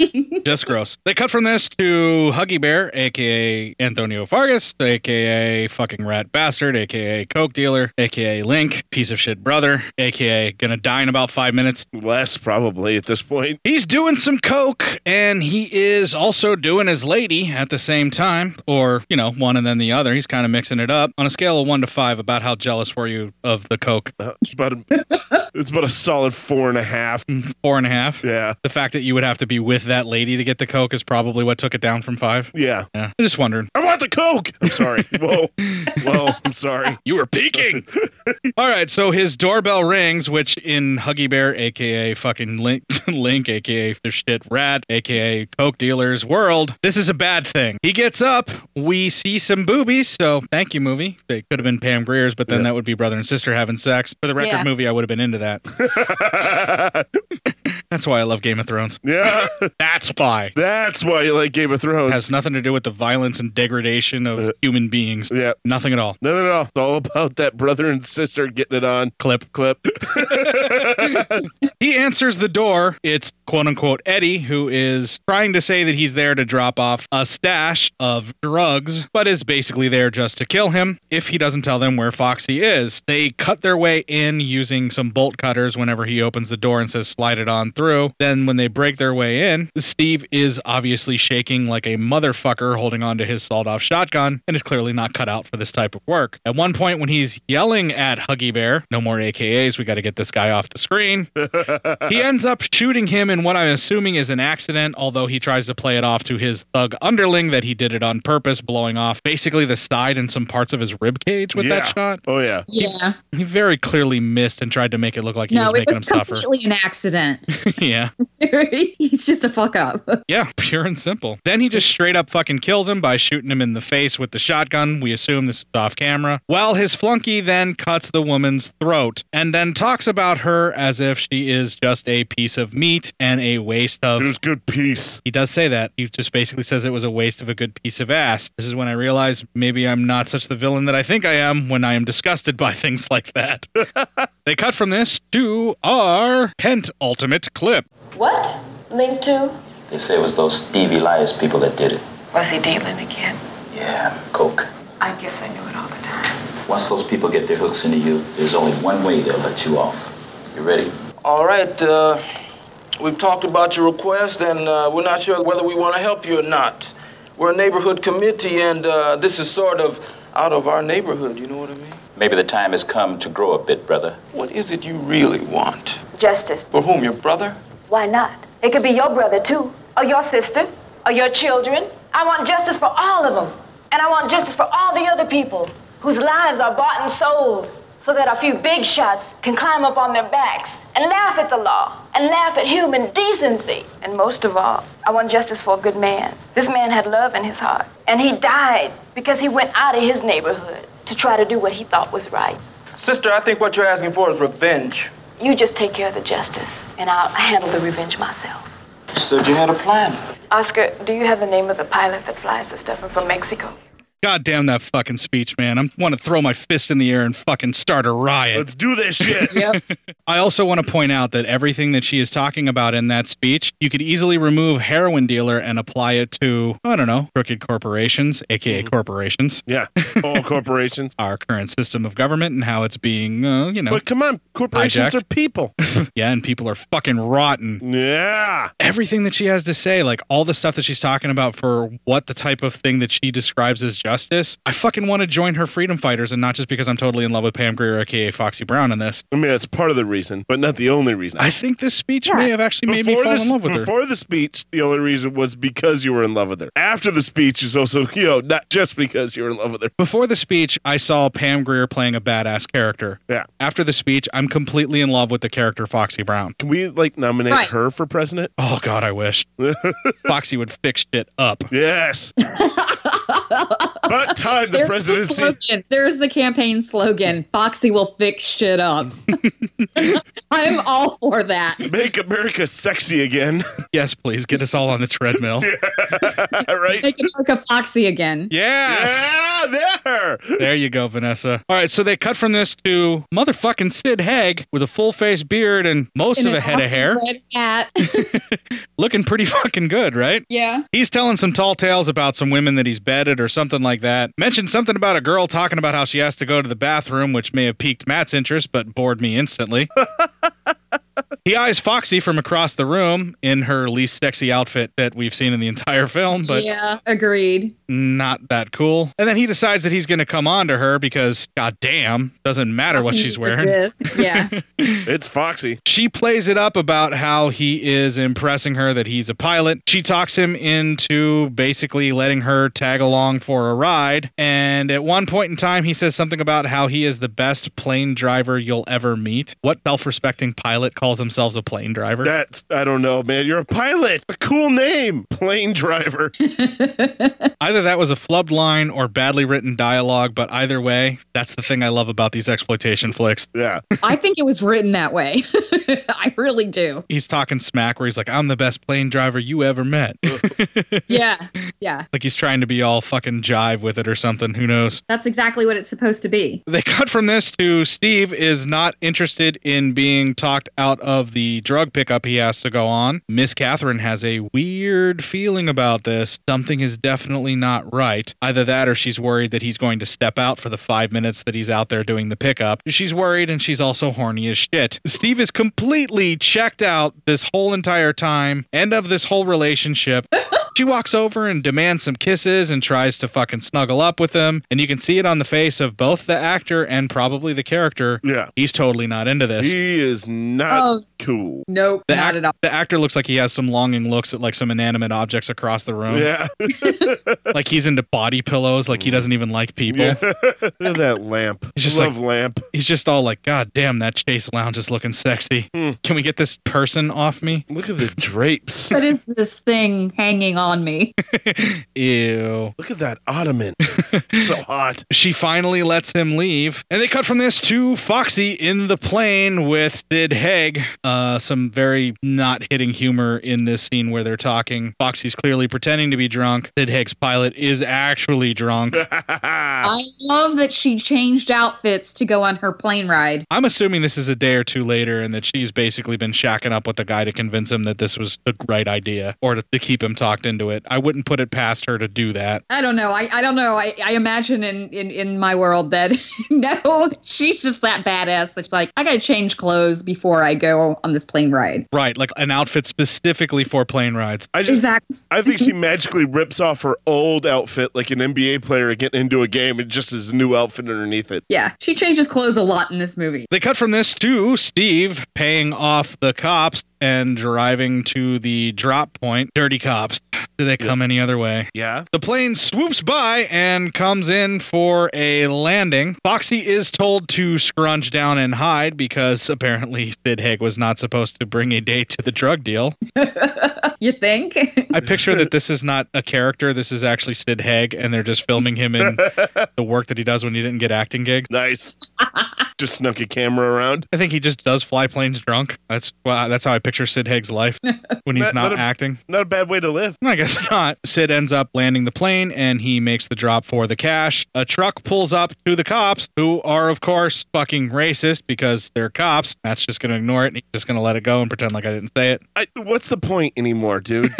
Just gross. They cut from this to Huggy Bear, aka Antonio Fargas, aka fucking rat bastard, aka coke dealer, aka Link, piece of shit brother, aka gonna die in about five minutes. Less probably at this point. He's doing some coke and he is also doing his lady at the same time, or you know, one and then the other. He's kind of mixing it up on a scale of one to five. About how jealous were you of the coke? But it's about a solid four and a half. Mm, Four and a half. Yeah. The fact that you would have to be with that lady to get the coke is probably what took it down from five. Yeah. Yeah. I'm just wondering. I want the Coke! I'm [laughs] sorry. Whoa. Whoa. I'm sorry. You were peeking. All right, so his doorbell rings, which in Huggy Bear, aka fucking Link, [laughs] Link, aka the shit rat, aka coke dealer's world, this is a bad thing. He gets up. We see some boobies. So thank you, movie. They could have been Pam Greer's, but then that would be brother and sister having sex. For the record, Yeah. movie, I would have been into that. [laughs] That's why I love Game of Thrones. [laughs] Yeah. That's why. That's why you like Game of Thrones. Uh, Has nothing to do with the violence and degradation of human beings. Yeah. Nothing at all. No, no, no. It's all about that brother and sister getting it on. Clip. Clip. he answers the door. It's quote unquote Eddie, who is trying to say that he's there to drop off a stash of drugs, but is basically there just to kill him if he doesn't tell them where Foxy is. They cut their way in using some bolt cutters whenever he opens the door and says, slide it on through. Then when they break their way in, Steve is obviously shaking like a motherfucker holding onto his sawed off shotgun and is clearly not cut out for this type of work. At one point, when he's yelling at Huggy Bear, no more AKAs, we got to get this guy off the screen, he ends up shooting him in what I'm assuming is an accident, although he tries to play it off to his thug underling that he did it on purpose, blowing off basically the side and some parts of his rib cage with that Yeah. shot. Oh, yeah. Yeah. He very clearly missed and tried to make it look like he no, was it making was him suffer. completely an accident. [laughs] [laughs] yeah. He's just a fuck [laughs] up. Yeah, pure and simple. Then he just straight up fucking kills him by shooting him in the face with the shotgun. We assume this is off camera. While his flunky then cuts the woman's throat and then talks about her as if she is just a piece of meat and a waste of. It was good piece. He does say that. He just basically says it was a waste of a good piece of ass. This is when I realize maybe I'm not such the villain that I think I am when I am disgusted by [laughs] things like that. they cut from this to our pent ultimate clip. What? Linked to? They say it was those Stevie Elias people that did it. Was he dealing again? Yeah, coke. I guess I knew it all the time. Once those people get their hooks into you, there's only one way they'll let you off. You ready? All right, uh, we've talked about your request, and uh, we're not sure whether we want to help you or not. We're a neighborhood committee, and uh, this is sort of out of our neighborhood, you know what I mean? Maybe the time has come to grow a bit, brother. What is it you really want? Justice. For whom, your brother? Why not? It could be your brother, too, or your sister, or your children. I want justice for all of them. And I want justice for all the other people whose lives are bought and sold so that a few big shots can climb up on their backs and laugh at the law and laugh at human decency. And most of all, I want justice for a good man. This man had love in his heart, and he died because he went out of his neighborhood to try to do what he thought was right. Sister, I think what you're asking for is revenge. You just take care of the justice, and I'll handle the revenge myself. So you had a plan. Oscar, do you have the name of the pilot that flies the stuff from Mexico? God damn that fucking speech, man. I want to throw my fist in the air and fucking start a riot. Let's do this shit. yep. I also want to point out that everything that she is talking about in that speech, you could easily remove heroin dealer and apply it to, I don't know, crooked corporations, aka corporations. Mm-hmm. [laughs] Yeah. All corporations. Our current system of government and how it's being, uh, you know. But come on, corporations hijacked. are people. [clears throat] yeah, and people are fucking rotten. Yeah. Everything that she has to say, like all the stuff that she's talking about for what the type of thing that she describes as justice, I fucking want to join her freedom fighters and not just because I'm totally in love with Pam Grier, aka Foxy Brown, in this. I mean, that's part of the reason, but not the only reason. I think this speech may have actually made me fall this- in love with her. Before the speech, the only reason was because you were in love with her. After the speech is also, you know, not just because you were in love with her. Before the speech, I saw Pam Grier playing a badass character. Yeah. After the speech, I'm completely in love with the character Foxy Brown. Can we like nominate Right. her for president? Oh God, I [laughs] wish Foxy would fix shit up. Yes. About time the There's the, presidency. slogan. There's the campaign slogan. Foxy will fix shit [laughs] up. I'm all for that. Make America sexy again. [laughs] yes, please get us all on the [laughs] treadmill. right. Make it like a Foxy again. Yes. Yeah, there. There you go, Vanessa. All right, so they cut from this to motherfucking Sid Haig with a full face beard and most In of an a head of awesome red hair. hat. looking pretty [laughs] fucking good, right? Yeah. He's telling some tall tales about some women that he's bedded or something like that. Mentioned something about a girl talking about how she has to go to the bathroom, which may have piqued Matt's interest but bored me instantly. he eyes Foxy from across the room in her least sexy outfit that we've seen in the entire film, but yeah, agreed. not that cool. And then he decides that he's going to come on to her because, goddamn, doesn't matter what He she's wearing. [laughs] resists. Yeah. It's Foxy. She plays it up about how he is impressing her that he's a pilot. She talks him into basically letting her tag along for a ride. And at one point in time, he says something about how he is the best plane driver you'll ever meet. What self respecting pilot calls themselves a plane driver? That's I don't know, man. You're a pilot. A cool name. Plane driver. [laughs] either that was a flubbed line or badly written dialogue, but either way, that's the thing I love about these exploitation flicks. Yeah. I think it was written that way. [laughs] I really do. [laughs] He's talking smack where he's like, I'm the best plane driver you ever met. Yeah. Yeah. like he's trying to be all fucking jive with it or something. Who knows? That's exactly what it's supposed to be. [laughs] They cut from this to Steve is not interested in being talked out of the drug pickup he has to go on. Miss Catherine has a weird feeling about this. Something is definitely not right. Either that or she's worried that he's going to step out for the five minutes that he's out there doing the pickup. She's worried and she's also horny as shit. Steve is completely checked out this whole entire time, end of this whole relationship. [laughs] She walks over and demands some kisses and tries to fucking snuggle up with him. And you can see it on the face of both the actor and probably the character. Yeah. He's totally not into this. He is not Oh. cool. Nope, The, not ac- at all. the actor looks like he has some longing looks at like some inanimate objects across the room. Yeah. [laughs] like he's into body pillows, like he doesn't even like people. [laughs] Look at that lamp. He's just Love like, lamp. He's just all like, God damn, that chase lounge is [laughs] looking sexy. Can we get this person off me? Hmm. Look at the [laughs] drapes. What is this thing hanging on me? Ew. Look at that [laughs] ottoman. so hot. She finally lets him leave. And they cut from this to Foxy in the plane with Sid Haig. Uh, some very not hitting humor in this scene where they're talking. Foxy's clearly pretending to be drunk. Sid Haig's pilot is [laughs] actually drunk. I love that she changed outfits to go on her plane ride. I'm assuming this is a day or two later and that she's basically been shacking up with the guy to convince him that this was the right idea or to, to keep him talked into it. I wouldn't put it past her to do that. I don't know. I, I don't know. I, I imagine in, in, in my world that [laughs] no, she's just that badass that's like, I gotta change clothes before I go on this plane ride. Right, like an outfit specifically for plane rides. I just, I think she magically rips off her old outfit like an NBA player getting into a game and just has a new outfit underneath it. Yeah, she changes clothes a lot in this movie. [laughs] They cut from this to Steve paying off the cops and driving to the drop point. Dirty cops. Do they come any other way? Yeah. The plane swoops by and comes in for a landing. Foxy is told to scrunch down and hide because apparently Sid Haig was not supposed to bring a date to the drug deal. You think? I picture that this is not a character. This is actually Sid Haig, and they're just filming him in [laughs] the work that he does when he didn't get acting gigs. Nice. just snuck a camera around. I think he just does fly planes drunk. That's wow, that's how I picture Sid Haig's life when he's Not- not, not a- acting. Not a bad way to live. I guess not. Sid ends up landing the plane and he makes the drop for the cash. A truck pulls up to the cops, who are, of course, fucking racist because they're cops. That's just going to ignore it. And he's just going to let it go and pretend like I didn't say it. I, what's the point anymore, dude?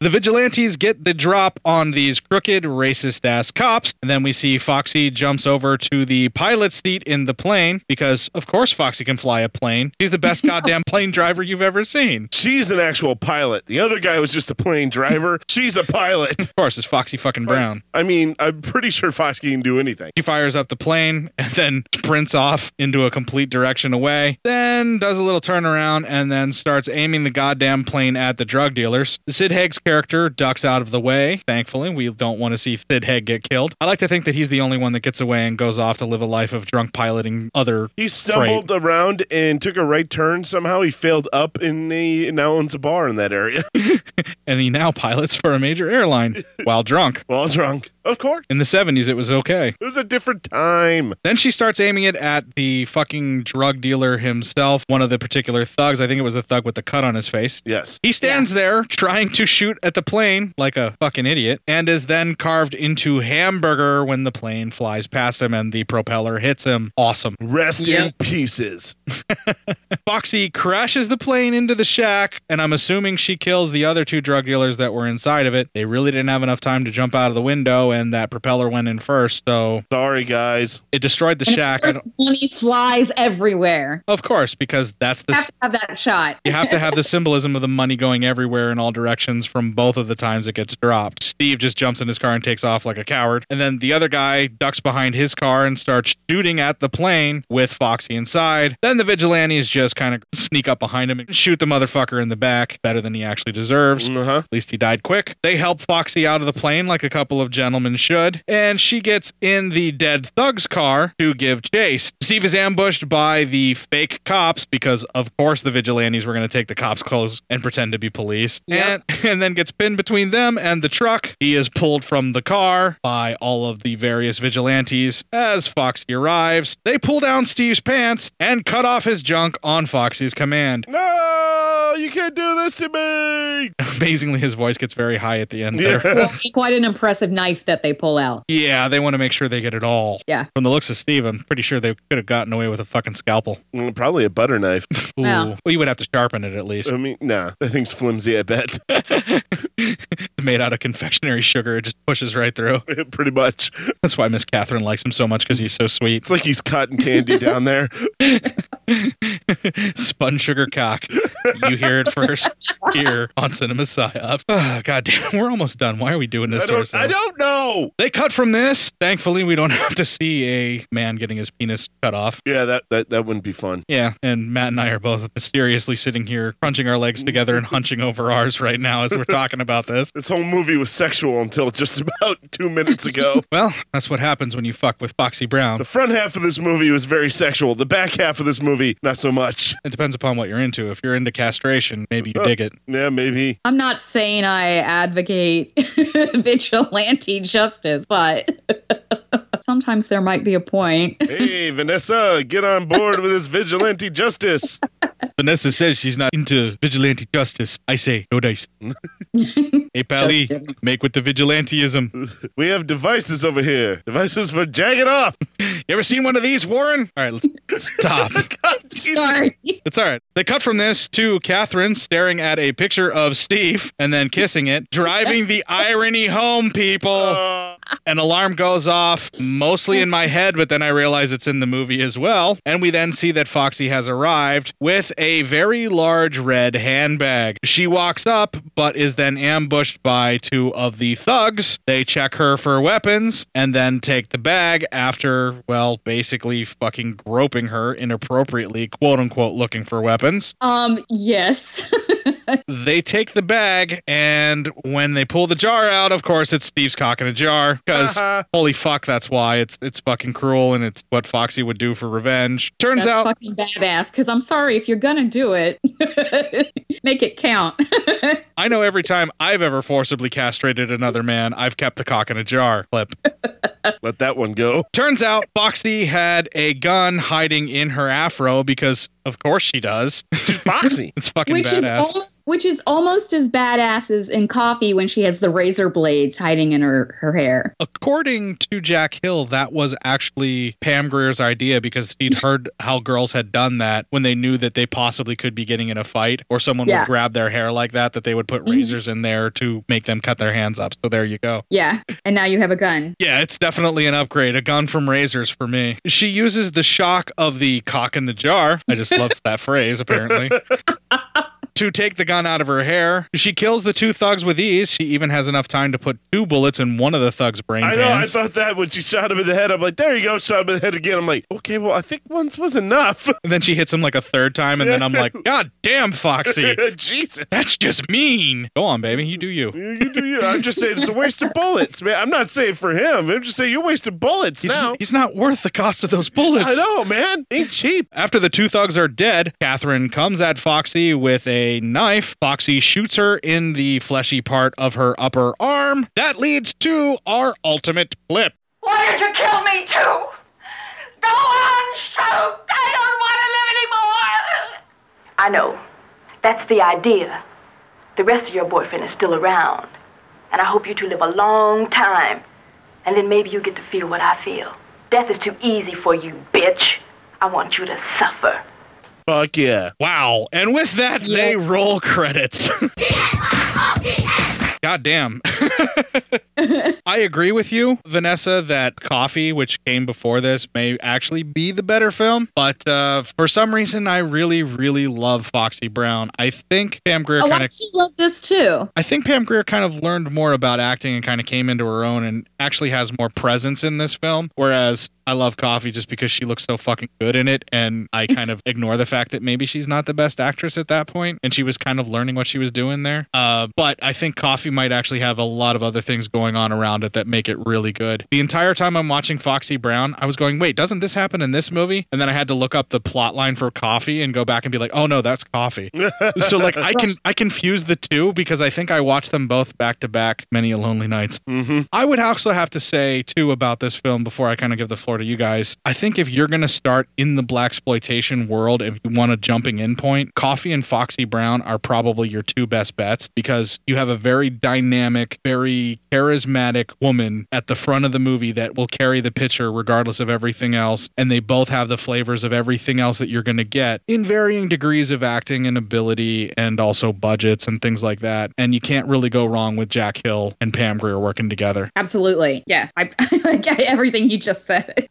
The vigilantes get the drop on these crooked, racist ass cops. And then we see Foxy jumps over to the pilot seat in the plane because, of course, Foxy can fly a plane. She's the [laughs] [laughs] best goddamn plane driver you've ever seen. She's an actual pilot. The other guy was just a plane driver. She's a pilot. Of course, it's Foxy fucking Brown. I mean, I'm pretty sure Foxy can do anything. She fires up the plane [laughs] and then sprints off into a complete direction away. Then does a little turnaround and then starts aiming the goddamn plane at the drug dealers. Sid Haig's character ducks out of the way. Thankfully, we don't want to see Sid Haig get killed. I like to think that he's the only one that gets away and goes off to live a life of drunk piloting other. He stumbled around and took a right turn somehow. He failed up and he now owns a bar in that area. [laughs] freight, and he now pilots for a major airline while drunk. While drunk, of course. In the 70s, it was okay. It was a different time. Then she starts aiming it at the fucking drug dealer himself, one of the particular thugs. I think it was the thug with the cut on his face. Yes. He stands there trying to shoot at the plane like a fucking idiot and is then carved into hamburger when the plane flies past him and the propeller hits him. Awesome. Rest in pieces. Foxy crashes the plane into the shack, and I'm assuming she kills the other two drug dealers that were inside of it. They really didn't have enough time to jump out of the window, and that propeller went in first, so. Sorry, guys. It destroyed the shack. I There's don't- money flies everywhere. Of course, because that's the Have to have that shot. You have to have the symbolism of the money going everywhere in all directions from both of the times it gets dropped. Steve just jumps in his car and takes off like a coward. And then the other guy ducks behind his car and starts shooting at the plane with Foxy inside. Then the vigilantes just kind of sneak up behind him and shoot the motherfucker in the back better than he actually deserves. At least he died quick. They help Foxy out of the plane like a couple of gentlemen should. And she gets in the dead thug's car to give chase. Steve is ambushed by the fake cops because, of course, the vigilantes were going to take the cops' clothes and pretend to be police. And, and then gets pinned between them and the truck. He is pulled from the car by all of the various vigilantes. As Foxy arrives, they pull down Steve's pants and cut off his junk on Foxy's command. No, you can't do this [laughs] to [laughs] me. Amazingly, his voice gets very high at the end there. [laughs] Well, quite an impressive knife that they pull out. Yeah, they want to make sure they get it all. Yeah. From the looks of Steve, I'm pretty sure they could have gotten away with a fucking scalpel. Probably a butter knife. [laughs] Ooh. Well, you would have to sharpen it at least. I mean, nah, that thing's flimsy, I [laughs] bet. It's made out of confectionery sugar. It just pushes right [laughs] through. Pretty much. That's why Miss Catherine likes him so much because he's so sweet. It's like he's cotton candy down [laughs] there. [laughs] Spun sugar cock. You hear it first here on Cinema psyops. Ah, [sighs] God damn, we're almost done. Why are we doing this I to don't, ourselves? I don't know. They cut from this. Thankfully, we don't [laughs] have to see a man getting his penis cut off. Yeah, that, that, that wouldn't be fun. Yeah, and Matt and I are both mysteriously sitting here crunching our Mm. legs together and hunching over ours right now as we're talking about this. This whole movie was sexual until just [laughs] about two minutes ago. [laughs] well, that's what happens when you fuck with Foxy Brown. The front half of this movie was very sexual. The back half of this movie, not so much. Oh, It depends upon what you're into. If you're into castration, maybe you dig it. Yeah, maybe. I'm not saying I advocate [laughs] vigilante justice, but [laughs] sometimes there might be a point. Hey, Vanessa, get on board with this vigilante justice. Vanessa says she's not into vigilante justice. I say, no dice. hey, Pally, make with the vigilanteism. [laughs] We have devices over here. Devices for jagging off. You ever seen one of these, Warren? All right, let's stop. Sorry. It's all right. They cut from this to Catherine staring at a picture of Steve and then kissing it, driving the irony home, people. An alarm goes off, mostly in my head, but then I realize it's in the movie as well. And we then see that Foxy has arrived with a very large red handbag. She walks up, but is then ambushed by two of the thugs. They check her for weapons and then take the bag after, well, basically fucking groping her inappropriately, quote unquote, looking for weapons. Um, yes. They take the bag, and when they pull the jar out, of course, it's Steve's cock in a jar. Because Uh-huh. holy fuck, that's why it's it's fucking cruel, and it's what Foxy would do for revenge. Turns That's out, fucking badass. Because I'm sorry, if you're gonna do it, [laughs] make it count. I know every time I've ever forcibly castrated another man, I've kept the cock in a jar. Clip. [laughs] Let that one go. Turns out Foxy had a gun hiding in her afro because, of course, she does. Foxy. [laughs] it's fucking which is badass. almost which is almost as badass as in coffee when she has the razor blades hiding in her, her hair. According to Jack Hill, that was actually Pam Greer's idea because he'd heard how girls had done that when they knew that they possibly could be getting in a fight or someone Yeah. would grab their hair like that, that they would put Mhm. razors in there to make them cut their hands up. So there you go. Yeah. And now you have a gun. Yeah, it's definitely an upgrade. A gun from razors for me. She uses the shock of the cock in the jar. I just love that phrase, apparently. To take the gun out of her hair. She kills the two thugs with ease. She even has enough time to put two bullets in one of the thugs' brain I know. I pans. thought that when she shot him in the head, I'm like, there you go, shot him in the head again. I'm like, okay, well, I think once was enough. and then she hits him like a third time, and then [laughs] I'm like, God damn, Foxy. Jesus. That's just mean. Go on, baby. You do you. You [laughs] do you. I'm just saying it's a waste of bullets, man. I'm not saying for him. I'm just saying you're wasting bullets now. He's not worth the cost of those bullets. I know, man. Ain't cheap. After the two thugs are dead, Catherine comes at Foxy with a knife. Foxy shoots her in the fleshy part of her upper arm. That leads to our ultimate clip. Why did you kill me too? Go on, Stroke. I don't want to live anymore. I know. That's the idea. The rest of your boyfriend is still around. And I hope you two live a long time. And then maybe you get to feel what I feel. Death is too easy for you, bitch. I want you to suffer. Fuck yeah. Wow. And with that, they [laughs] roll credits. [laughs] God damn. [laughs] I agree with you, Vanessa, that Coffee, which came before this, may actually be the better film. But uh, for some reason, I really, really love Foxy Brown. I think Pam Grier Oh, kind I of. still love this too. I think Pam Grier kind of learned more about acting and kind of came into her own and actually has more presence in this film. Whereas I love Coffee just because she looks so fucking good in it. And I kind of ignore the fact that maybe she's not the best actress at that point And she was kind of learning what she was doing there. Uh, but I think Coffee might actually have a lot of other things going on around it that make it really good. The entire time I'm watching Foxy Brown, I was going, wait, doesn't this happen in this movie? And then I had to look up the plot line for Coffee and go back and be like, oh no, that's Coffee. so like I can I confuse the two because I think I watched them both back to back many a lonely nights. Mm-hmm. I would also have to say too about this film before I kind of give the floor to you guys. I think if you're going to start in the black exploitation world, if you want a jumping in point, Coffee and Foxy Brown are probably your two best bets because you have a very dynamic, very charismatic black woman at the front of the movie that will carry the picture regardless of everything else. And they both have the flavors of everything else that you're going to get in varying degrees of acting and ability and also budgets and things like that. And you can't really go wrong with Jack Hill and Pam Grier working together. Absolutely. Yeah. I, [laughs] I get everything you just said.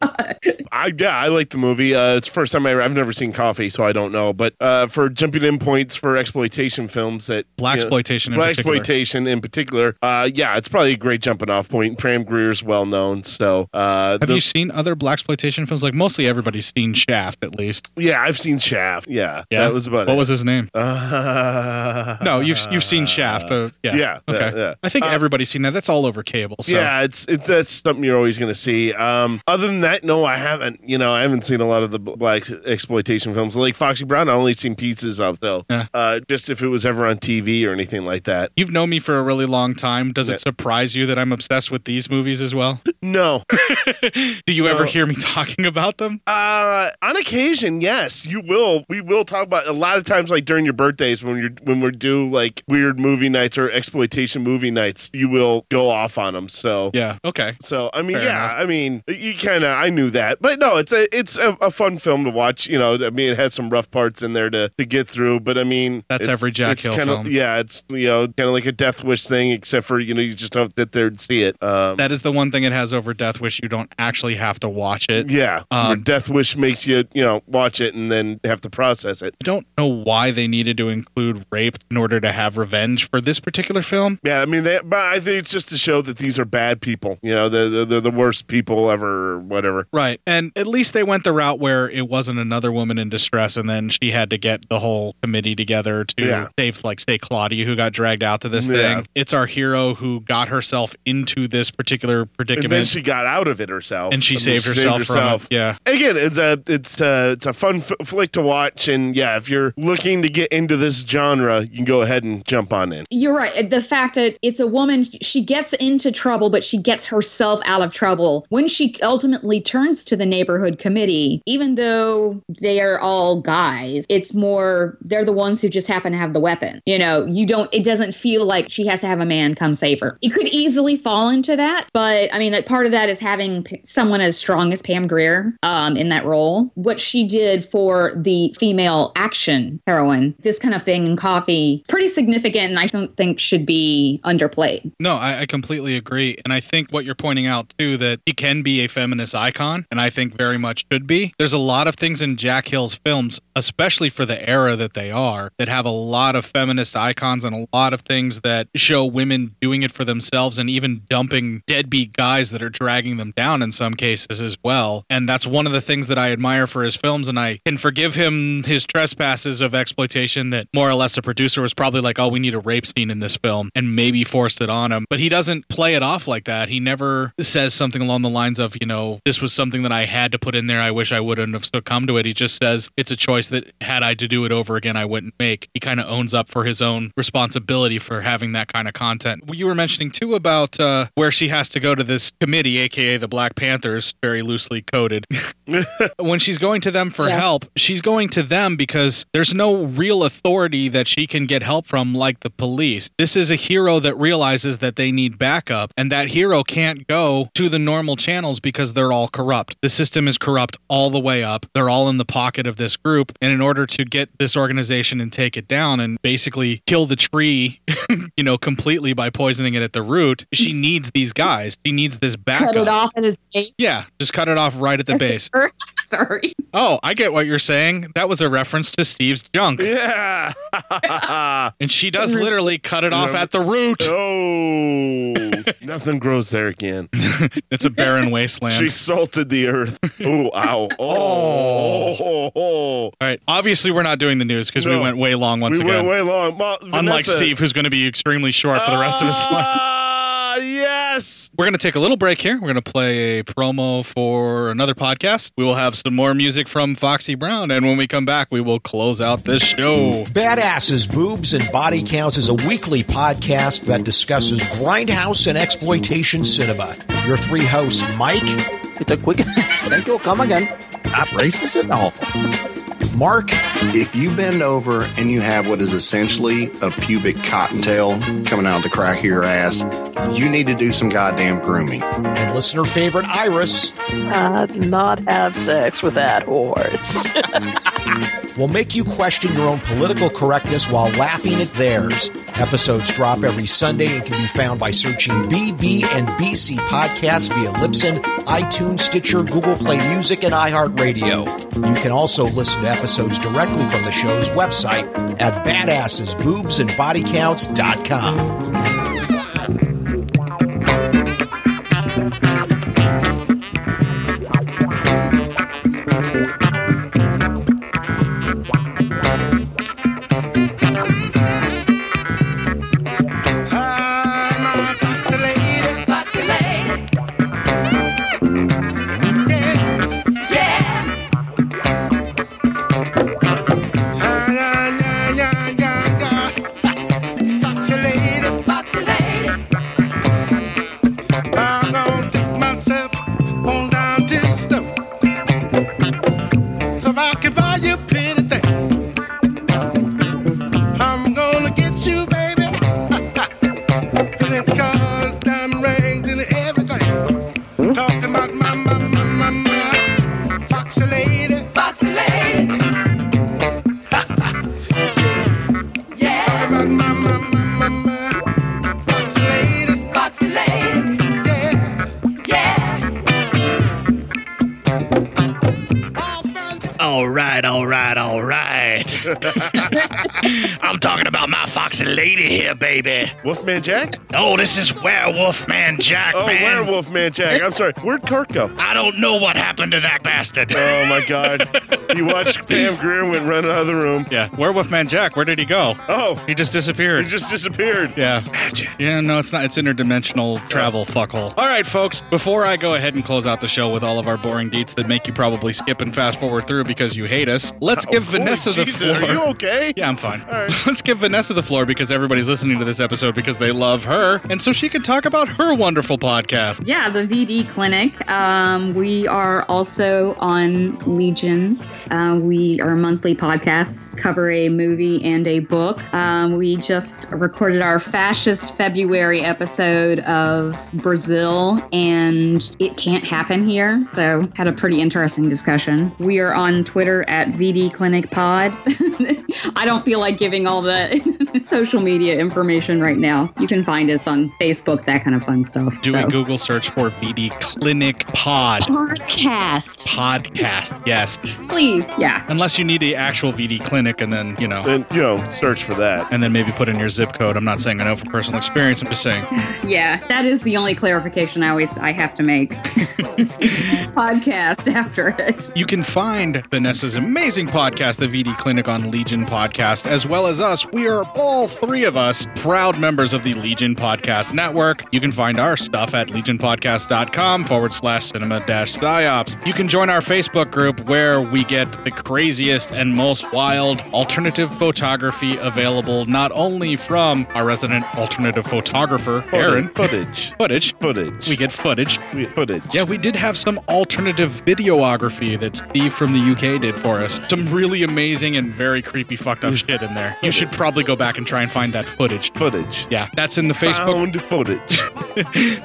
I yeah, I like the movie. Uh, it's the first time I ever, I've never seen Coffee, so I don't know. But uh, for jumping in points for exploitation films that Blaxploitation in black particular. exploitation in particular, uh, yeah, it's probably a great jumping off point. Pram Greer's well known, so uh, Have the- you seen other black exploitation films? Like mostly everybody's seen Shaft, at least. Yeah, I've seen Shaft. Yeah, Yeah? that was about. What it. was his name? no, [laughs] No, you've you've seen Shaft. uh, yeah. yeah, Okay. yeah, yeah. Uh, I think everybody's seen that. That's all over cable. So. Yeah, it's it, that's something you're always going to see. Um, other than that, no, I haven't. You know, I haven't seen a lot of the b- black exploitation films like Foxy Brown. I only seen pieces of though. Yeah. Uh, just if it was ever on TV or anything like that. You've known me for a really long time. Does Yeah. it surprise you that I'm obsessed with these movies as well? [laughs] No. Do you ever No. hear me [laughs] talking about them? Uh, on occasion, yes, you will. We will talk about a lot of times, like during your birthdays, when you're when we're do like weird movie nights or exploitation movie nights, you will go off on them. So Yeah. Okay. So I mean, Fair yeah, enough. I mean, you kind of I knew that, but no, it's a it's a, a fun film to watch. You know, I mean, it has some rough parts in there to, to get through, but I mean, That's it's- every Jack it's Hill kinda, film. Yeah, it's you know kind of like a Death Wish thing, except for you know you just don't sit there and see it. Um, That is the one thing it has over Death Wish. You don't actually have to watch it. yeah, where Um, Death Wish makes you you know watch it and then have to process it. I don't know why they needed to include rape in order to have revenge for this particular film. Yeah, I mean, they, but I think it's just to show that these are bad people. You know, they're, they're, they're the worst people ever, or whatever. Right. And at least they went the route where it wasn't another woman in distress and then she had to get the whole committee together to Yeah. save like say Claudia who got dragged out to this Yeah. thing. It's our hero who got herself into this particular predicament. And then she got out of it herself, And she saved herself from it, yeah. Again, it's a it's a it's a fun f- flick to watch, and yeah, if you're looking to get into this genre, you can go ahead and jump on in. You're right. The fact that it's a woman, she gets into trouble, but she gets herself out of trouble when she ultimately turns to the neighborhood committee. Even though they are all guys, it's more they're the ones who just happen to have the weapon. You know, you don't. It doesn't feel like she has to have a man come save her. It could easily fall into that, but I mean, that part of that is having p- someone as strong as Pam Greer um, in that role. What she did for the female action heroine, this kind of thing in coffee, pretty significant, and I don't think should be underplayed. No, I, I completely agree. And I think what you're pointing out too, that he can be a feminist icon, and I think very much should be. There's a lot of things in Jack Hill's films, especially for the era that they are, that have a lot of feminist icons and a lot of things that show women doing it for themselves and even dumping deadbeat guys that are dragging them down in some cases as well. And that's one of the things that I admire for his films, and I can forgive him his trespasses of exploitation that more or less a producer was probably like, oh, we need a rape scene in this film, and maybe forced it on him. But he doesn't play it off like that. He never says something along the lines of, you know, this was something that I had to put in there. I wish I wouldn't have succumbed to it. He just says, it's a choice that had I to do it over again, I wouldn't make. He kind of owns up for his own responsibility for having that kind of content. You were mentioning too about uh, where she has to go to this committee, aka the Black Panthers, very loosely coded. [laughs] when she's going to them for Yeah. help, she's going to them because there's no real authority that she can get help from, like the police. This is a hero that realizes that they need backup, and that hero can't go to the normal channels because they're all corrupt. The system is corrupt all the way up. They're all in the pocket of this group. And in order to get this organization and take it down and basically kill the tree, [laughs] you know, completely by poisoning it at the root, she needs these guys. She needs this backup. Cut it off at its base. Yeah, just cut it off [laughs] right at the base. Sorry. Oh, I get what you're saying. That was a reference to Steve's junk. Yeah. and she does literally cut it off at the root. Oh, [laughs] nothing grows there again. it's a barren wasteland. She salted the earth. Ooh, [laughs] ow. Oh. Oh. All right. Obviously, we're not doing the news because we No. went way long once we again. went way long. Ma- Unlike Vanessa- Steve, who's going to be extremely short for the rest of his life. Uh, Ah, yes. We're going to take a little break here. We're going to play a promo for another podcast. We will have some more music from Foxy Brown. And when we come back, we will close out this show. Badasses, Boobs, and Body Counts is a weekly podcast that discusses grindhouse and exploitation cinema. Your three hosts, Mike. It's a quick. Thank you. Come again. Not racist at all. with Mark. If you bend over and you have what is essentially a pubic cottontail coming out of the crack of your ass, you need to do some goddamn grooming. And listener favorite Iris. I'd Uh, not have sex with that horse. will make you question your own political correctness while laughing at theirs. Episodes drop every Sunday and can be found by searching BB and BC podcasts via Libsyn, iTunes, Stitcher, Google Play Music, and iHeartRadio. You can also listen to episodes directly from the show's website at badassesboobsandbodycounts.com. Talking about my, my, my, my, my foxy lady, foxy lady. All right, all right, all right. [laughs] I'm talking about my foxy lady here, baby. Wolfman Jack? Oh, this is Werewolf Man Jack, Oh, man. Werewolf Man Jack. I'm sorry. Where'd Kirk go? I don't know what happened to that bastard. Oh my God! You watched Pam Greer went run out of the room. Yeah, Werewolf Man Jack. Where did he go? Oh, he just disappeared. He just disappeared. [laughs] Yeah. Yeah, no, it's not. It's interdimensional travel fuckhole. All right, folks, before I go ahead and close out the show with all of our boring deets that make you probably skip and fast forward through because you hate us, let's give Oh, boy, Vanessa the Jesus, floor. are you okay? Yeah, I'm fine. All right. [laughs] Let's give Vanessa the floor because everybody's listening to this episode because they love her, and so she can talk about her wonderful podcast. Yeah, the VD Clinic. Um, we are also on Legion. Uh, we our monthly podcasts cover a movie and a book. Um, we just recorded our fascist February episode of Brazil, and it can't happen here. So had a pretty interesting discussion. We are on Twitter at VD Clinic Pod. [laughs] I don't feel like giving all the [laughs] social media information right now. You can find us on Facebook, that kind of fun stuff. Do So. a Google search for VD Clinic Pod. Podcast, Podcast, yes. please. Yeah. Unless you need the actual VD clinic and then, you know. Then, you know, search for that. And then maybe put in your zip code. I'm not saying I know from personal experience. I'm just saying. Yeah. That is the only clarification I always I have to [laughs] make. Podcast after it. You can find Vanessa's amazing podcast, the VD Clinic on Legion Podcast, as well as us. We are all three of us proud members of the Legion Podcast Network. You can find our stuff at legionpodcast.com forward slash cinema dash psyops. You can join our Facebook group where we get the craziest and most wild alternative photography available not only from our resident alternative photographer, Aaron. Footage. Footage. Footage. We get footage. footage. Yeah, we did have some alternative videography that Steve from the UK did for us. Some really amazing and very creepy fucked up shit in there. You should probably go back and try and find that footage. Footage. Yeah, that's in the Facebook. Found footage.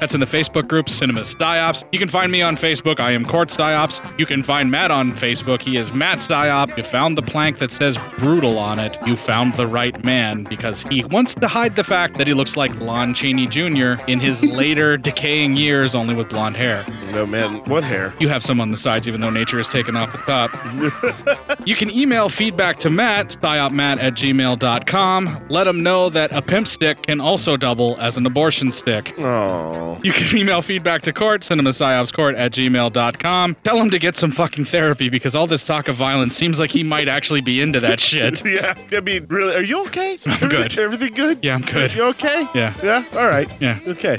that's in the Facebook group Cinema Styops. You can find me on Facebook. I am Court Styops. You can find Matt on Facebook. He is Matt Styop. You found the plank that says brutal on it. You found the right man because he wants to hide the fact that he looks like Lon Chaney Jr. in his later decaying years, only with blonde hair. No man, what hair? You have some on the sides, even though nature has taken off the top. you can email feedback to Matt, styopmatt at gmail.com. Let him know that a pimp stick can also double as an abortion stick. Oh. You can email feedback to court, cinemasciopscourt at gmail.com. Tell him to get some fucking therapy because all this talk of violence seems like he might actually be into that shit. [laughs] yeah. I mean, really, are you okay? I'm good. Everything good? Yeah, I'm good. You okay? Yeah. Yeah. All right. Yeah. Okay.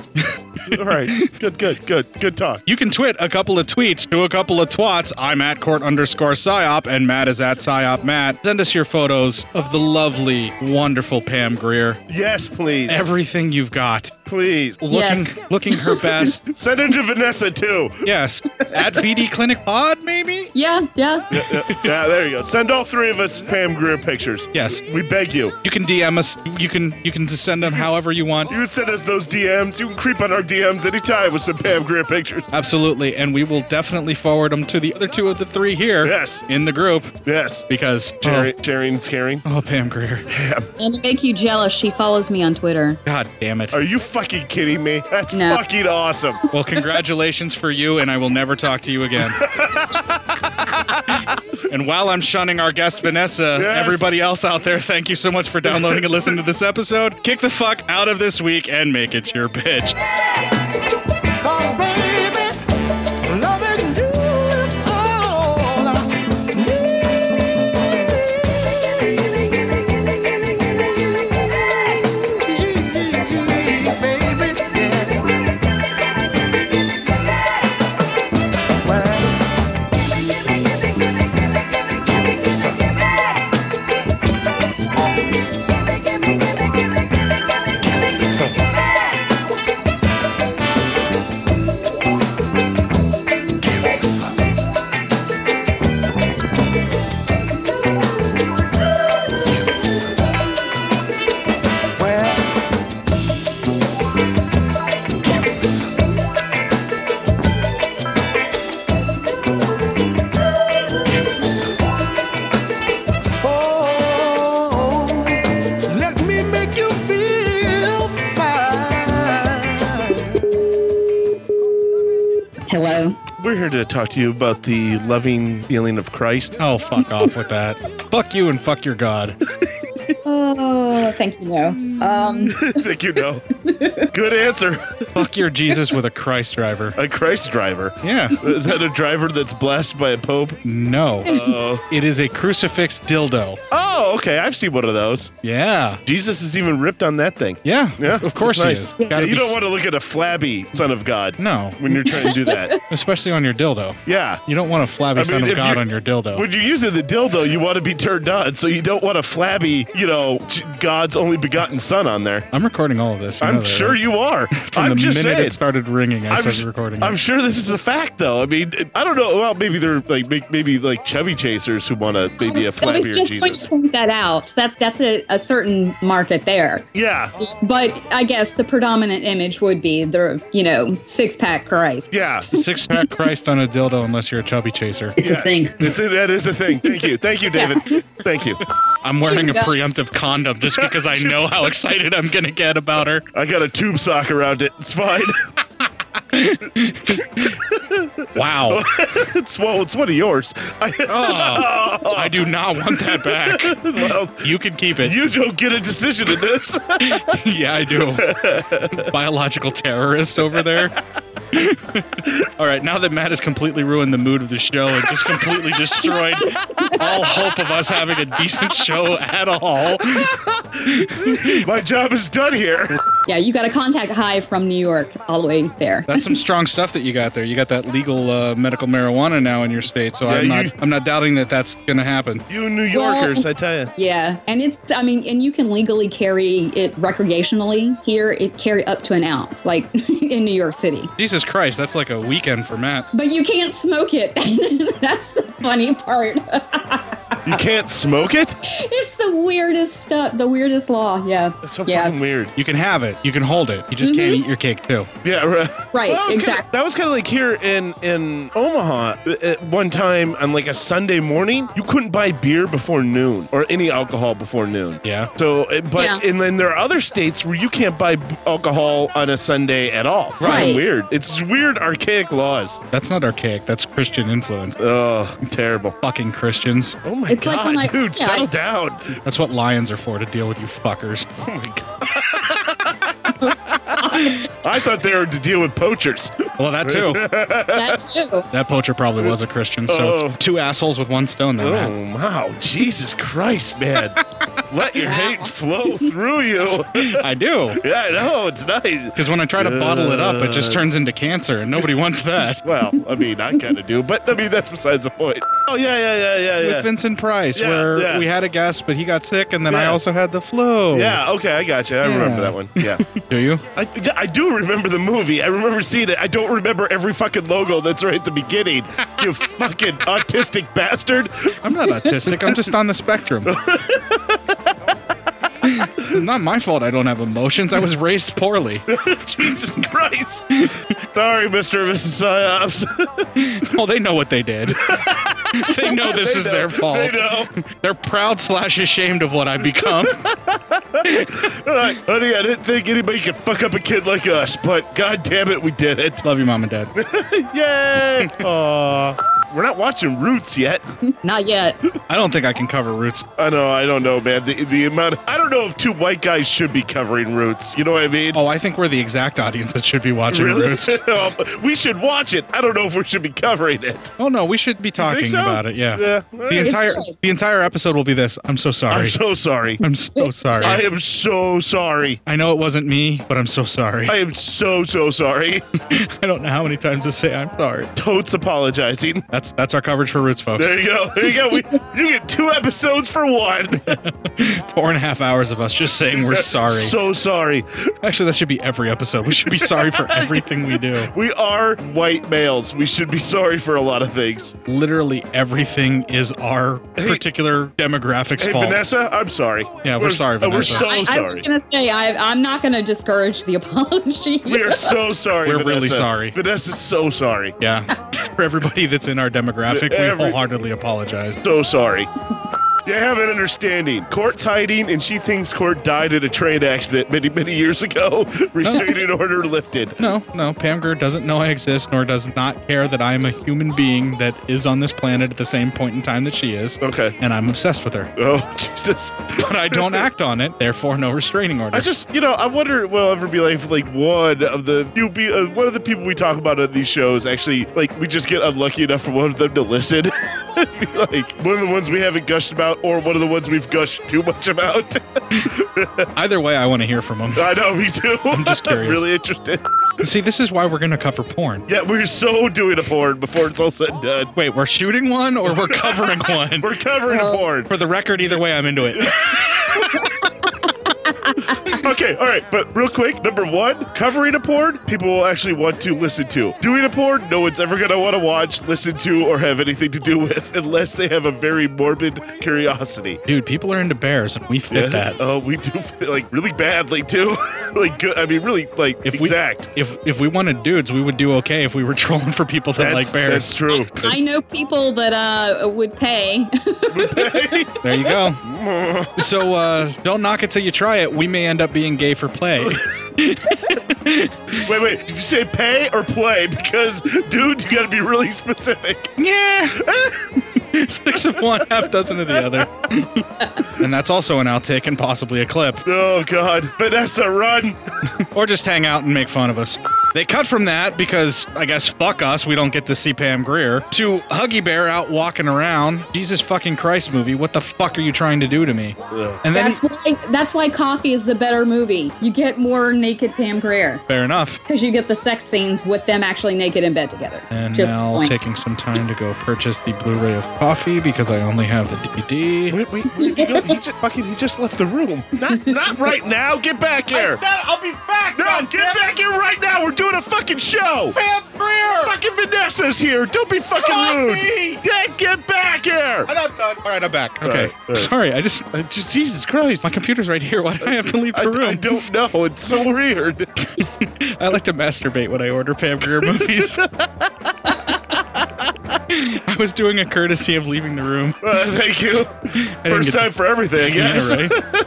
All right. Good. Good. Good. Good talk. You can twit a couple of tweets to a couple of twats. I'm at court underscore psyop, and Matt is at psyop Matt. Send us your photos of the lovely, wonderful Pam Greer. Yes, please. Everything you've got. Please. [laughs] Looking, looking her best. Send it to Vanessa too. Yes. At VD Clinic Pod, maybe? Yeah, yeah. Yeah, yeah, yeah, there you go. Send all three of us Pam Grier pictures. Yes. We beg you. You can DM us. You can you can just send them however you want. You can send us those DMs. You can creep on our DMs anytime with some Pam Grier pictures. Absolutely, and we will definitely forward them to the other two of the three here. Yes, in the group. Yes, because Jerry, Jerry and Scaring. Oh, Pam Greer. And to make you jealous, she follows me on Twitter. God damn it. Are you fucking kidding me? That's No. fucking awesome. Well, congratulations for you, and I will never talk to [laughs] you again. and while I'm shunning our guest Vanessa, Yes. everybody else out there, thank you so much for [laughs] downloading and listening to this episode. Kick the fuck out of this week and make it your bitch. Cause baby, loving you is all I need. Baby, yeah. Well, listen. Listen. Oh, let me make you feel fine. Hello. We're here to talk to you about the loving feeling of Christ. Oh, fuck off with that. [laughs] Fuck you and fuck your God. Oh, thank you. No. [laughs] Um, Thank you, no. Good answer. Fuck your Jesus with a Christ driver. A Christ driver? Yeah. Is that a driver that's blessed by a pope? No. Oh. [laughs] It is a crucifix dildo. Oh, okay. I've seen one of those. Yeah. Jesus is even ripped on that thing. Yeah. Yeah. Of course it's he nice. is. Yeah, Gotta you be don't s- want to look at a flabby son of God. No. When you're trying to do [laughs] that. Especially on your dildo. Yeah. You don't want a flabby I mean, son of if God you- on your dildo. When you're using the dildo, you want to be turned on, so you don't want a flabby, you know, j- God's only begotten son on there. I'm recording all of this. you I'm know that, sure right? you are. [laughs] From I'm the just minute saying. it started ringing, I I'm started s- recording. I'm it. sure this is a fact, though. I mean, it- I don't know. Well, maybe they're like may- maybe like chubby chasers who want to maybe a I was flabbier just going Jesus. to point that out. That's that's a, a certain market there. Yeah. But I guess the predominant image would be the you know six pack Christ. Yeah. Six pack Christ on a dildo, unless you're a chubby chaser. It's a thing. It's a, that is a thing. Thank you. Thank you, David. Thank you. I'm wearing a Yeah. preemptive condom [laughs] just because I know how excited I'm going to get about her. I got a tube sock around it. It's fine. Wow. [laughs] it's well, it's one of yours. Oh, I do not want that back. Well, You can keep it. you don't get a decision in this. [laughs] [laughs] yeah, I do. [laughs] Biological terrorist over there. all right, now that Matt has completely ruined the mood of the show and just completely destroyed all hope of us having a decent show at all, My job is done here. Yeah, you got to contact Hive from New York all the way there. [laughs] that's some strong stuff that you got there. You got that legal uh, medical marijuana now in your state, so I'm Yeah, not you- I'm not doubting that that's going to happen. You New Well- Yorkers, I tell you. Yeah, and it's I mean, and you can legally carry it recreationally here. It carry up to an ounce, like [laughs] in New York City. Jesus Christ, that's like a weekend for Matt. But you can't smoke it. [laughs] That's the funny part. You can't smoke it? it's the weirdest stuff. The weirdest law. Yeah. That's so yeah. Mm-hmm. fucking weird. You can have it, you can hold it, you just can't eat your cake too. Yeah, right. Right, that was Kinda, exact- that was kind of like here in in Omaha uh, at one time on like a Sunday morning, you couldn't buy beer before noon or any alcohol before noon. Yeah. So, uh, but Yeah. and then there are other states where you can't buy b- alcohol on a Sunday at all. Right. Weird. It's weird, archaic laws. That's not archaic, that's Christian influence. Oh, terrible. Fucking Christians. Oh my It's like god, when I- dude, yeah, settle I- down. That's what lions are for to deal with you fuckers. Oh my god. I thought they were to deal with poachers. Well, [laughs] that too. That too. that poacher probably was a Christian. So Oh. two assholes with one stone there. Oh Matt. [laughs] wow, Jesus Christ, man. Let your hate flow through you. I do. Yeah, I know. It's nice. Because when I try to bottle it up, it just turns into cancer, and nobody wants [laughs] that. well, I mean, I kind of do, but I mean, that's besides the point. Oh, yeah, yeah, yeah, yeah, yeah. With Vincent Price, Yeah, where yeah. we had a guest, but he got sick, and then I Yeah. also had the flu. Yeah, okay, I got you. I remember that one. Yeah. Oh. [laughs] do you? I, yeah, I do remember the movie. I remember seeing it. I don't remember every fucking logo that's right at the [laughs] beginning. You fucking autistic bastard. I'm not autistic. [laughs] I'm just on the spectrum. Not my fault I don't have emotions. I was raised poorly. Jesus Christ. Sorry, Mr. and Mrs. Psyops. well, Oh, they know what they did. [laughs] they know this They is know. their fault. They know. are proud slash ashamed of what I've [laughs] become. Like, honey, I didn't think anybody could fuck up a kid like us, but god damn it, we did it. Love you, mom and dad. [laughs] Yay! Aw. We're not watching Roots yet. Not yet. I don't think I can cover Roots. I know, I don't know, man. The, the amount I don't know if two white guys should be covering Roots. You know what I mean? Oh, I think we're the exact audience that should be watching Really? [laughs] Roots. Um, we should watch it. I don't know if we should be covering it. Oh no, we should be talking so? about it. Yeah. Yeah. The entire the entire episode will be this. I'm so sorry. I'm so sorry. I'm so sorry. I am so sorry. I know it wasn't me, but I'm so sorry. I am so so sorry. [laughs] I don't know how many times to say I'm sorry. Totes apologizing. That's that's our coverage for Roots, folks. There you go. There you go. We, you get two episodes for one. Four and a half hours of us just [laughs] saying we're sorry. So sorry. Actually, that should be every episode. We should be sorry for everything we do. We are white males. We should be sorry for a lot of things. Literally everything is our particular demographic's Hey, fault. Vanessa, I'm sorry. Yeah, we're sorry, uh, We're Vanessa. so I- I was I was sorry. gonna say I, I'm not gonna discourage the [laughs] apology. We are so sorry. We're really Vanessa. sorry. Vanessa's so sorry. Yeah. for everybody that's in our demographic, we Every- wholeheartedly apologize. So sorry. You have an understanding. Court's hiding, and she thinks Court died in a train accident many, many years ago. [laughs] Restraining order lifted. No, no, Pam Grier doesn't know I exist nor does not care that I am a human being that is on this planet at the same point in time that she is. Okay. And I'm obsessed with her. Oh, [laughs] Jesus. But I don't act on it, therefore no restraining order. I just, you know, I wonder if we'll ever be like, if, like one of the you be uh, one of the people we talk about on these shows. Actually, like we just get unlucky enough for one of them to listen. [laughs] Be like one of the ones we haven't gushed about, or one of the ones we've gushed too much about. [laughs] Either way, I want to hear from him. I know, me too. I'm [laughs] just curious. really interested. See, this is why we're going to cover porn. Yeah, we're so doing a porn before it's all said and done. Wait, we're shooting one or [laughs] we're covering one? We're covering a porn. For the record, either way, I'm into it. [laughs] okay, all right, but real quick, number one, covering a porn, people will actually want to listen to. Doing a porn, no one's ever gonna want to watch, listen to, or have anything to do with, [laughs] unless they have a very morbid curiosity. Dude, people are into bears and we fit that. [laughs] Oh, we do like really badly too. [laughs] like good. I mean, really like If we exact. if if we wanted dudes, we would do okay if we were [laughs] trolling for people that that's, like bears. That's true. I know people that uh, would pay. There you go. [laughs] so uh, don't knock it till you try it. We may end up being gay for play. [laughs] wait, wait. Did you say pay or play? Because, dude, you gotta be really specific. yeah. [laughs] Six of one, half dozen of the other. and that's also an outtake and possibly a clip. Oh God, Vanessa, run! [laughs] or just hang out and make fun of us. They cut from that because I guess fuck us, we don't get to see Pam Greer to Huggy Bear out walking around. Jesus fucking Christ movie, what the fuck are you trying to do to me? And then that's why that's why Coffee is the better movie. You get more naked Pam Grier fair enough. because you get the sex scenes with them actually naked in bed together. And Just now point. taking some time to go purchase the Blu-ray of Coffee because I only have the DVD. Wait, wait, wait, you go- he just fucking he just left the room. Not not right now. Get back here. I'll be back. no, get back here right now. We're doing a fucking show. Pam Greer. Fucking Vanessa's here. Don't be fucking Coffee! rude. Yeah, get back here. I'm not done. All right, I'm back. Okay. Sorry, I just, I just Jesus Christ. my computer's right here. [laughs] Why do I have to leave the I, room? I don't know. It's so weird. [laughs] I like to masturbate when I order Pam [laughs] Grier movies. [laughs] I was doing a courtesy of leaving the room. [laughs] Uh, thank you. didn't First get time to- for everything. I Yeah, guess.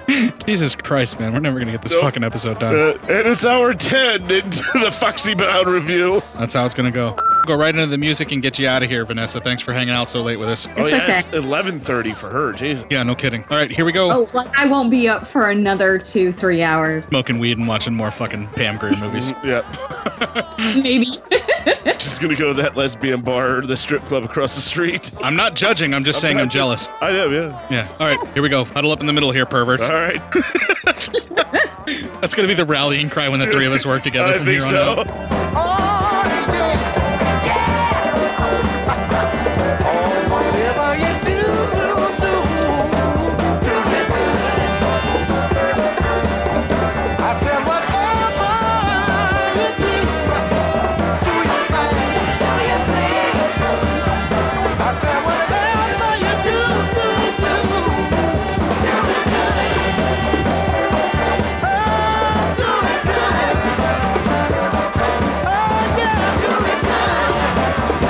right? Jesus Christ, man. We're never going to get this Nope. fucking episode done. Uh, and it's hour ten into the Foxy Bound review. That's how it's going to go. Go right into the music and get you out of here, Vanessa. Thanks for hanging out so late with us. Oh, It's yeah, okay. it's eleven thirty for her. Jesus. Yeah, no kidding. All right, here we go. Oh, like I won't be up for another two, three hours. Smoking weed and watching more fucking Pam [laughs] Grier movies. yeah. [laughs] Mm-hmm. [laughs] Maybe. She's gonna go to that lesbian bar, or the strip club across the street. I'm not judging. I'm just saying I'm jealous. I know, yeah. Yeah. All right, here we go. Huddle up in the middle here, perverts. All right. That's gonna be the rallying cry when the three of us work together I from think here on so. out. Whatever you do, do, do, do it good. I said, whatever you do, do your thing, do your thing. I said, whatever you do, do, do, do it good. Oh, do it good. Oh, yeah, do it good. Oh, do it good, baby. Do it good.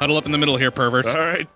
Huddle up in the middle here, perverts. All right.